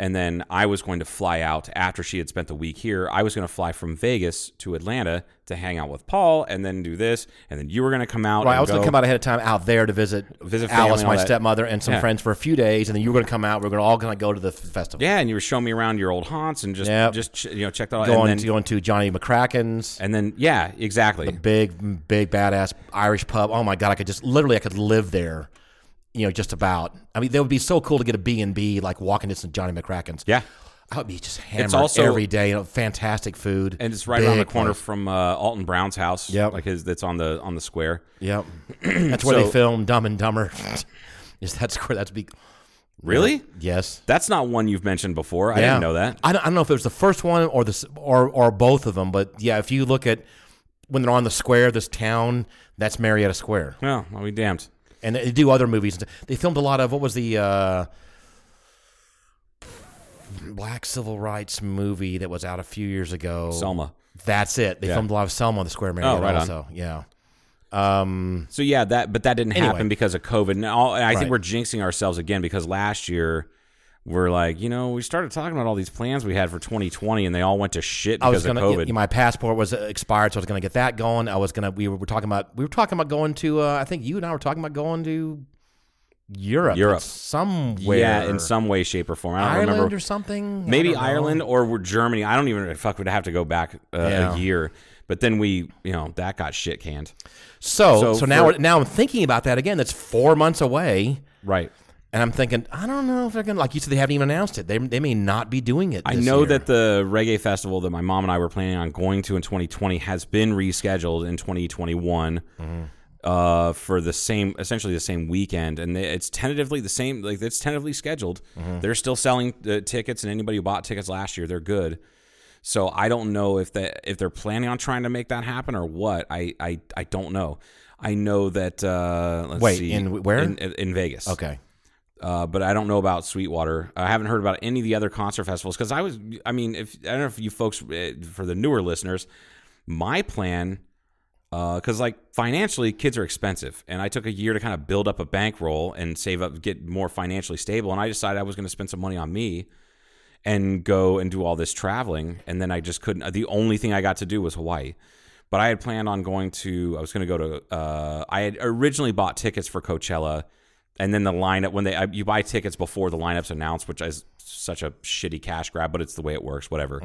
And then I was going to fly out after she had spent the week here. I was going to fly from Vegas to Atlanta to hang out with Paul and then do this. And then you were going to come out. right. and I was going go. to come out ahead of time out there to visit, Visit family Alice, and my all that. stepmother, and some Yeah. friends for a few days, and then you were going to come out. We are going to all going to go to the f- festival. Yeah. And you were showing me around your old haunts and just, Yep. just you know, checked out. going and, to then, going to Johnny McCracken's. and then, yeah, exactly. big, big badass Irish pub. Oh my god, I could just literally I could live there. You know, just about. I mean, that would be so cool to get a B and B like walking distance to Johnny McCracken's. Yeah. I would be just hammered also- every day. You know, fantastic food, and it's right around the Big corner place. from uh, Alton Brown's house. Yep. like his that's on the on the square. Yep, that's where So- they filmed Dumb and Dumber. Is that square? That's big. Really? Yes. That's not one you've mentioned before. I didn't know that. I don't, I don't know if it was the first one or the s- or or both of them, but yeah, if you look at when they're on the square, this town, that's Marietta Square. Oh, Well, I'll be damned. and they do other movies. They filmed a lot of what was the uh, black civil rights movie that was out a few years ago. Selma. That's it. They Yeah. filmed a lot of Selma on the Square Marriott Oh, right on. also. Yeah. Um, So yeah, that but that didn't Anyway. happen because of COVID. And all, and I Right. think we're jinxing ourselves again because last year we're like, you know, we started talking about all these plans we had for 2020, and they all went to shit I was because gonna. of COVID. yeah, my passport was uh, expired, so I was gonna get that going. I was gonna. We were, were talking about. We were talking about going to. Uh, I think you and I were talking about going to Europe. Europe. It's somewhere. Yeah, in some way, shape, or form. I don't Ireland remember. or something. I Maybe don't know. Ireland or we're Germany. I don't even fuck. Would have to go back uh, Yeah. a year. But then we, you know, that got shit canned. So so, So now for- we're- now I'm thinking about that again. That's four months away. Right. And I'm thinking, I don't know if they're gonna like you said. They haven't even announced it. They, they may not be doing it. I this know year. that the reggae festival that my mom and I were planning on going to in 2020 has been rescheduled in 2021 uh, for the same, essentially the same weekend, and they, it's tentatively the same. Like it's tentatively scheduled. Mm-hmm. They're still selling uh, tickets, and anybody who bought tickets last year, they're good. So I don't know if that if they're planning on trying to make that happen or what. I I, I don't know. I know that. Uh, let's Wait, see, in w- where? in, in Vegas? Okay. uh, but I don't know about Sweetwater. I haven't heard about any of the other concert festivals because I was, I mean, if I don't know if you folks, eh, for the newer listeners, my plan, because like financially, kids are expensive, and I took a year to kind of build up a bankroll and save up, get more financially stable, and I decided I was going to spend some money on me and go and do all this traveling, and then I just couldn't. The only thing I got to do was Hawaii. But I had planned on going to. I was going to go to. Uh, I had originally bought tickets for Coachella, and then the lineup when they I, you buy tickets before the lineup's announced, which is such a shitty cash grab, but it's the way it works. Whatever.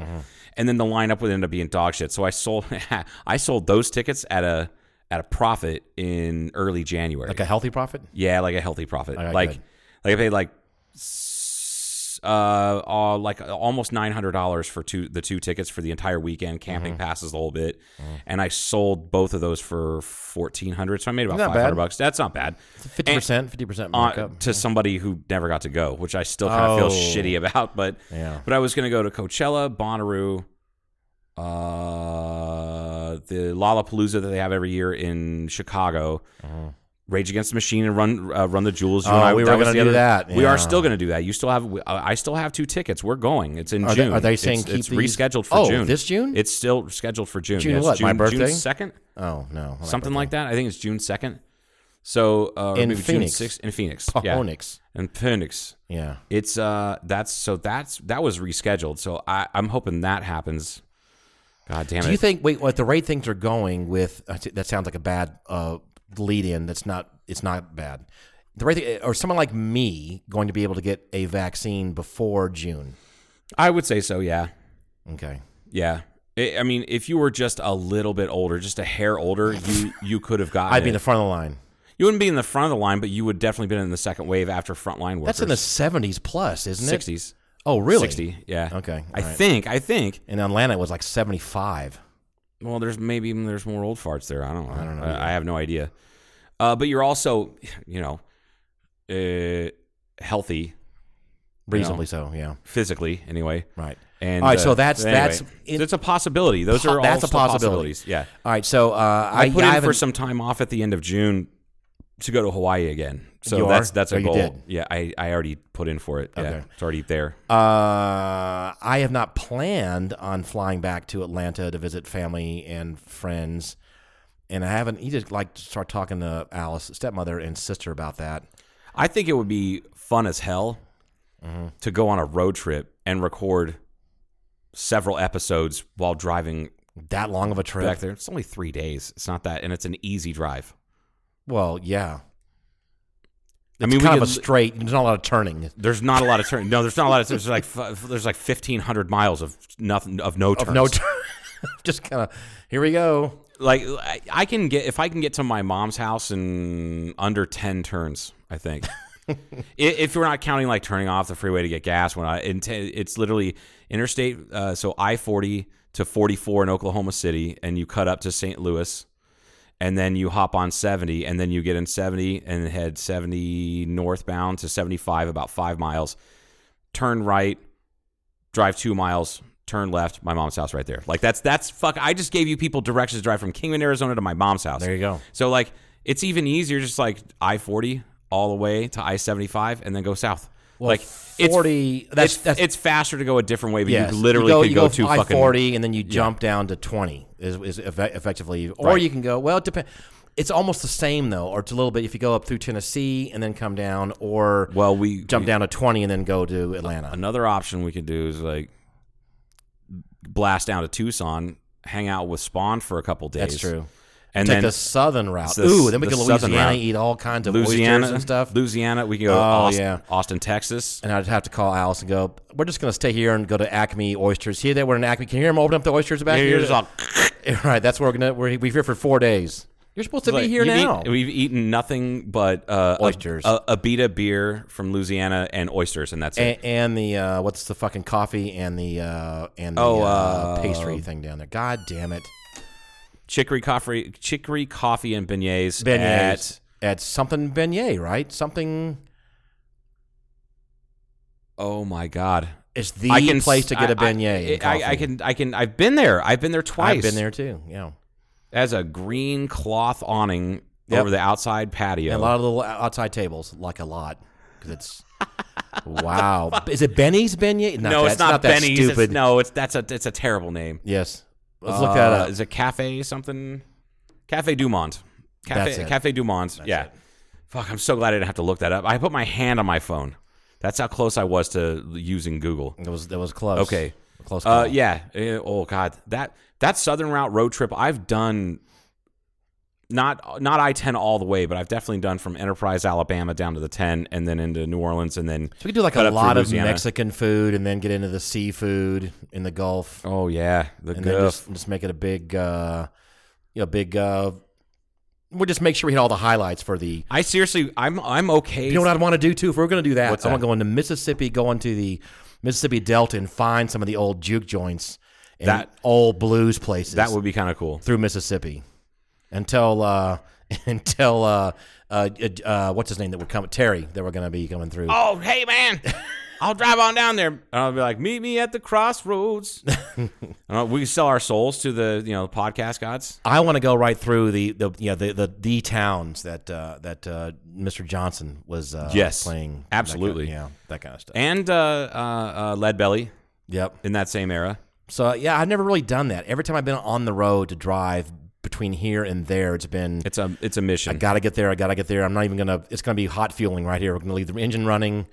And then the lineup would end up being dog shit. So I sold. I sold those tickets at a at a profit in early January. Like a healthy profit. Yeah, like a healthy profit. right, like good. like I paid like s- uh, uh like almost nine hundred dollars for two the two tickets for the entire weekend, camping Mm-hmm. passes the whole bit, Mm. and I sold both of those for fourteen hundred. So I made about Not five hundred bad. bucks. That's not bad. Fifty percent. Fifty percent Uh, markup. to somebody who never got to go, which I still kind of Oh. feel shitty about. But Yeah. but I was gonna go to Coachella, Bonnaroo, uh, the Lollapalooza that they have every year in Chicago. Rage Against the Machine and Run uh, Run the Jewels. You Uh-huh. and Oh, I, we were that was gonna the do other- that, We yeah. are still going to do that. You still have. we- I I still have two tickets. We're going. It's in Are they- June. are they saying it's, keep it's these- rescheduled for Oh, June? this June? It's still scheduled for June. June Yes, what? My June- birthday? June second oh no. something like that. I think it's June second. So uh, or In maybe Phoenix. June 6th, in Phoenix, Phoenix. yeah, in Phoenix. Yeah. It's uh, that's so that's that was rescheduled. So I I'm hoping that happens. God damn it! Do you think? Wait, what the rate things are going with? I see- That sounds like a bad uh, lead-in. That's not. It's not bad. The rate, thing, or someone like me, going to be able to get a vaccine before June. I would say so. Yeah, Okay. yeah. I I mean, if you were just a little bit older, just a hair older, you you could have gotten. I'd it. be in the front of the line. you wouldn't be in the front of the line, but you would definitely been in the second wave after frontline workers. That's in the seventies plus, isn't it? sixties. Oh, really? Sixty. Yeah. Okay, I all right. think. I think. In Atlanta, it was like seventy-five. Well, there's maybe even there's more old farts there. I don't know. I don't know. I, have no idea. Uh, but you're also, you know, uh, healthy Reasonably so. Yeah. physically, anyway. Right. And All right, uh, so that's- that's- it- it's a possibility. Those are all that's a still possibility. possibilities. Yeah. All right. So uh, I, I, put I in for haven't- some time off at the end of June to go to Hawaii again. So You that's are? that's a Oh, you goal. did? Yeah, I, I already put in for it. Yeah, Okay. it's already there. Uh, I have not planned on flying back to Atlanta to visit family and friends, and I haven't. You just like to start talking to Alice, stepmother, and sister about that. I think it would be fun as hell to go on a road trip and record several episodes while driving That long of a trip. back there. It's only three days. It's not that, and it's an easy drive. Well, yeah. I mean, we kind of could- a straight. There's not a lot of turning. There's not a lot of turn. No, there's not a lot of. There's like f- there's like fifteen hundred miles of nothing of no turns. Of no turn. just kind of. Here we go. like I- I can get if I can get to my mom's house in under ten turns. I think I- if we're not counting like turning off the freeway to get gas when I in te- it's literally interstate. Uh, so I forty to forty four in Oklahoma City, and you cut up to St. Louis. And then you hop on 70, and then you get in 70 and head 70 northbound to 75, about five miles. Turn right, drive two miles, turn left, my mom's house right there. Like that's that's fuck. I just gave you people directions to drive from Kingman, Arizona to my mom's house. There you go. So like it's even easier, just like I forty all the way to I seventy five, and then go south. like it's- 40 that's- it's, that's- it's faster to go a different way, but Yes. you literally go, could you go, go too five fucking forty, and then you jump down to twenty is, is effe- effectively, or Right. you can go. Well, it depends. It's almost the same though, or it's a little bit if you go up through Tennessee and then come down, or Well, we- jump we- down to twenty and then go to Atlanta. Another option we could do is like blast down to Tucson, hang out with Spawn for a couple days. That's true. And Take then the southern route. the- Ooh, then we the go to southern Louisiana, route. eat all kinds of Louisiana oysters and stuff. Louisiana, we can go Oh, Austin, yeah. Austin, Texas. and I'd have to call Alice and go. We're just going to stay here and go to Acme Oysters. Here they were in Acme. Can you hear them open up the oysters back Yeah, here? you're just all- right. That's where we're gonna. We're, we're here for four days. You're supposed to Like, be here you've now. eat- we've eaten nothing but uh, a- Oysters. a, a Abita beer from Louisiana, and oysters, and that's it. and, and the uh, what's the fucking coffee and the uh, and the Oh, uh, uh, pastry thing down there. God damn it! Chicory coffee, chicory coffee, and beignets. Beignets at- at, something beignet, right? Something oh my god! is the place to get a I- I- beignet. and I, I, coffee. can. I can. I've been there. I've been there twice. I've been there too. Yeah, As a green cloth awning Yep. over the outside patio. and a lot of little outside tables, like a lot, because it's. Wow, is it Benny's beignet? Not no, that- it's not that Benny's. It's- Stupid. no, it's that's a it's a terrible name. Yes. Let's look that Uh, up. Is it Cafe something? Cafe Dumont. Cafe That's it. Cafe Dumont. yeah. Fuck, I'm so glad I didn't have to look that up. I put my hand on my phone. That's how close I was to using Google. That was that was close. Okay. Close. Uh, call. yeah. Eh, Oh God, that that Southern Route road trip I've done. Not not I ten all the way, but I've definitely done from Enterprise, Alabama, down to the ten, and then into New Orleans, and then So we could do like cut a up through lot of Louisiana. Mexican food and then get into the seafood in the Gulf Oh yeah, the and then goof. just, just make it a big, uh, you know, big. Uh, we'll just make sure we hit all the highlights for the. I seriously, I'm I'm okay. You know what I'd want to do too? If we're going to do that, What's I want that? to go into Mississippi, go into the Mississippi Delta and find some of the old juke joints and That- old blues places. that would be kind of cool. through Mississippi until uh, until uh, uh, uh, what's his name that would come Terry that we're going to be coming through. oh hey man i'll drive on down there and i'll be like meet me at the crossroads Uh, we can sell our souls to the you know podcast gods I want to go right through the the you know, the, the the towns that uh, that uh, Mr. Johnson was uh, Yes. playing that Absolutely. kind of- yeah that kind of stuff and uh, uh, uh, lead belly yep in that same era so yeah I've never really done that every time I've been on the road to drive between here and there it's been it's a it's a I mission gotta get there I gotta get there I'm not even gonna it's gonna be hot fueling right here we're gonna leave the engine running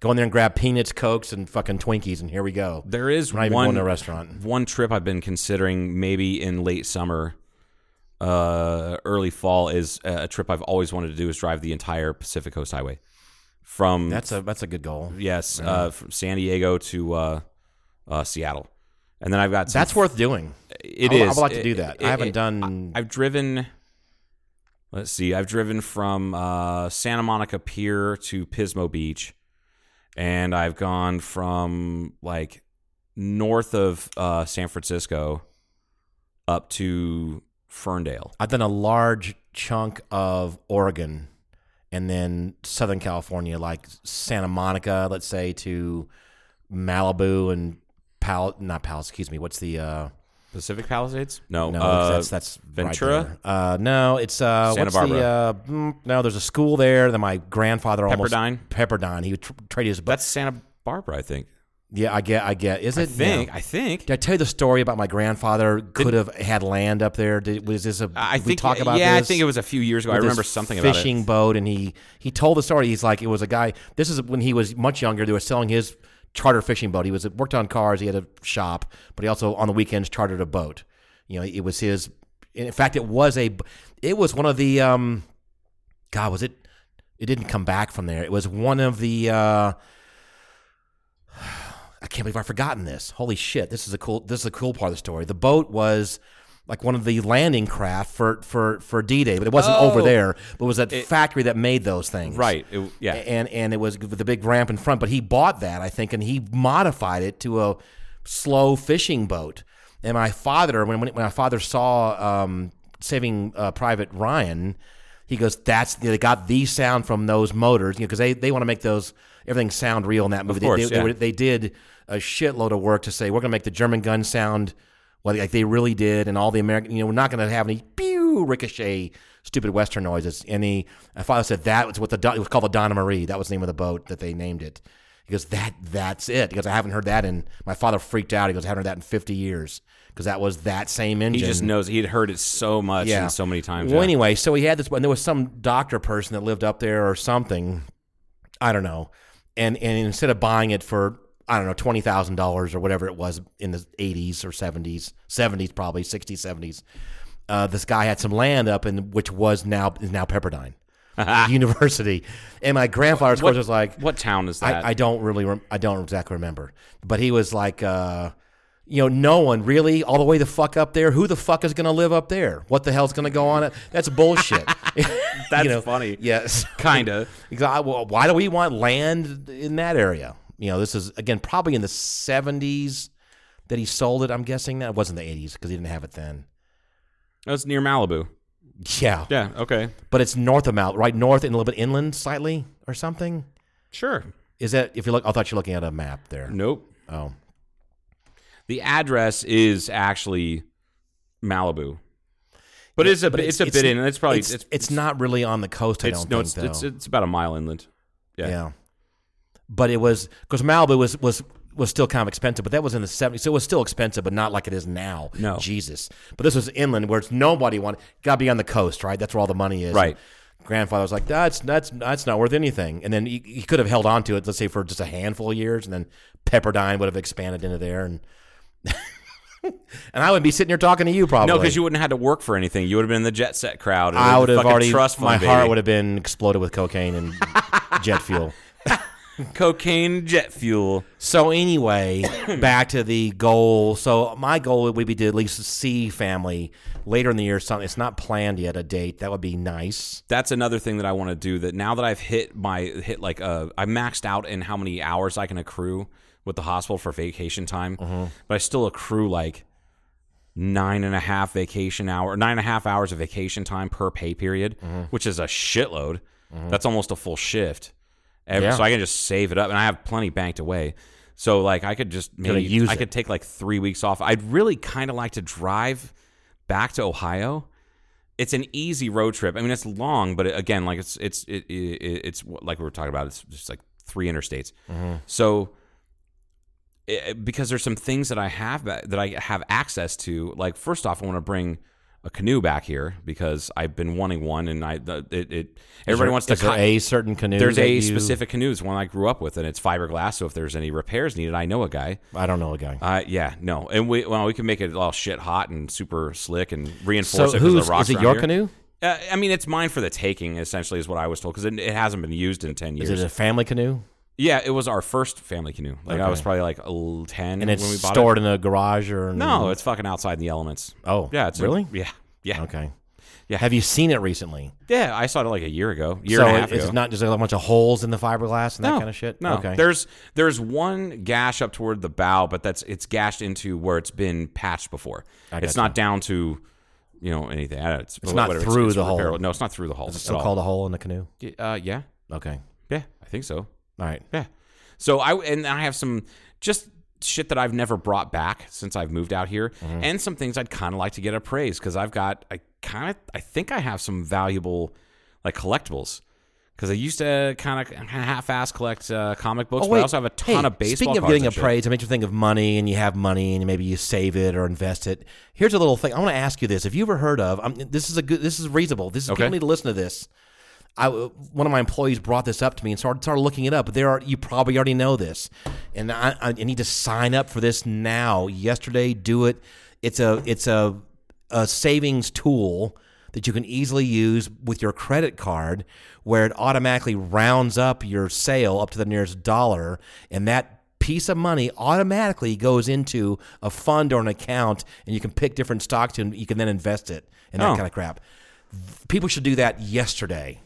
go in there and grab peanuts cokes and fucking Twinkies and here we go there is We're not even one going to a restaurant. one trip i've been considering maybe in late summer uh, early fall is uh, a trip i've always wanted to do is drive the entire pacific coast highway from that's a that's a good goal yes uh, from san diego to uh, uh, seattle and then i've got some that's worth doing It I is. would- I would like to It- do that. it- I haven't it- done- I, have driven. Let's see. I've driven from uh, Santa Monica Pier to Pismo Beach, and I've gone from like north of uh, San Francisco up to Ferndale. I've done a large chunk of Oregon and then Southern California, like Santa Monica, let's say, to Malibu and Pal, not Palace, excuse me. What's the, uh, Pacific Palisades? No, no, uh, that's, that's right Ventura? there. uh, no, it's, uh, Santa what's Barbara. the, uh, mm, no, there's a school there that my grandfather almost, Pepperdine? Pepperdine. He would tr- trade his, but That's Santa Barbara, I think. yeah, I get, I get, is it? I think. No. I think. Did I tell you the story about my grandfather could have had land up there? Did, was this a? I think. did we talk about yeah, this? I think it was a few years ago. I with remember this something about it. fishing boat, and he he told the story. He's like, it was a guy. This is when he was much younger. They were selling his charter fishing boat. He was worked on cars. He had a shop, but he also on the weekends chartered a boat. You know, it was his. In fact, it was a. It was one of the. Um, God, was it? It didn't come back from there. It was one of the. Uh, I can't believe I've forgotten this. Holy shit! This is a cool. This is a cool part of the story. The boat was like one of the landing craft for for for D Day, but it wasn't over there. But it was that factory that made those things, Right. It- yeah. And and it was with the big ramp in front. But he bought that, I think, and he modified it to a slow fishing boat. And my father, when when, when my father saw um, Saving uh, Private Ryan. He goes, that's they got the sound from those motors, you know, because they, they want to make those everything sound real in that movie. They- course, they, they yeah. were- they did a shitload of work to say we're going to make the German gun sound well, like they really did, and all the American, you know, we're not going to have any pew ricochet stupid Western noises. And he, my father said that was what the Don- it was called the Donna Marie. That was the name of the boat that they named it. He goes, that that's it. He goes, I haven't heard that, and my father freaked out. He goes, I haven't heard that in fifty years because that was that same engine. He just knows he'd heard it so much yeah, and so many times. Well, yeah. anyway, so he had this, and there was some doctor person that lived up there or something. I don't know. And and instead of buying it for I don't know twenty thousand dollars or whatever it was in the eighties or seventies, seventies probably sixties, seventies, uh, this guy had some land up in which was now is now Pepperdine University. And my grandfather, of What- course, was like, what town is that? I, I don't really, rem- I don't exactly remember. But he was like, uh, you know, no one really, all the way the fuck up there. Who the fuck is going to live up there? What the hell's going to go on? It? That's bullshit. That's funny. Yes. Kinda. Exactly. Well, why do we want land in that area? You know, this is again probably in the seventies that he sold it. I'm guessing that it wasn't the eighties because he didn't have it then. That's near Malibu. Yeah. Yeah. Okay. But it's north of Mount, right north and a little bit inland, slightly or something. Sure. Is that if you look? I thought you were looking at a map there. Nope. Oh. The address is actually Malibu, but it's a But bit- it's, a bit in. It's probably it's, it's not really on the coast. I It's no, don't think it's, it's though. it's about a mile inland. yeah. yeah. but it was because Malibu was was was still kind of expensive, but that was in the seventies, so it was still expensive, but not like it is now. No. Jesus, but this was inland where it's nobody wanted. Got to be on the coast, right? That's where all the money is. Right. Grandfather was like, "That's that's that's not worth anything," and then he, he could have held on to it, let's say for just a handful of years, and then Pepperdine would have expanded into there, and and I would be sitting here talking to you probably. No, because you wouldn't have had to work for anything. You would have been in the jet set crowd. and I the would have fucking already. Trust fund, my baby. heart would have been exploded with cocaine and jet fuel. cocaine jet fuel. So anyway, back to the goal. So my goal would be to at least see family later in the year. Something it's not planned yet. A date that would be nice. That's another thing that I want to do. That now that I've hit my hit like uh, I maxed out in how many hours I can accrue with the hospital for vacation time, Mm-hmm. but I still accrue like nine and a half vacation hour, nine and a half hours of vacation time per pay period, Mm-hmm. which is a shitload. That's almost a full shift. Every, Yeah. So I can just save it up, and I have plenty banked away. So like I could just maybe use I it. could take like three weeks off. I'd really kind of like to drive back to Ohio. It's an easy road trip. I mean, it's long, but it, again, like it's it's it, it, it's like we were talking about. It's just like three interstates. Mm-hmm. So it, because there's some things that I have uh, that, that I have access to. Like first off, I want to bring a canoe back here because I've been wanting one, and I the- it, it everybody Is wants to there- is there cut- a certain canoe. There's that a you- specific canoe. It's one I grew up with, and it's fiberglass. So if there's any repairs needed, I know a guy. I don't know a guy. Uh, yeah, no, and we well we can make it all shit hot and super slick and so reinforce it because who's the rocks is it around your here. canoe? Uh, I mean, it's mine for the taking. Essentially, is what I was told because it, it hasn't been used in ten years. Is it a family canoe? yeah, it was our first family canoe. Like I Okay. was probably like el- ten And it's when we bought stored in a garage or it. No, it's fucking outside in the elements. Oh, yeah, it's a- really? yeah, yeah, okay. Yeah. Have you seen it recently? yeah. I saw it like a year ago, year so and a half it's ago. not just a bunch of holes in the fiberglass and that kind of shit. No, Okay. there's there's one gash up toward the bow, but that's it's gashed into where it's been patched before. It's gotcha. not down to you know anything. I don't- It's, not whatever, through it's the hole. repairable. No, it's not through the hole. Is it at still all. called a hole in the canoe? Uh, yeah, Okay. yeah, I think so. All right. Yeah. So I and I have some just shit that I've never brought back since I've moved out here, Mm-hmm. and some things I'd kind of like to get appraised because I've got I kind of I think I have some valuable like collectibles. Because I used to kind of half-ass collect uh, comic books, but I also have a ton Oh, Hey, of baseball. Speaking of cards getting and shit. appraised, it makes you think of money, and you have money, and maybe you save it or invest it. Here's a little thing. I want to ask you this: Have you ever heard of? Um, this is a good. This is reasonable. This is Okay. people need to listen to this. I, uh, one of my employees brought this up to me and started started looking it up. But there are you probably already know this, and I, I need to sign up for this now. Yesterday, do it. It's a it's a a savings tool that you can easily use with your credit card, where it automatically rounds up your sale up to the nearest dollar, and that piece of money automatically goes into a fund or an account, and you can pick different stocks and you can then invest it and that Oh. kind of crap people should do that yesterday.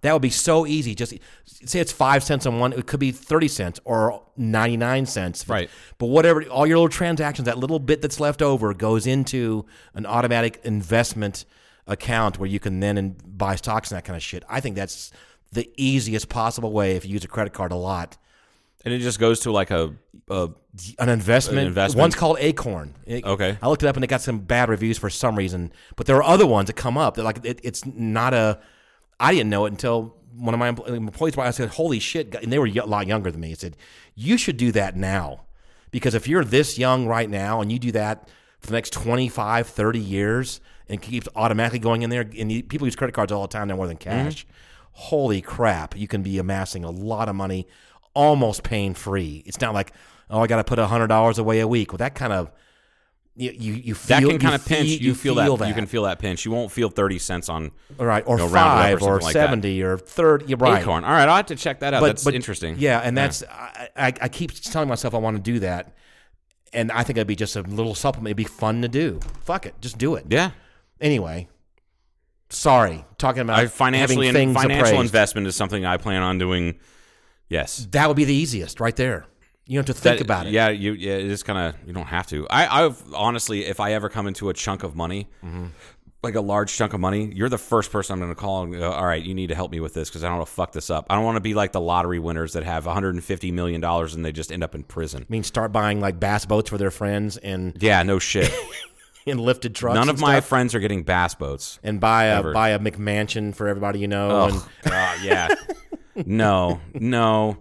That would be so easy. Just say it's five cents on one. It could be thirty cents or ninety nine cents. Right. But whatever, all your little transactions, that little bit that's left over goes into an automatic investment account where you can then in, buy stocks and that kind of shit. I think that's the easiest possible way if you use a credit card a lot. And it just goes to like a, a An investment. An investment. One's called Acorn. It- Okay. I looked it up and it got some bad reviews for some reason, but there are other ones that come up. That like it, it's not a. I didn't know it until one of my empl- employees, I said, "Holy shit!" gu- And they were y- a lot younger than me. He said, "You should do that now, because if you're this young right now and you do that for the next 25, 30 years, and keeps automatically going in there, and you, people use credit cards all the time now more than cash. Holy crap! You can be amassing a lot of money, almost pain free. It's not like, oh, I got to put hundred dollars away a week. Well, that kind of you you, you feel That can kind you of pinch. feel- You, feel, that, You can feel that pinch. You won't feel thirty cents on all right, or you know, round it up five, or, something like that. seventy, or thirty. You're right. Acorn. All right, I'll have to check that out. That's interesting. Yeah, and that's I, I, I keep telling myself I want to do that, and I think it'd be just a little supplement. It'd be fun to do. Fuck it, just do it. yeah. Anyway, sorry, talking about I financially having things financial appraised. investment is something I plan on doing. Yes. That would be the easiest, right there. You don't have to think That- about it. Yeah, you yeah, it is kind of you don't have to. I I've honestly, if I ever come into a chunk of money, Mm-hmm. like a large chunk of money, you're the first person I'm going to call and go, "All right, you need to help me with this because I don't want to fuck this up. I don't want to be like the lottery winners that have 150 million dollars and they just end up in prison." I mean, start buying like bass boats for their friends and Yeah, no shit. and lifted trucks. None and of my stuff, friends are getting bass boats. and buy a Ever. buy a McMansion for everybody you know. And, Oh, God, yeah. no, no.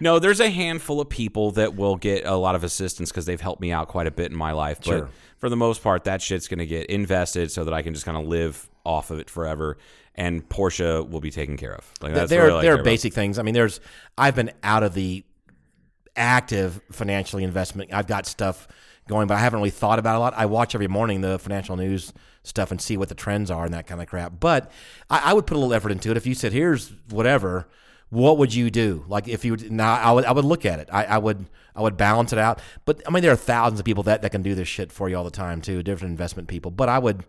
No, there's a handful of people that will get a lot of assistance because they've helped me out quite a bit in my life. But Sure. for the most part, that shit's going to get invested so that I can just kind of live off of it forever. And Porsche will be taken care of. Like that's there, really there are basic things. I mean, there's I've been out of the active financially investment. I've got stuff going, but I haven't really thought about it a lot. I watch every morning the financial news stuff and see what the trends are and that kind of crap. But I, I would put a little effort into it. If you said, "Here's whatever," what would you do? Like if you now, I would I would look at it. I, I would I would balance it out. But I mean, there are thousands of people that that can do this shit for you all the time too. Different investment people, but I would.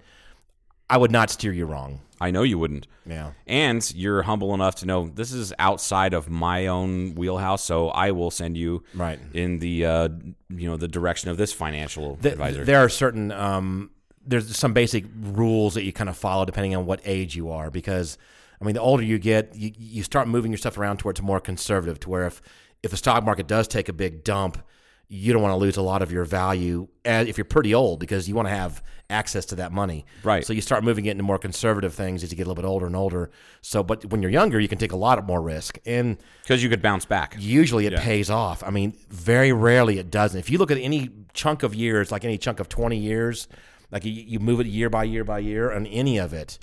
I would not steer you wrong. I know you wouldn't. Yeah. And you're humble enough to know this is outside of my own wheelhouse, so I will send you Right. in the uh, you know the direction of this financial Th- advisor. There are certain um, there's some basic rules that you kind of follow depending on what age you are because I mean the older you get you, you start moving your stuff around towards more conservative to where if if the stock market does take a big dump you don't want to lose a lot of your value and if you're pretty old because you want to have access to that money Right. so you start moving it into more conservative things as you get a little bit older and older so but when you're younger you can take a lot more risk and Because you could bounce back. usually it pays off. I mean, very rarely it doesn't. If you look at any chunk of years, like any chunk of 20 years, like you, you move it year by year by year, on any of it,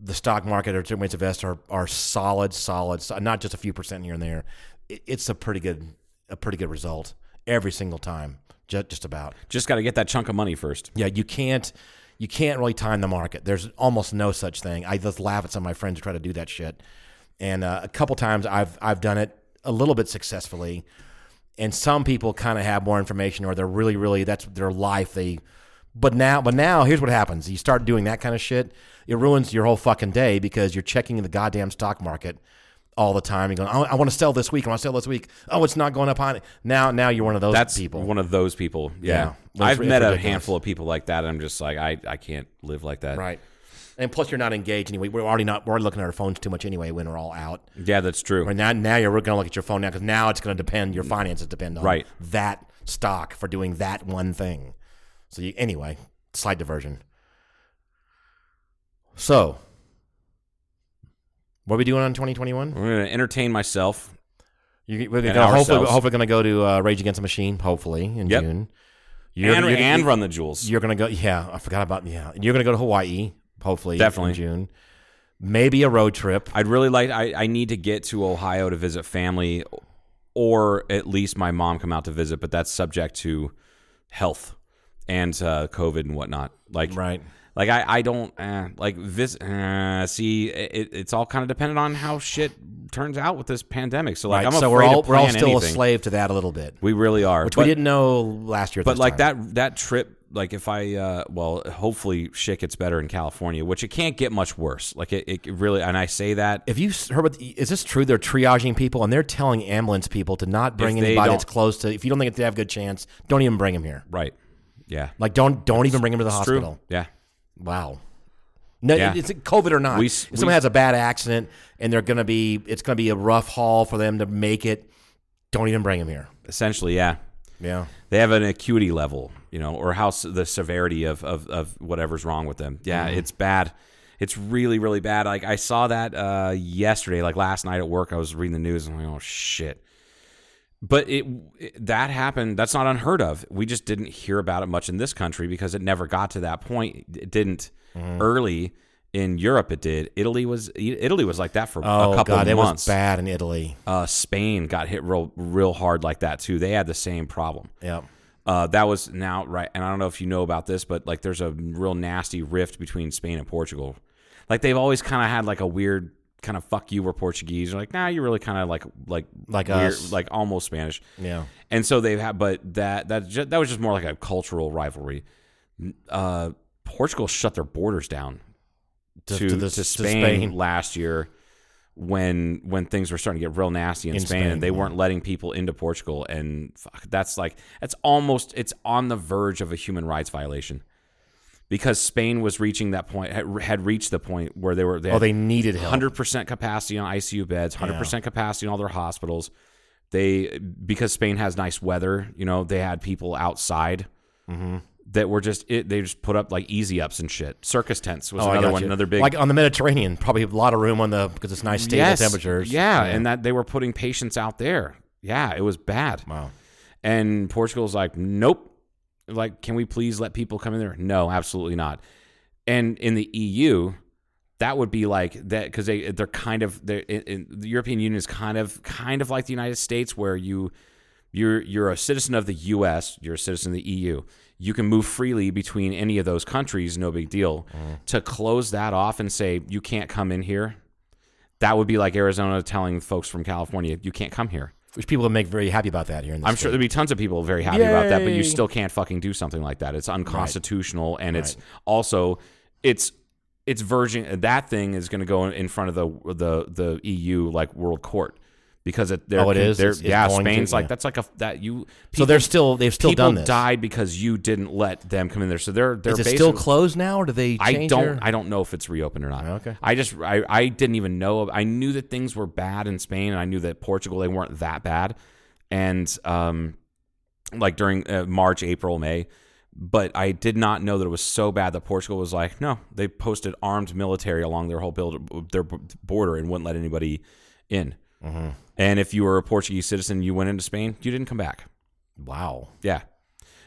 the stock market or two-way invest are, are solid, solid, so- not just a few percent here and there. It, it's a pretty good, a pretty good result every single time, just, just about. Just got to get that chunk of money first. Yeah, you can't you can't really time the market. There's almost no such thing. I just laugh at some of my friends who try to do that shit. And uh, a couple times I've I've done it a little bit successfully. And some people kind of have more information or they're really really that's their life they but now but now here's what happens. You start doing that kind of shit, it ruins your whole fucking day because you're checking the goddamn stock market all the time and going, oh, I want to sell this week. I want to sell this week. Oh, it's not going up on it. Now, now you're one of those That's people. one of those people. Yeah, Yeah. I've It's- it's met a ridiculous. handful of people like that. And I'm just like, I, I can't live like that. Right. And plus, you're not engaged anyway. We're already not. We're looking at our phones too much anyway when we're all out. Yeah, that's true. Right now, now you're going to look at your phone now because now it's going to depend. Your finances depend on Right. that stock for doing that one thing. So you, anyway, slight diversion. So, what are we doing on 2021? I'm gonna entertain myself. You, we're And gonna, hopefully, ourselves. hopefully going to go to uh, Rage Against the Machine. Hopefully in Yep. June. You're, And, you're- and run the jewels. You're gonna go. Yeah, I forgot about. Yeah, you're gonna go to Hawaii. Hopefully, Definitely. in June. Maybe a road trip. I'd really like. I, I need to get to Ohio to visit family, or at least my mom come out to visit. But that's subject to health and uh, COVID and whatnot. Like Right. Like I, I don't eh, like this. Eh, see, it, it's all kind of dependent on how shit turns out with this pandemic. So like, Right, I'm so we're afraid all to we're all plan still a anything. slave to that a little bit, We really are. which But- we didn't know last year. but like that that trip like if i uh well hopefully shit gets better in california which it can't get much worse like it, it really and i say that if you s- heard, what, is this true? They're triaging people and they're telling ambulance people to not bring they anybody that's don't- close to. If you don't think they have a good chance, don't even bring them here. right yeah Like don't don't even bring them to the It's hospital. yeah Wow. No, Yeah. it- it's COVID or not. We if s- someone we- has a bad accident and they're gonna be, it's gonna be a rough haul for them to make it. Don't even bring them here. essentially yeah Yeah. they have an acuity Mm-hmm. level you know or how s- the severity of of, of whatever's wrong with them yeah it's bad It's really really bad. Like I saw that uh, yesterday, like last night at work. I was reading the news and I'm like, oh shit. But it, it that happened. That's not unheard of. We just didn't hear about it much in this country because it never got to that point. It didn't Mm-hmm. early in Europe. It did. Italy was Italy was like that for Oh a couple god, of it was months. bad in Italy. Uh, Spain got hit real real hard like that too. They had the same problem. Yeah. Uh, that was now right, and I don't know if you know about this, but like there's a real nasty rift between Spain and Portugal. Like they've always kind of had like a weird kind of fuck you, we're Portuguese. You're like, nah, you're really kind of like like Like us. like almost Spanish. Yeah. And so they've had, but that that ju- that was just more like a cultural rivalry. N- Uh, Portugal shut their borders down to to, the- to Spain, Spain. last year when when things were starting to get real nasty in, In Spain, Spain, and they weren't letting people into Portugal and fuck, that's like that's almost it's on the verge of a human rights violation because Spain was reaching that point had, had reached the point where they were they Oh, they needed help. hundred percent capacity on ICU beds, hundred percent capacity in all their hospitals. They because Spain has nice weather, you know, they had people outside Mm-hmm. that were just it, they just put up like easy ups and shit. Circus tents was Oh, I another got one, you. another big like on the Mediterranean, probably a lot of room on the because it's nice stable Yes. temperatures. Yeah, and that they were putting patients out there. Yeah, it was bad. Wow. And Portugal's like, nope. Like, can we please let people come in there? No, absolutely not. And in the EU, that would be like that because they they're kind of they're, in, in, the European Union is kind of kind of like the United States where you you're you're a citizen of the U.S. You're a citizen of the EU. You can move freely between any of those countries, no big deal. Mm-hmm. To close that off and say you can't come in here, that would be like Arizona telling folks from California you can't come here. Which people would make very happy about that here in the I'm sure there'd be tons of people very happy about that, but you still can't fucking do something like that. It's unconstitutional, and it's also it's it's verging. That thing is going to go in front of the the the EU like World Court because it they're, Oh, it is? they're- It's- it's yeah, going to- Spain's like yeah. that's like a that you So they're still they've still people done this. died because you didn't let them come in there. So they're they're Is it still basically- closed now, or do they? I change don't. their- I don't know if it's reopened or not. Okay. I just. I, I. didn't even know. I knew that things were bad in Spain, and I knew that Portugal they weren't that bad, and um, like during uh, March, April, May, but I did not know that it was so bad that Portugal was like, no, they posted armed military along their whole build, their b- border and wouldn't let anybody in. Mm-hmm. And if you were a Portuguese citizen, you went into Spain, you didn't come back. Wow. Yeah.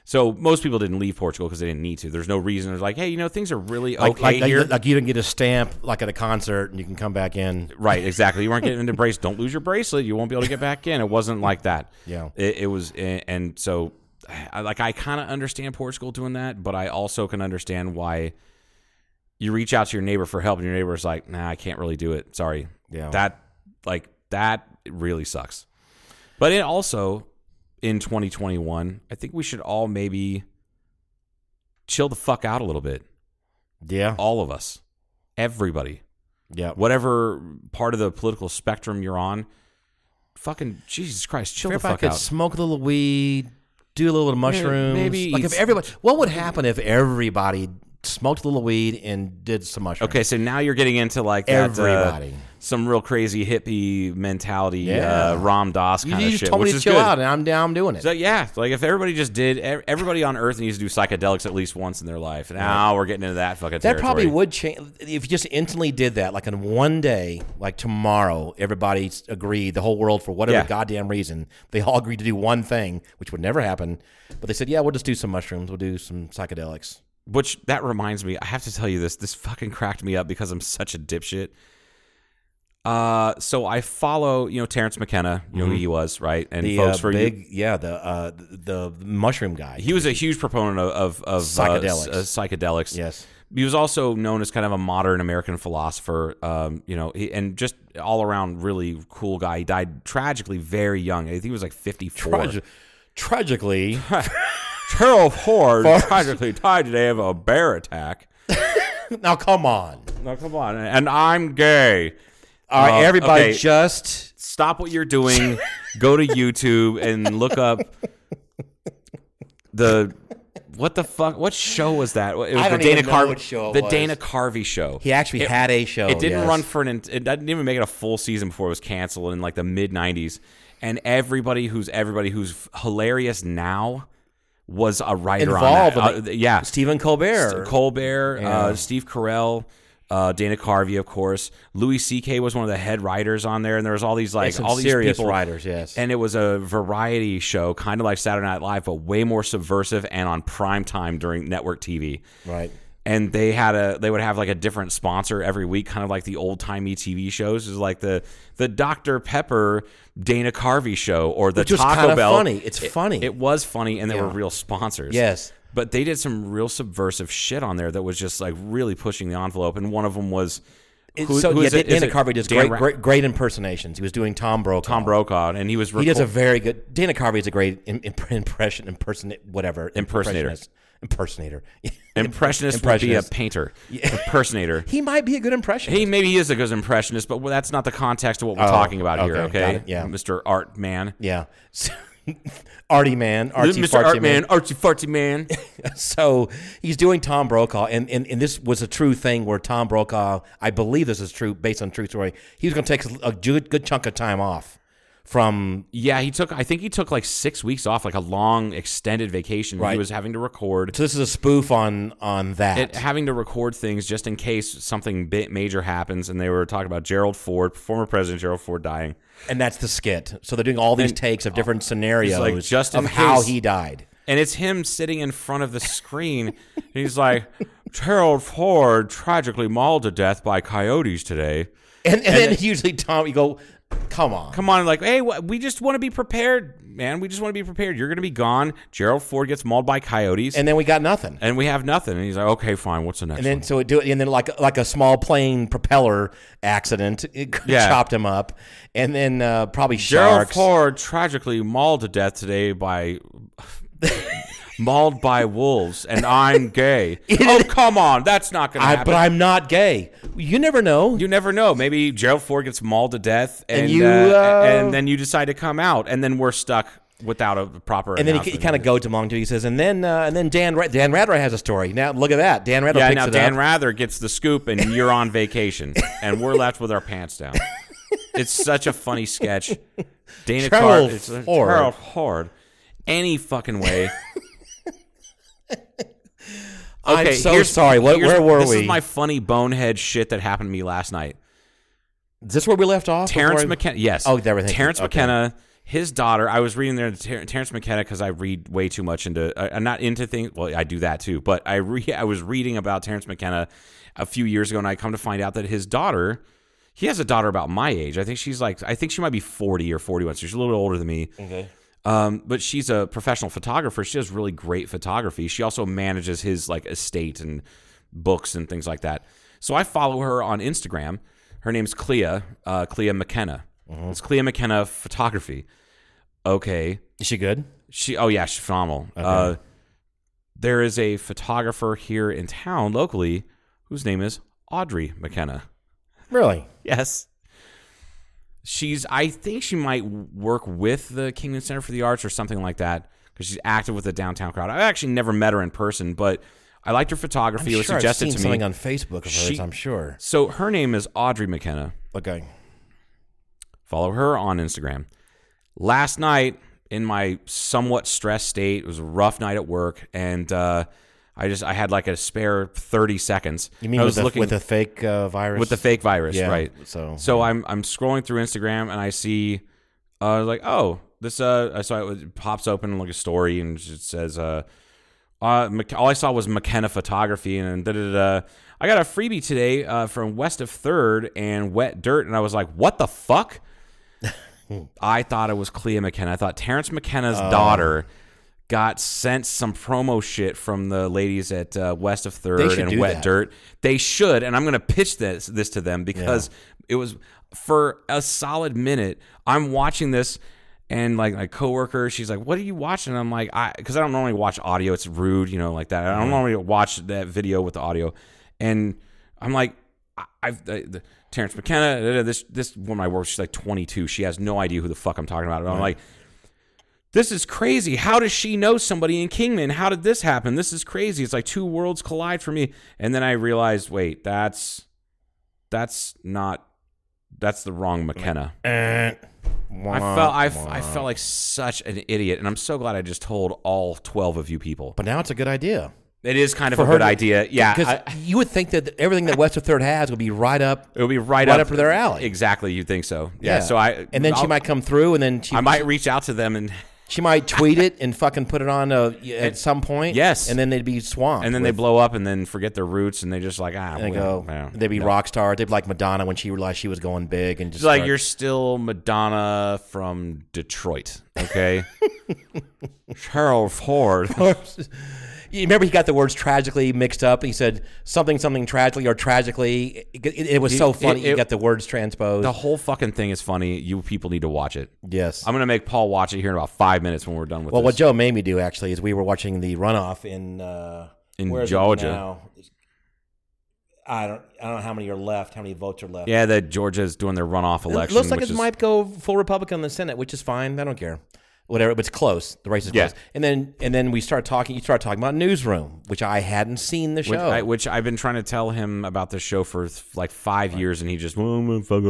So most people didn't leave Portugal because they didn't need to. There's no reason. It's like, hey, you know, things are really Like, okay like, like- here. Like, you didn't get a stamp like at a concert, and you can come back in. Right, exactly. You weren't getting into brace. Don't lose your bracelet. You won't be able to get back in. It wasn't like that. Yeah. It, it was, and and so, I, like, I kind of understand Portugal doing that, but I also can understand why you reach out to your neighbor for help, and your neighbor's like, "Nah, I can't really do it. Sorry." Yeah. That, like, that really sucks. But it also, in 2021, I think we should all maybe chill the fuck out a little bit. Yeah. All of us, everybody Yeah. whatever part of the political spectrum you're on, fucking Jesus Christ, chill the if I fuck could out. smoke a little weed, do a little bit of mushrooms. maybe like if eat- everybody, what would happen if everybody smoked a little weed and did some mushrooms? okay, so now you're getting into like that, uh, Everybody. some real crazy hippie mentality, Yeah. uh, Ram Dass you, kind you of just shit, told me which to is chill good. out, and I'm down. I'm doing it. So yeah, like if everybody just did, ev- everybody on Earth needs to do psychedelics at least once in their life. Now we're getting into that fucking. That probably territory. would change if you just instantly did that, like in one day, like tomorrow, everybody s- agreed, the whole world for whatever Yeah. goddamn reason, they all agreed to do one thing, which would never happen. But they said, "Yeah, we'll just do some mushrooms, we'll do some psychedelics." Which that reminds me, I have to tell you this. This fucking cracked me up because I'm such a dipshit. Uh, so I follow, you know, Terrence McKenna. You know who he was, right? And Mm-hmm. The folks uh, for you- big, yeah, the uh, the the mushroom guy. He was a huge proponent of of, of Psychedelics. Uh, s- uh, psychedelics. Yes. He was also known as kind of a modern American philosopher. Um, you know, he, and just all around really cool guy. He died tragically very young. I think he was like fifty four. Tragi- tragically, Harold Ford tragically died today of a bear attack. now come on, Now come on, and I'm gay. all right, Uh, everybody, okay. just Stop what you're doing. Go to YouTube and look up the. What the fuck? What show was that? It was I don't the Dana even know Carvey what show it the was. Dana Carvey show. he actually had a show. It didn't yes. run for an. ent- It didn't even make it a full season before it was canceled in like the mid '90s. And everybody who's everybody who's f- hilarious now was a writer involved. on that. with, Uh, like, yeah, Stephen Colbert. Colbert, uh, Steve Carell, Uh, Dana Carvey, of course. Louis C.K. was one of the head writers on there, and there was all these like some all these serious people, writers, yes. And it was a variety show, kind of like Saturday Night Live, but way more subversive and on prime time during network TV. Right. And they had a they would have like a different sponsor every week, kind of like the old timey TV shows, is like the the Dr Pepper Dana Carvey show or the Which was Taco kinda Bell. funny. It's It- funny. It was funny, and they were Yeah. real sponsors. Yes. But they did some real subversive shit on there that was just like really pushing the envelope. And one of them was It- who- so who yeah, is it? Is Dana it Carvey does Dan great, Ra- great, great impersonations. He was doing Tom Brokaw. Tom Brokaw, and he was He does a reco- very good. Dana Carvey is a great im- imp- impression, impersonate, whatever Impersonator. impressionist- impersonator. impressionist, Impressionist. would be a painter, impersonator. He might be a good impressionist. He maybe he is a good impressionist, but that's not the context of what we're talking about here. Oh, okay, got Okay, it, yeah. Mr. Art Man, yeah. So, Artie man, artsy Mr. fartsy Art Man, man. artsy fartsy man. So he's doing Tom Brokaw, and, and, and this was a true thing where Tom Brokaw, I believe this is true based on true story. He was going to take a good, good chunk of time off from yeah, he took. I think he took like six weeks off, like a long extended vacation. He Right. was having to record. So this is a spoof on on that. it, having to record things just in case something bit major happens. And they were talking about Gerald Ford, former President Gerald Ford, dying. and that's the skit. So they're doing all these And- takes of different scenarios like, just in of how case- he died. And it's him sitting in front of the screen. and he's like, Gerald Ford tragically mauled to death by coyotes today. And, and, then usually Tom, you go, come on. Come on, like, hey, wh- we just want to be prepared, man. We just want to be prepared. You're going to be gone. Gerald Ford gets mauled by coyotes, and, and then we got nothing. And, we have nothing. And he's like, okay, fine. What's the next then one? so it do and then like like a small plane propeller accident, it Yeah. chopped him up, and then uh, probably Gerald sharks. Ford tragically mauled to death today by mauled by wolves, and I'm gay. oh come on, that's not gonna I, happen. but I'm not gay. You never know. you never know. Maybe Gerald Ford gets mauled to death, and, you, uh, uh, and then you decide to come out, and then we're stuck without a proper. and then he, he kind of goes along too. He says, and then uh, and then Dan Ra- Dan Rather has a story. Now look at that. Dan Rather Yeah, picks now it Dan up. Rather gets the scoop, and you're on vacation, and we're left with our pants down. It's such a funny sketch. Dana Gerald Carvey, it's uh, Ford. Gerald Ford, any fucking way. I'm so sorry. What- here's- where were this we? is my funny bonehead shit that happened to me last night. Is this where we left off? Terrence before I- McKenna. Yes. Oh, there we think- Terrence okay. McKenna. His daughter. I was reading there. Ter- Terrence McKenna because I read way too much into. I, I'm not into things. Well, I do that too. But I re- I was reading about Terrence McKenna a few years ago, and I come to find out that his daughter. He has a daughter about my age. I think she's like. I think she might be 40 or 41. So she's a little bit older than me. Okay. Um, but she's a professional photographer. She does really great photography. She also manages his like estate and books and things like that. So I follow her on Instagram. Her name's Clea, uh, Clea McKenna. It's Clea McKenna Photography. Okay. Is she good? She, oh yeah, she's phenomenal. Uh, there is a photographer here in town locally whose name is Audrey McKenna. Really? Yes. She's, I think she might work with the Kingdom Center for the Arts or something like that because she's active with the downtown crowd. I've actually never met her in person, but I liked her photography. it was sure I've suggested seen to me. something on Facebook of hers. She- I'm sure. so her name is Audrey McKenna. Okay. Follow her on Instagram. Last night, in my somewhat stressed state, it was a rough night at work, and uh, I just I had like a spare thirty seconds. You mean I with, a, with a fake uh, virus? with the fake virus, Yeah, right? so- so I'm I'm scrolling through Instagram and I see, uh, like oh this uh I saw it, it pops open like a story and it says uh. Uh, Mc- all I saw was McKenna photography and da da da. da. I got a freebie today uh, from West of Third and Wet Dirt, and I was like, "What the fuck?" I thought it was Clea McKenna. I thought Terrence McKenna's Oh. daughter got sent some promo shit from the ladies at uh, West of Third should and do Wet that. Dirt. They should, and I'm going to pitch this this to them because it was for a solid minute. I'm watching this. And like my coworker, she's like, "What are you watching?" And I'm like, "I," because I don't normally watch audio. It's rude, you know, like that. I don't normally watch that video with the audio. And I'm like, I- I've uh, the, Terrence McKenna. da- da- This this woman I work. with, She's like 22. She has no idea who the fuck I'm talking about. And I'm like, this is crazy. How does she know somebody in Kingman? How did this happen? This is crazy. It's like two worlds collide for me. And then I realized, wait, that's that's not that's the wrong McKenna. I felt I, f- I felt like such an idiot, and I'm so glad I just told all 12 of you people. But now it's a good idea. It is kind of a her good to- idea. Yeah, Because I- you would think that everything that West of Third has would be right up. it would be right, right up their alley. Exactly, you think so? Yeah. So I and then she I'll- might come through, and then she I might reach out to them and she might tweet it and fucking put it on uh, at some point. yes. and then they'd be swamped. and then they with- blow up and then forget their roots and they just like ah and they well, go. yeah. They'd be rock stars. They'd be like Madonna when she realized she was going big, and just It's like start- you're still Madonna from Detroit, okay? Cheryl Ford. You remember he got the words tragically mixed up. He said something something tragically or tragically. It, it- it was so It- funny. it- you got the words transposed. The whole fucking thing is funny. You people need to watch it. yes. I'm gonna make Paul watch it here in about five minutes when we're done with well, this. what Joe made me do actually is we were watching the runoff in uh, In where is it Georgia. now? I don't. I don't know how many are left. How many votes are left? yeah, that Georgia's doing their runoff It election. looks like which it is- might go full Republican in the Senate, which is fine. I don't care. Whatever, but it's close. The race is Yeah. close. And then and then we start talking. You start talking about Newsroom, which I hadn't seen the show. Which, I, which I've been trying to tell him about the show for th- like five years, and he just well, I'm gonna fuck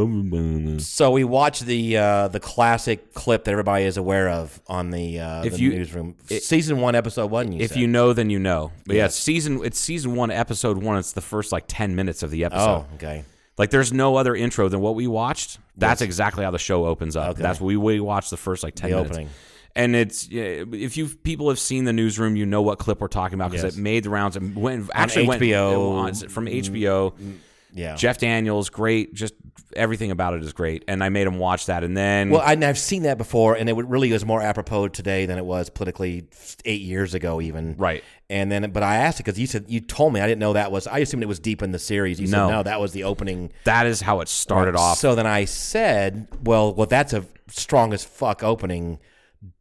up." So we watch the uh, the classic clip that everybody is aware of on the, uh, If the you- newsroom season one episode one. You If said. you know, then you know. But yeah, it's season it's season one, episode one. It's the first like ten minutes of the oh episode. okay Like there's no other intro than what we watched. That's exactly how the show opens up. That's we we watch the first like ten The minutes. opening. And it's yeah, if you people have seen the newsroom, you know what clip we're talking about because Yes. it made the rounds and went actually went- HBO. it was from HBO. Mm-hmm. yeah Jeff Daniels, great. Just everything about it is great. And I made him watch that. And then Well, I, and I've seen that before, and it would- really was more apropos today than it was politically eight years ago, even. Right. And then, but I asked it because you said you told me I didn't know that was. I assumed it was deep in the series. You No. said no, that was the opening. that is how it started off. Uh, So then I said, well, well, that's a strong as fuck opening.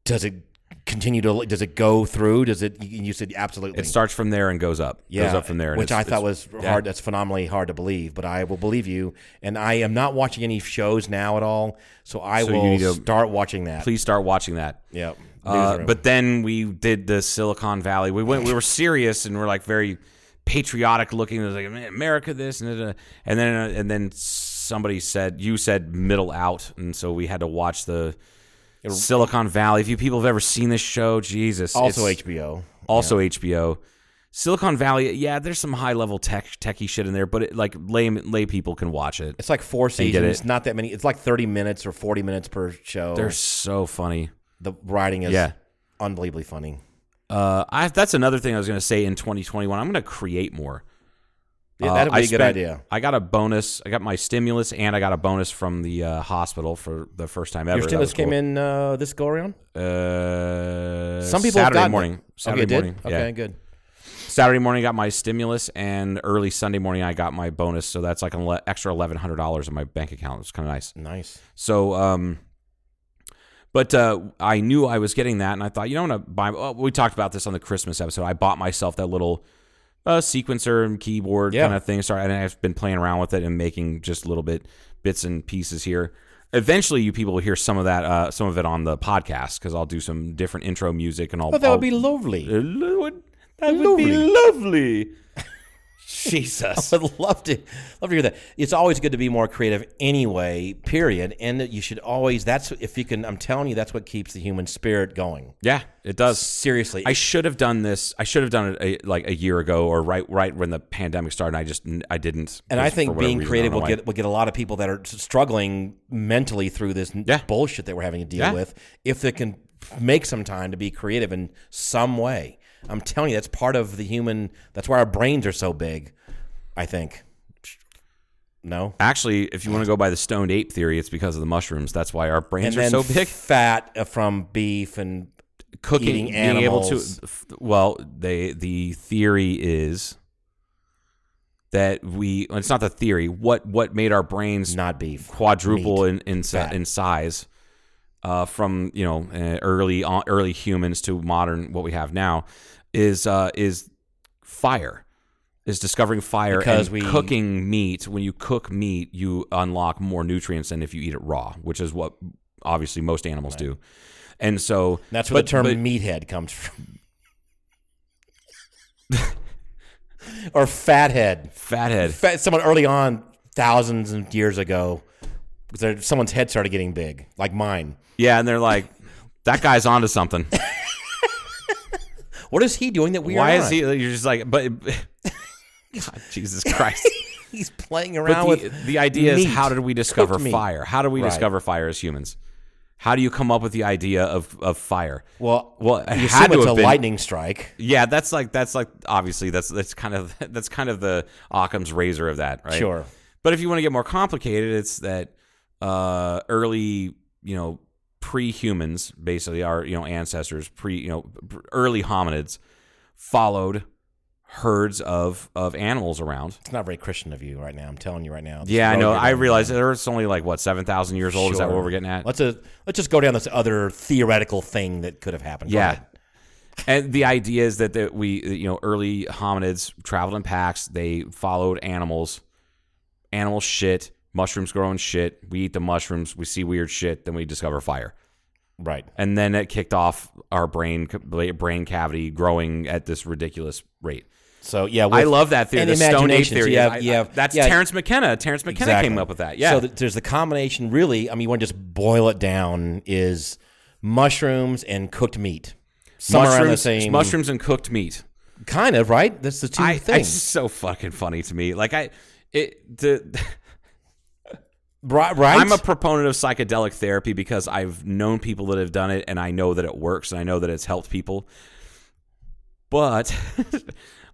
Does it continue to? Does it go through? Does it? You you said absolutely. it starts from there and goes up. Goes up from there. and which it's- I thought it's- was yeah. hard. That's phenomenally hard to believe, but I will believe you. And I am not watching any shows now at all, so I So you will need to- start watching that. Please start watching that. Yep. Uh, Newsroom. but then we did the Silicon Valley. We went. We were serious and we're like very patriotic looking. It was like "Man, America this and da, da." and then uh, and then somebody said you said middle out, and so we had to watch the Silicon Valley. If you people have ever seen this show, Jesus, also it's- HBO. also HBO. Silicon Valley, yeah, there's some high level tech techie shit in there, but it, like lay lay people can watch it. It's like four get seasons. it. It's not that many. It's like thirty minutes or forty minutes per show. They're so funny. the writing is Yeah. unbelievably funny. Uh, I, that's another thing I was going to say in 2021. I'm going to create more. Yeah, Uh, that'd be I a good spent- idea. I got a bonus. I got my stimulus and I got a bonus from the uh, hospital for the first time ever. Your That stimulus was came cool. in uh, this go around. Uh, Some people have Saturday gotten it. morning. Okay, Saturday it did? morning. yeah. Okay, good. Saturday morning, I got my stimulus, and early Sunday morning, I got my bonus. So that's like an ele- extra eleven hundred dollars in my bank account. It's kind of nice. Nice. So, um, but uh, I knew I was getting that, and I thought, you know, I'm gonna buy. Oh, we talked about this on the Christmas episode. I bought myself that little uh, sequencer and keyboard Yeah. kind of thing. So, and I've been playing around with it and making just little bit bits and pieces here. Eventually, you people will hear some of that, uh, some of it on the podcast because I'll do some different intro music and all. Oh, that would be lovely. That would, that would be lovely. Jesus. I'd love to love to hear that. It's always good to be more creative anyway. Period. And that you should always. That's if you can. I'm telling you, that's what keeps the human spirit going. Yeah, it does. Seriously, I should have done this. I should have done it a, like a year ago or right right when the pandemic started. And I just n- I didn't. And I Just for think whatever being reason, I creative don't know will why. get will get a lot of people that are s- struggling mentally through this n- Yeah. bullshit that we're having to deal Yeah. with. If they can make some time to be creative in some way, I'm telling you, that's part of the human. That's why our brains are so big. I think. No, Actually, if you want to go by the stoned ape theory, it's because of the mushrooms. That's why our brains and are then so big. fat uh, from beef and Cooking, eating being able to. animals. f- Well, they the theory is that we. It's not the theory. What what made our brains not beef. quadruple meat, in in, si- fat. in size uh, from you know uh, early on, early humans to modern what we have now is uh, is fire is discovering fire Because and we- cooking meat when you cook meat you unlock more nutrients than if you eat it raw which is what obviously most animals do and so That's where but- the term but- meathead comes from. or fathead. fathead fa- someone early on, thousands of years ago, there- someone's head started getting big, like mine. yeah and they're like that guy's onto something What is he doing that we Why are is he? You're just like, but God, Jesus Christ. He's playing But around the, with the idea meat. is how did we discover Cooked meat. fire? How do we Right. discover fire as humans? How do you come up with the idea of, of fire? Well, well, it you had assume to it's have a been- lightning strike. Yeah, that's like that's like obviously that's that's kind of that's kind of the Occam's razor of that, right? Sure. But if you want to get more complicated, it's that uh, early, you know, pre-humans, basically our you know ancestors, pre you know pr- early hominids, followed herds of of animals around. It's not very Christian of you right now. I'm telling you right now. Yeah, I Throw know. your- I realize that Earth's only like what seven thousand years old. Is that Sure. what we're getting at? Let's uh, let's just go down this other theoretical thing that could have happened. Go Yeah. ahead. And the idea is that, that we, you know, early hominids traveled in packs. They followed animals, animal shit, mushrooms grow on shit. We eat the mushrooms. We see weird shit. Then we discover fire. right. And then it kicked off our brain brain cavity growing at this ridiculous rate. So yeah, I with- love that theory, and the Stone Age imaginations, theory. You have, I- you I- have- that's yeah, Terrence McKenna. Terrence McKenna came up with that. Yeah. So th- there's the combination. Really, I mean, you want to just boil it down is mushrooms and cooked meat. Somewhere around the mushrooms, same. mushrooms and cooked meat. kind of right. That's the two I, I- It's things. so fucking funny to me. Like I, it the. right. right? I'm a proponent of psychedelic therapy because I've known people that have done it and I know that it works and I know that it's helped people. But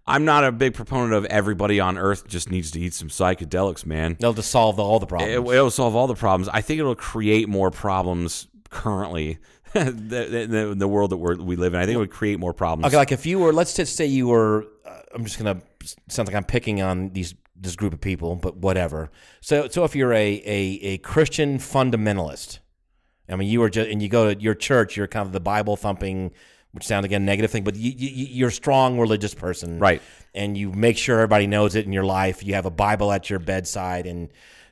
I'm not a big proponent of everybody on earth just needs to eat some psychedelics, man. They'll just solve the- all the problems. It, it'll solve all the problems. I think it'll create more problems currently than than the world that we're, we live in. I think it would create more problems. Okay, like if you were, let's just say you were. Uh, I'm just gonna sound like I'm picking on these this group of people, but whatever. So, so if you're a a, a Christian fundamentalist, I mean, you were just and you go to your church, you're kind of the Bible thumping, which sounds again negative thing, but you, you you- you're a strong religious person, Right. And you make sure everybody knows it in your life. You have a Bible at your bedside, and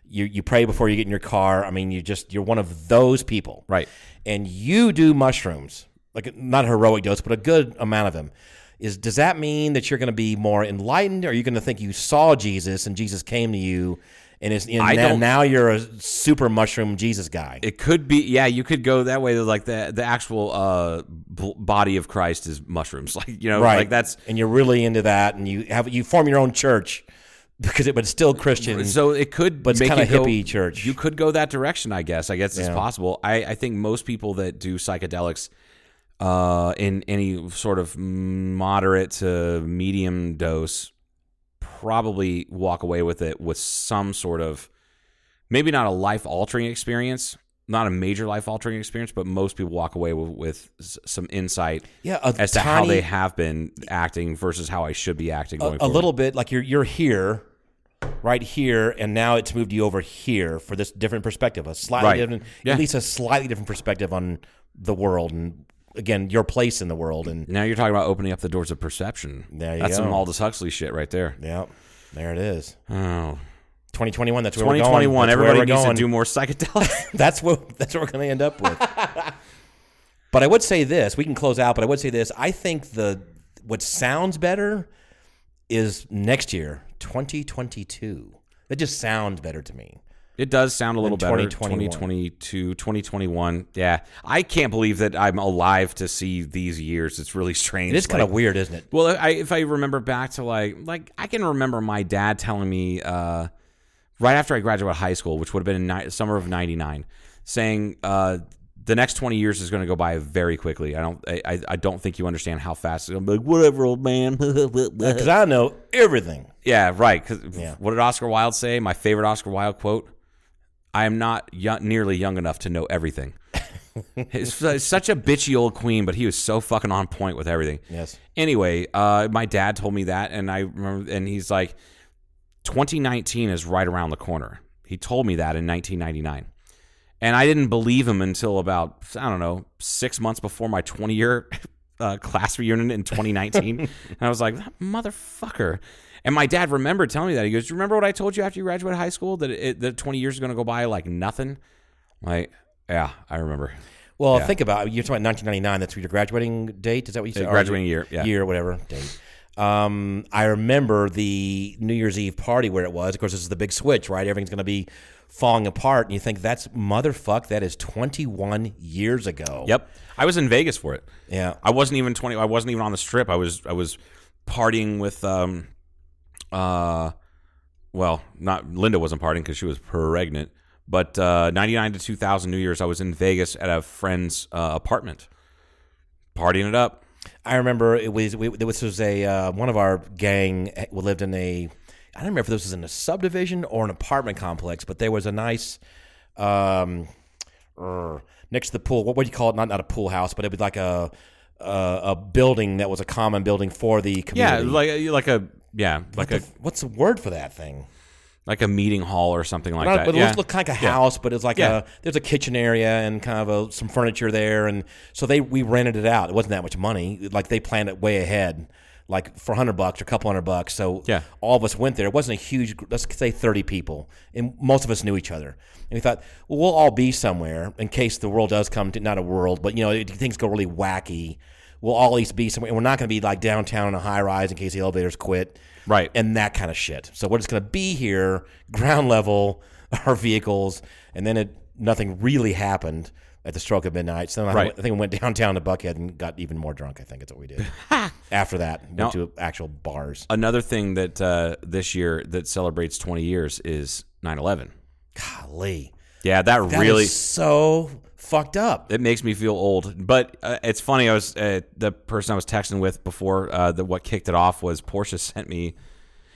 you you pray before you get in your car. I mean, you just you're one of those people, Right. and you do mushrooms, like not a heroic dose, but a good amount of them, is does that mean that you're going to be more enlightened? Or are you going to think you saw Jesus and Jesus came to you, and, it's, and I now, don't- now you're a super mushroom Jesus guy? it could be yeah you could go that way like the the actual uh b- body of christ is mushrooms like you know like that's and you're really into that, and you have you form your own church because it but it's still Christian. So it could, But it's make kinda it go- hippie church. You could go that direction, I guess. I guess it's Yeah. possible. I, I think most people that do psychedelics, uh, in any sort of moderate to medium dose, probably walk away with it with some sort of, maybe not a life altering experience, not a major life altering experience, but most people walk away with, with s- some insight Yeah, a as to how tiny- they have been acting versus how I should be acting. a, Going a forward. little bit like you're you're here right here and now it's moved you over here for this different perspective a slightly Right. different Yeah. at least a slightly different perspective on the world and again your place in the world and Now you're talking about opening up the doors of perception. There you That's go. some Aldous Huxley shit right there. yeah there it is Oh. 2021 that's where we're going 2021, That's where everybody we're needs going. to do more psychedelics. that's what that's what we're going to end up with. but I would say this: we can close out. But I would say this: I think the what sounds better is next year, 2022. That just sounds better to me. it does sound a little Then better. 2021. 2022, 2021. Yeah. I can't believe that I'm alive to see these years. It's really strange. It is kind Like, of weird, isn't it? Well, I, if I remember back to like, like I can remember my dad telling me uh, right after I graduated high school, which would have been in ni- summer of '99, saying uh, the next 20 years is going to go by very quickly. I don't, I, I- I don't think you understand how fast. I'm like, whatever, old man. Because I know everything. yeah, right. 'cause Yeah. what did Oscar Wilde say? My favorite Oscar Wilde quote: "I am not yo- nearly young enough to know everything." He's s- such a bitchy old queen, but he was so fucking on point with everything. Yes. Anyway, uh, my dad told me that, and I remember, and he's like, 2019 is right around the corner. He told me that in 1999. And I didn't believe him until about, I don't know, six months before my 20 year uh, class reunion in 2019. and I was like, that motherfucker. And my dad remembered telling me that. He goes, "Do you Remember what I told you after you graduated high school? That, it, that 20 years is going to go by like nothing? I'm like, yeah, I remember. Well, think about it. You're talking about 1999. That's your graduating date. Is that what you said? Uh, graduating Or- year, yeah. Year, whatever date. Um, I remember the New Year's Eve party where it was. Of course, this is the big switch, right? Everything's going to be falling apart, and you think that's motherfuck. That is 21 years ago. Yep. I was in Vegas for it. Yeah. I wasn't even 20 I wasn't even on the strip. I was I was partying with um uh well, not Linda wasn't partying cuz she was pregnant, but uh 99 to 2000 New Year's I was in Vegas at a friend's uh, apartment partying it up. I remember it was we, this was a uh, one of our gang eh, lived in a I don't remember if this was in a subdivision or an apartment complex, but there was a nice um, er, next to the pool. What would you call it? Not not a pool house, but it was like a a, a building that was a common building for the Yeah, community. like like a yeah, like a what's the word for that thing? like a meeting hall or something like Not- that. but it yeah. looked, looked like a Yeah. house, but it was like Yeah. a there's a kitchen area and kind of a, some furniture there, and so they we rented it out. It wasn't that much money. Like they planned it way ahead, like for hundred bucks or a couple hundred bucks. So Yeah. all of us went there. It wasn't a huge. gr- Let's say thirty people, and most of us knew each other. And we thought, well, we'll all be somewhere in case the world does come to not a world, but you know it- things go really wacky. We'll all at least be somewhere. And we're not going to be like downtown in a high rise in case the elevators quit Right. and that kind of shit. So we're just going to be here, ground level, our vehicles, and then it nothing really happened at the stroke of midnight. So then I, Right. went- I think we went downtown to Buckhead and got even more drunk. I think that's what we did. After that, went Now- to actual bars. Another thing that uh, this year that celebrates 20 years is 9/11. Golly, Yeah, that, that really is so fucked up. it makes me feel old. But uh, it's funny. I was uh, the person I was texting with before uh, the what kicked it off was Portia sent me.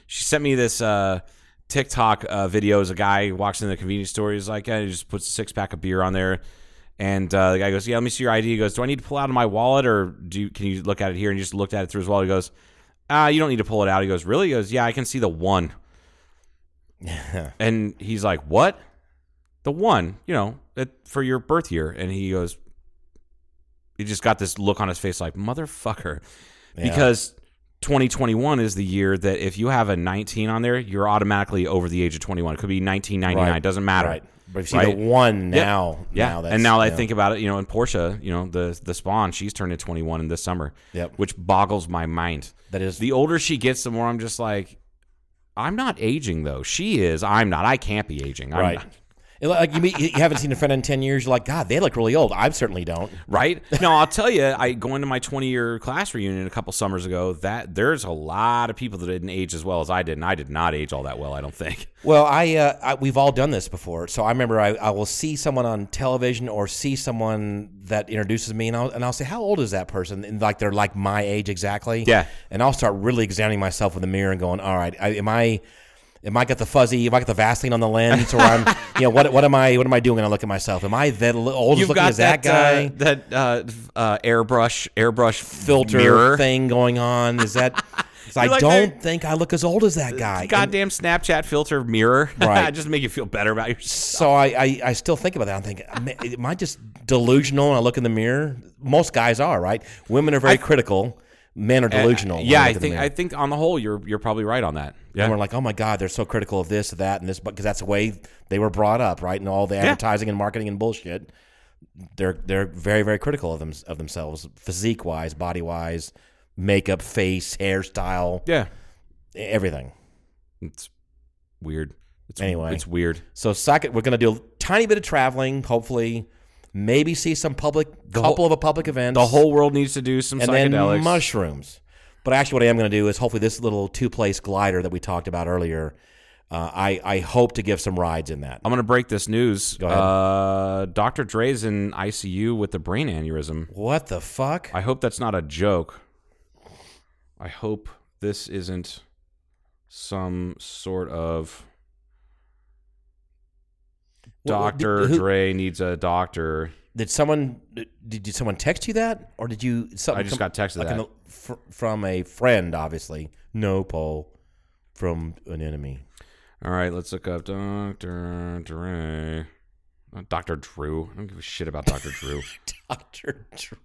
She sent me this uh, TikTok uh, video. As a guy walks in the convenience store, he's like, yeah, he just puts a six pack of beer on there, and uh, the guy goes, "Yeah, let me see your ID." He goes, "Do I need to pull out of my wallet, or do you, can you look at it here?" And he just looked at it through his wallet. He goes, "Ah, you don't need to pull it out." He goes, "Really?" He goes, "Yeah, I can see the one." and he's like, "What?" the one, you know, that for your birth year. And he goes, he just got this look on his face like, motherfucker. Because 2021 is the year that if you have a 19 on there, you're automatically over the age of 21. It could be 1999, Right. doesn't matter. Right. But if you see Right? the one Yep. now, Yeah. now that's, and now I yeah. think about it, you know, and Portia, you know, the the spawn, she's turned to 21 in this summer, Yep. which boggles my mind. That is- the older she gets, the more I'm just like, I'm not aging though. She is. I'm not. I can't be aging. I'm right. not- It look Like you, meet, you haven't seen a friend in ten years. You're like, God, they look really old. I certainly don't. right? No, I'll tell you, I going to my 20 year class reunion a couple summers ago. That there's a lot of people that didn't age as well as I did, and I did not age all that well. I don't think. Well, I, uh, I we've all done this before. So I remember I, I will see someone on television or see someone that introduces me, and I'll and I'll say, "How old is that person?" And like they're like my age exactly. Yeah. And I'll start really examining myself in the mirror and going, "All right, I, am I?" Am I got the fuzzy? Am I got the Vaseline on the lens? Or I'm, you know, what what am I? What am I doing when I look at myself? Am I that li- old as looking as that, guy? uh, that uh, uh, airbrush airbrush filter mirror. thing going on? Is that? 'cause I You're like Uh, don't the- think I look as old as that guy. And- Goddamn Snapchat filter mirror. Right. Just make you feel better about yourself. So I, I, I still think about that. I'm thinking, am I- am I just delusional when I look in the mirror? Most guys are, right? Women are very critical. Men are delusional. when yeah, they I look in the think mirror. I think on the whole you're you're probably right on that. And Yeah. we're like, oh my God, they're so critical of this, that, and this, because that's the way they were brought up, right? And all the advertising and marketing and bullshit. They're they're very very critical of them of themselves, physique wise, body wise, makeup, face, hairstyle, Yeah. everything. It's weird. It's, Anyway. it's weird. So second, we're going to do a tiny bit of traveling, hopefully, maybe see some public couple whole- of a public events. The whole world needs to do some and then psychedelics. mushrooms. But actually, what I am going to do is hopefully this little two place glider that we talked about earlier. Uh, I I hope to give some rides in that. I'm gonna break this news. ahead. Uh, Doctor Dre's in ICU with the brain aneurysm. What the fuck? I hope that's not a joke. I hope this isn't some sort of Wh- wh- Doctor did- who- Dre needs a doctor. Did someone did, did someone text you that, or did you? Something I just got texted like that. an- fr- from a friend, obviously. No, Paul, from an enemy. All right, let's look up Doctor Dre. Not Doctor Drew. I don't give a shit about Doctor Drew. Doctor Drew.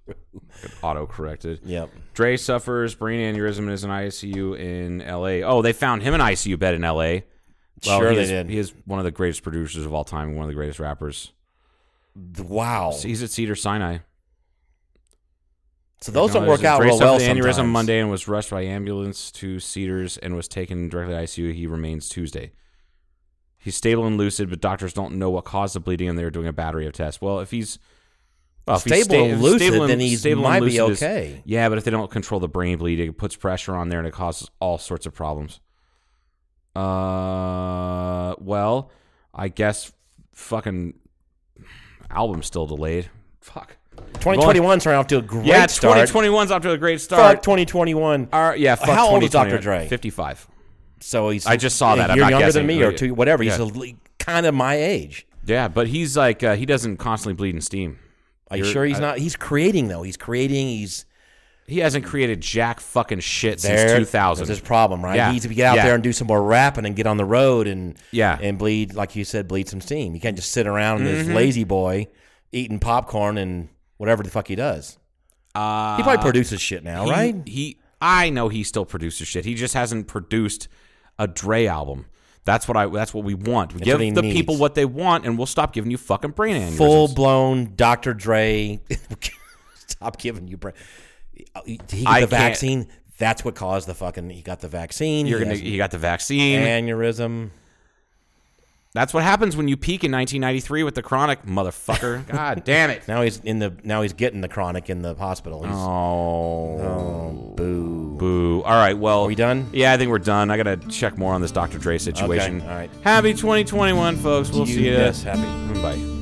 Auto corrected. Yep. Dre suffers brain aneurysm and is in ICU in LA. Oh, they found him an ICU bed in LA. Sure he they is, did. He is one of the greatest producers of all time, one of the greatest rappers. Wow. He's at Cedar Sinai. So those don't No, work there's a- out Dre real suffered well. an aneurysm sometimes. Monday and was rushed by ambulance to Cedars and was taken directly to ICU. He remains Tuesday. He's stable and lucid, but doctors don't know what caused the bleeding, and they're doing a battery of tests. Well, if he's well, if he's Stable and if lucid, then he's- might be lucid is- okay. yeah, but if they don't control the brain bleeding, it puts pressure on there and it causes all sorts of problems. Uh, well, I guess fucking album's still delayed. Fuck. 2021 starting off to a great yeah, start. 2021's off to a great Fuck start. 2021. All right, yeah, fuck How old is 2020. Dr. Dre? 55. So he's. I just saw that. You're I'm not younger guessing. than me, or Yeah. two, whatever. He's Yeah. a- kind of my age. Yeah, but he's like, uh, he doesn't constantly bleed in steam. Are you You're- sure he's I- not? He's creating though. He's creating. He's He hasn't created jack fucking shit since there. 2000. That's his problem, right? Yeah. He needs to get out Yeah. there and do some more rapping and get on the road and Yeah. Mm-hmm. and bleed like you said, bleed some steam. You can't just sit around in this lazy boy eating popcorn and whatever the fuck he does. Uh, he probably produces shit now, He- right? He, I know he still produces shit. He just hasn't produced a Dre album. That's what I. That's what we want. Give what he the needs. people what they want, and we'll stop giving you fucking brain aneurysms. Full blown Dr. Dre. Stop giving you. Bra- he got I the can't- vaccine. That's what caused the fucking. He got the vaccine. You're he gonna. has You got the vaccine. aneurysm. that's what happens when you peak in 1993 with the chronic motherfucker. God damn it. Now he's in the. Now he's getting the chronic in the hospital. He's, Oh, boo, boo! All right, well, Are we done? Yeah, I think we're done. I gotta check more on this Dr. Dre situation. Okay, all right. happy 2021, folks. Oh, We'll see you. Yes, happy. Bye.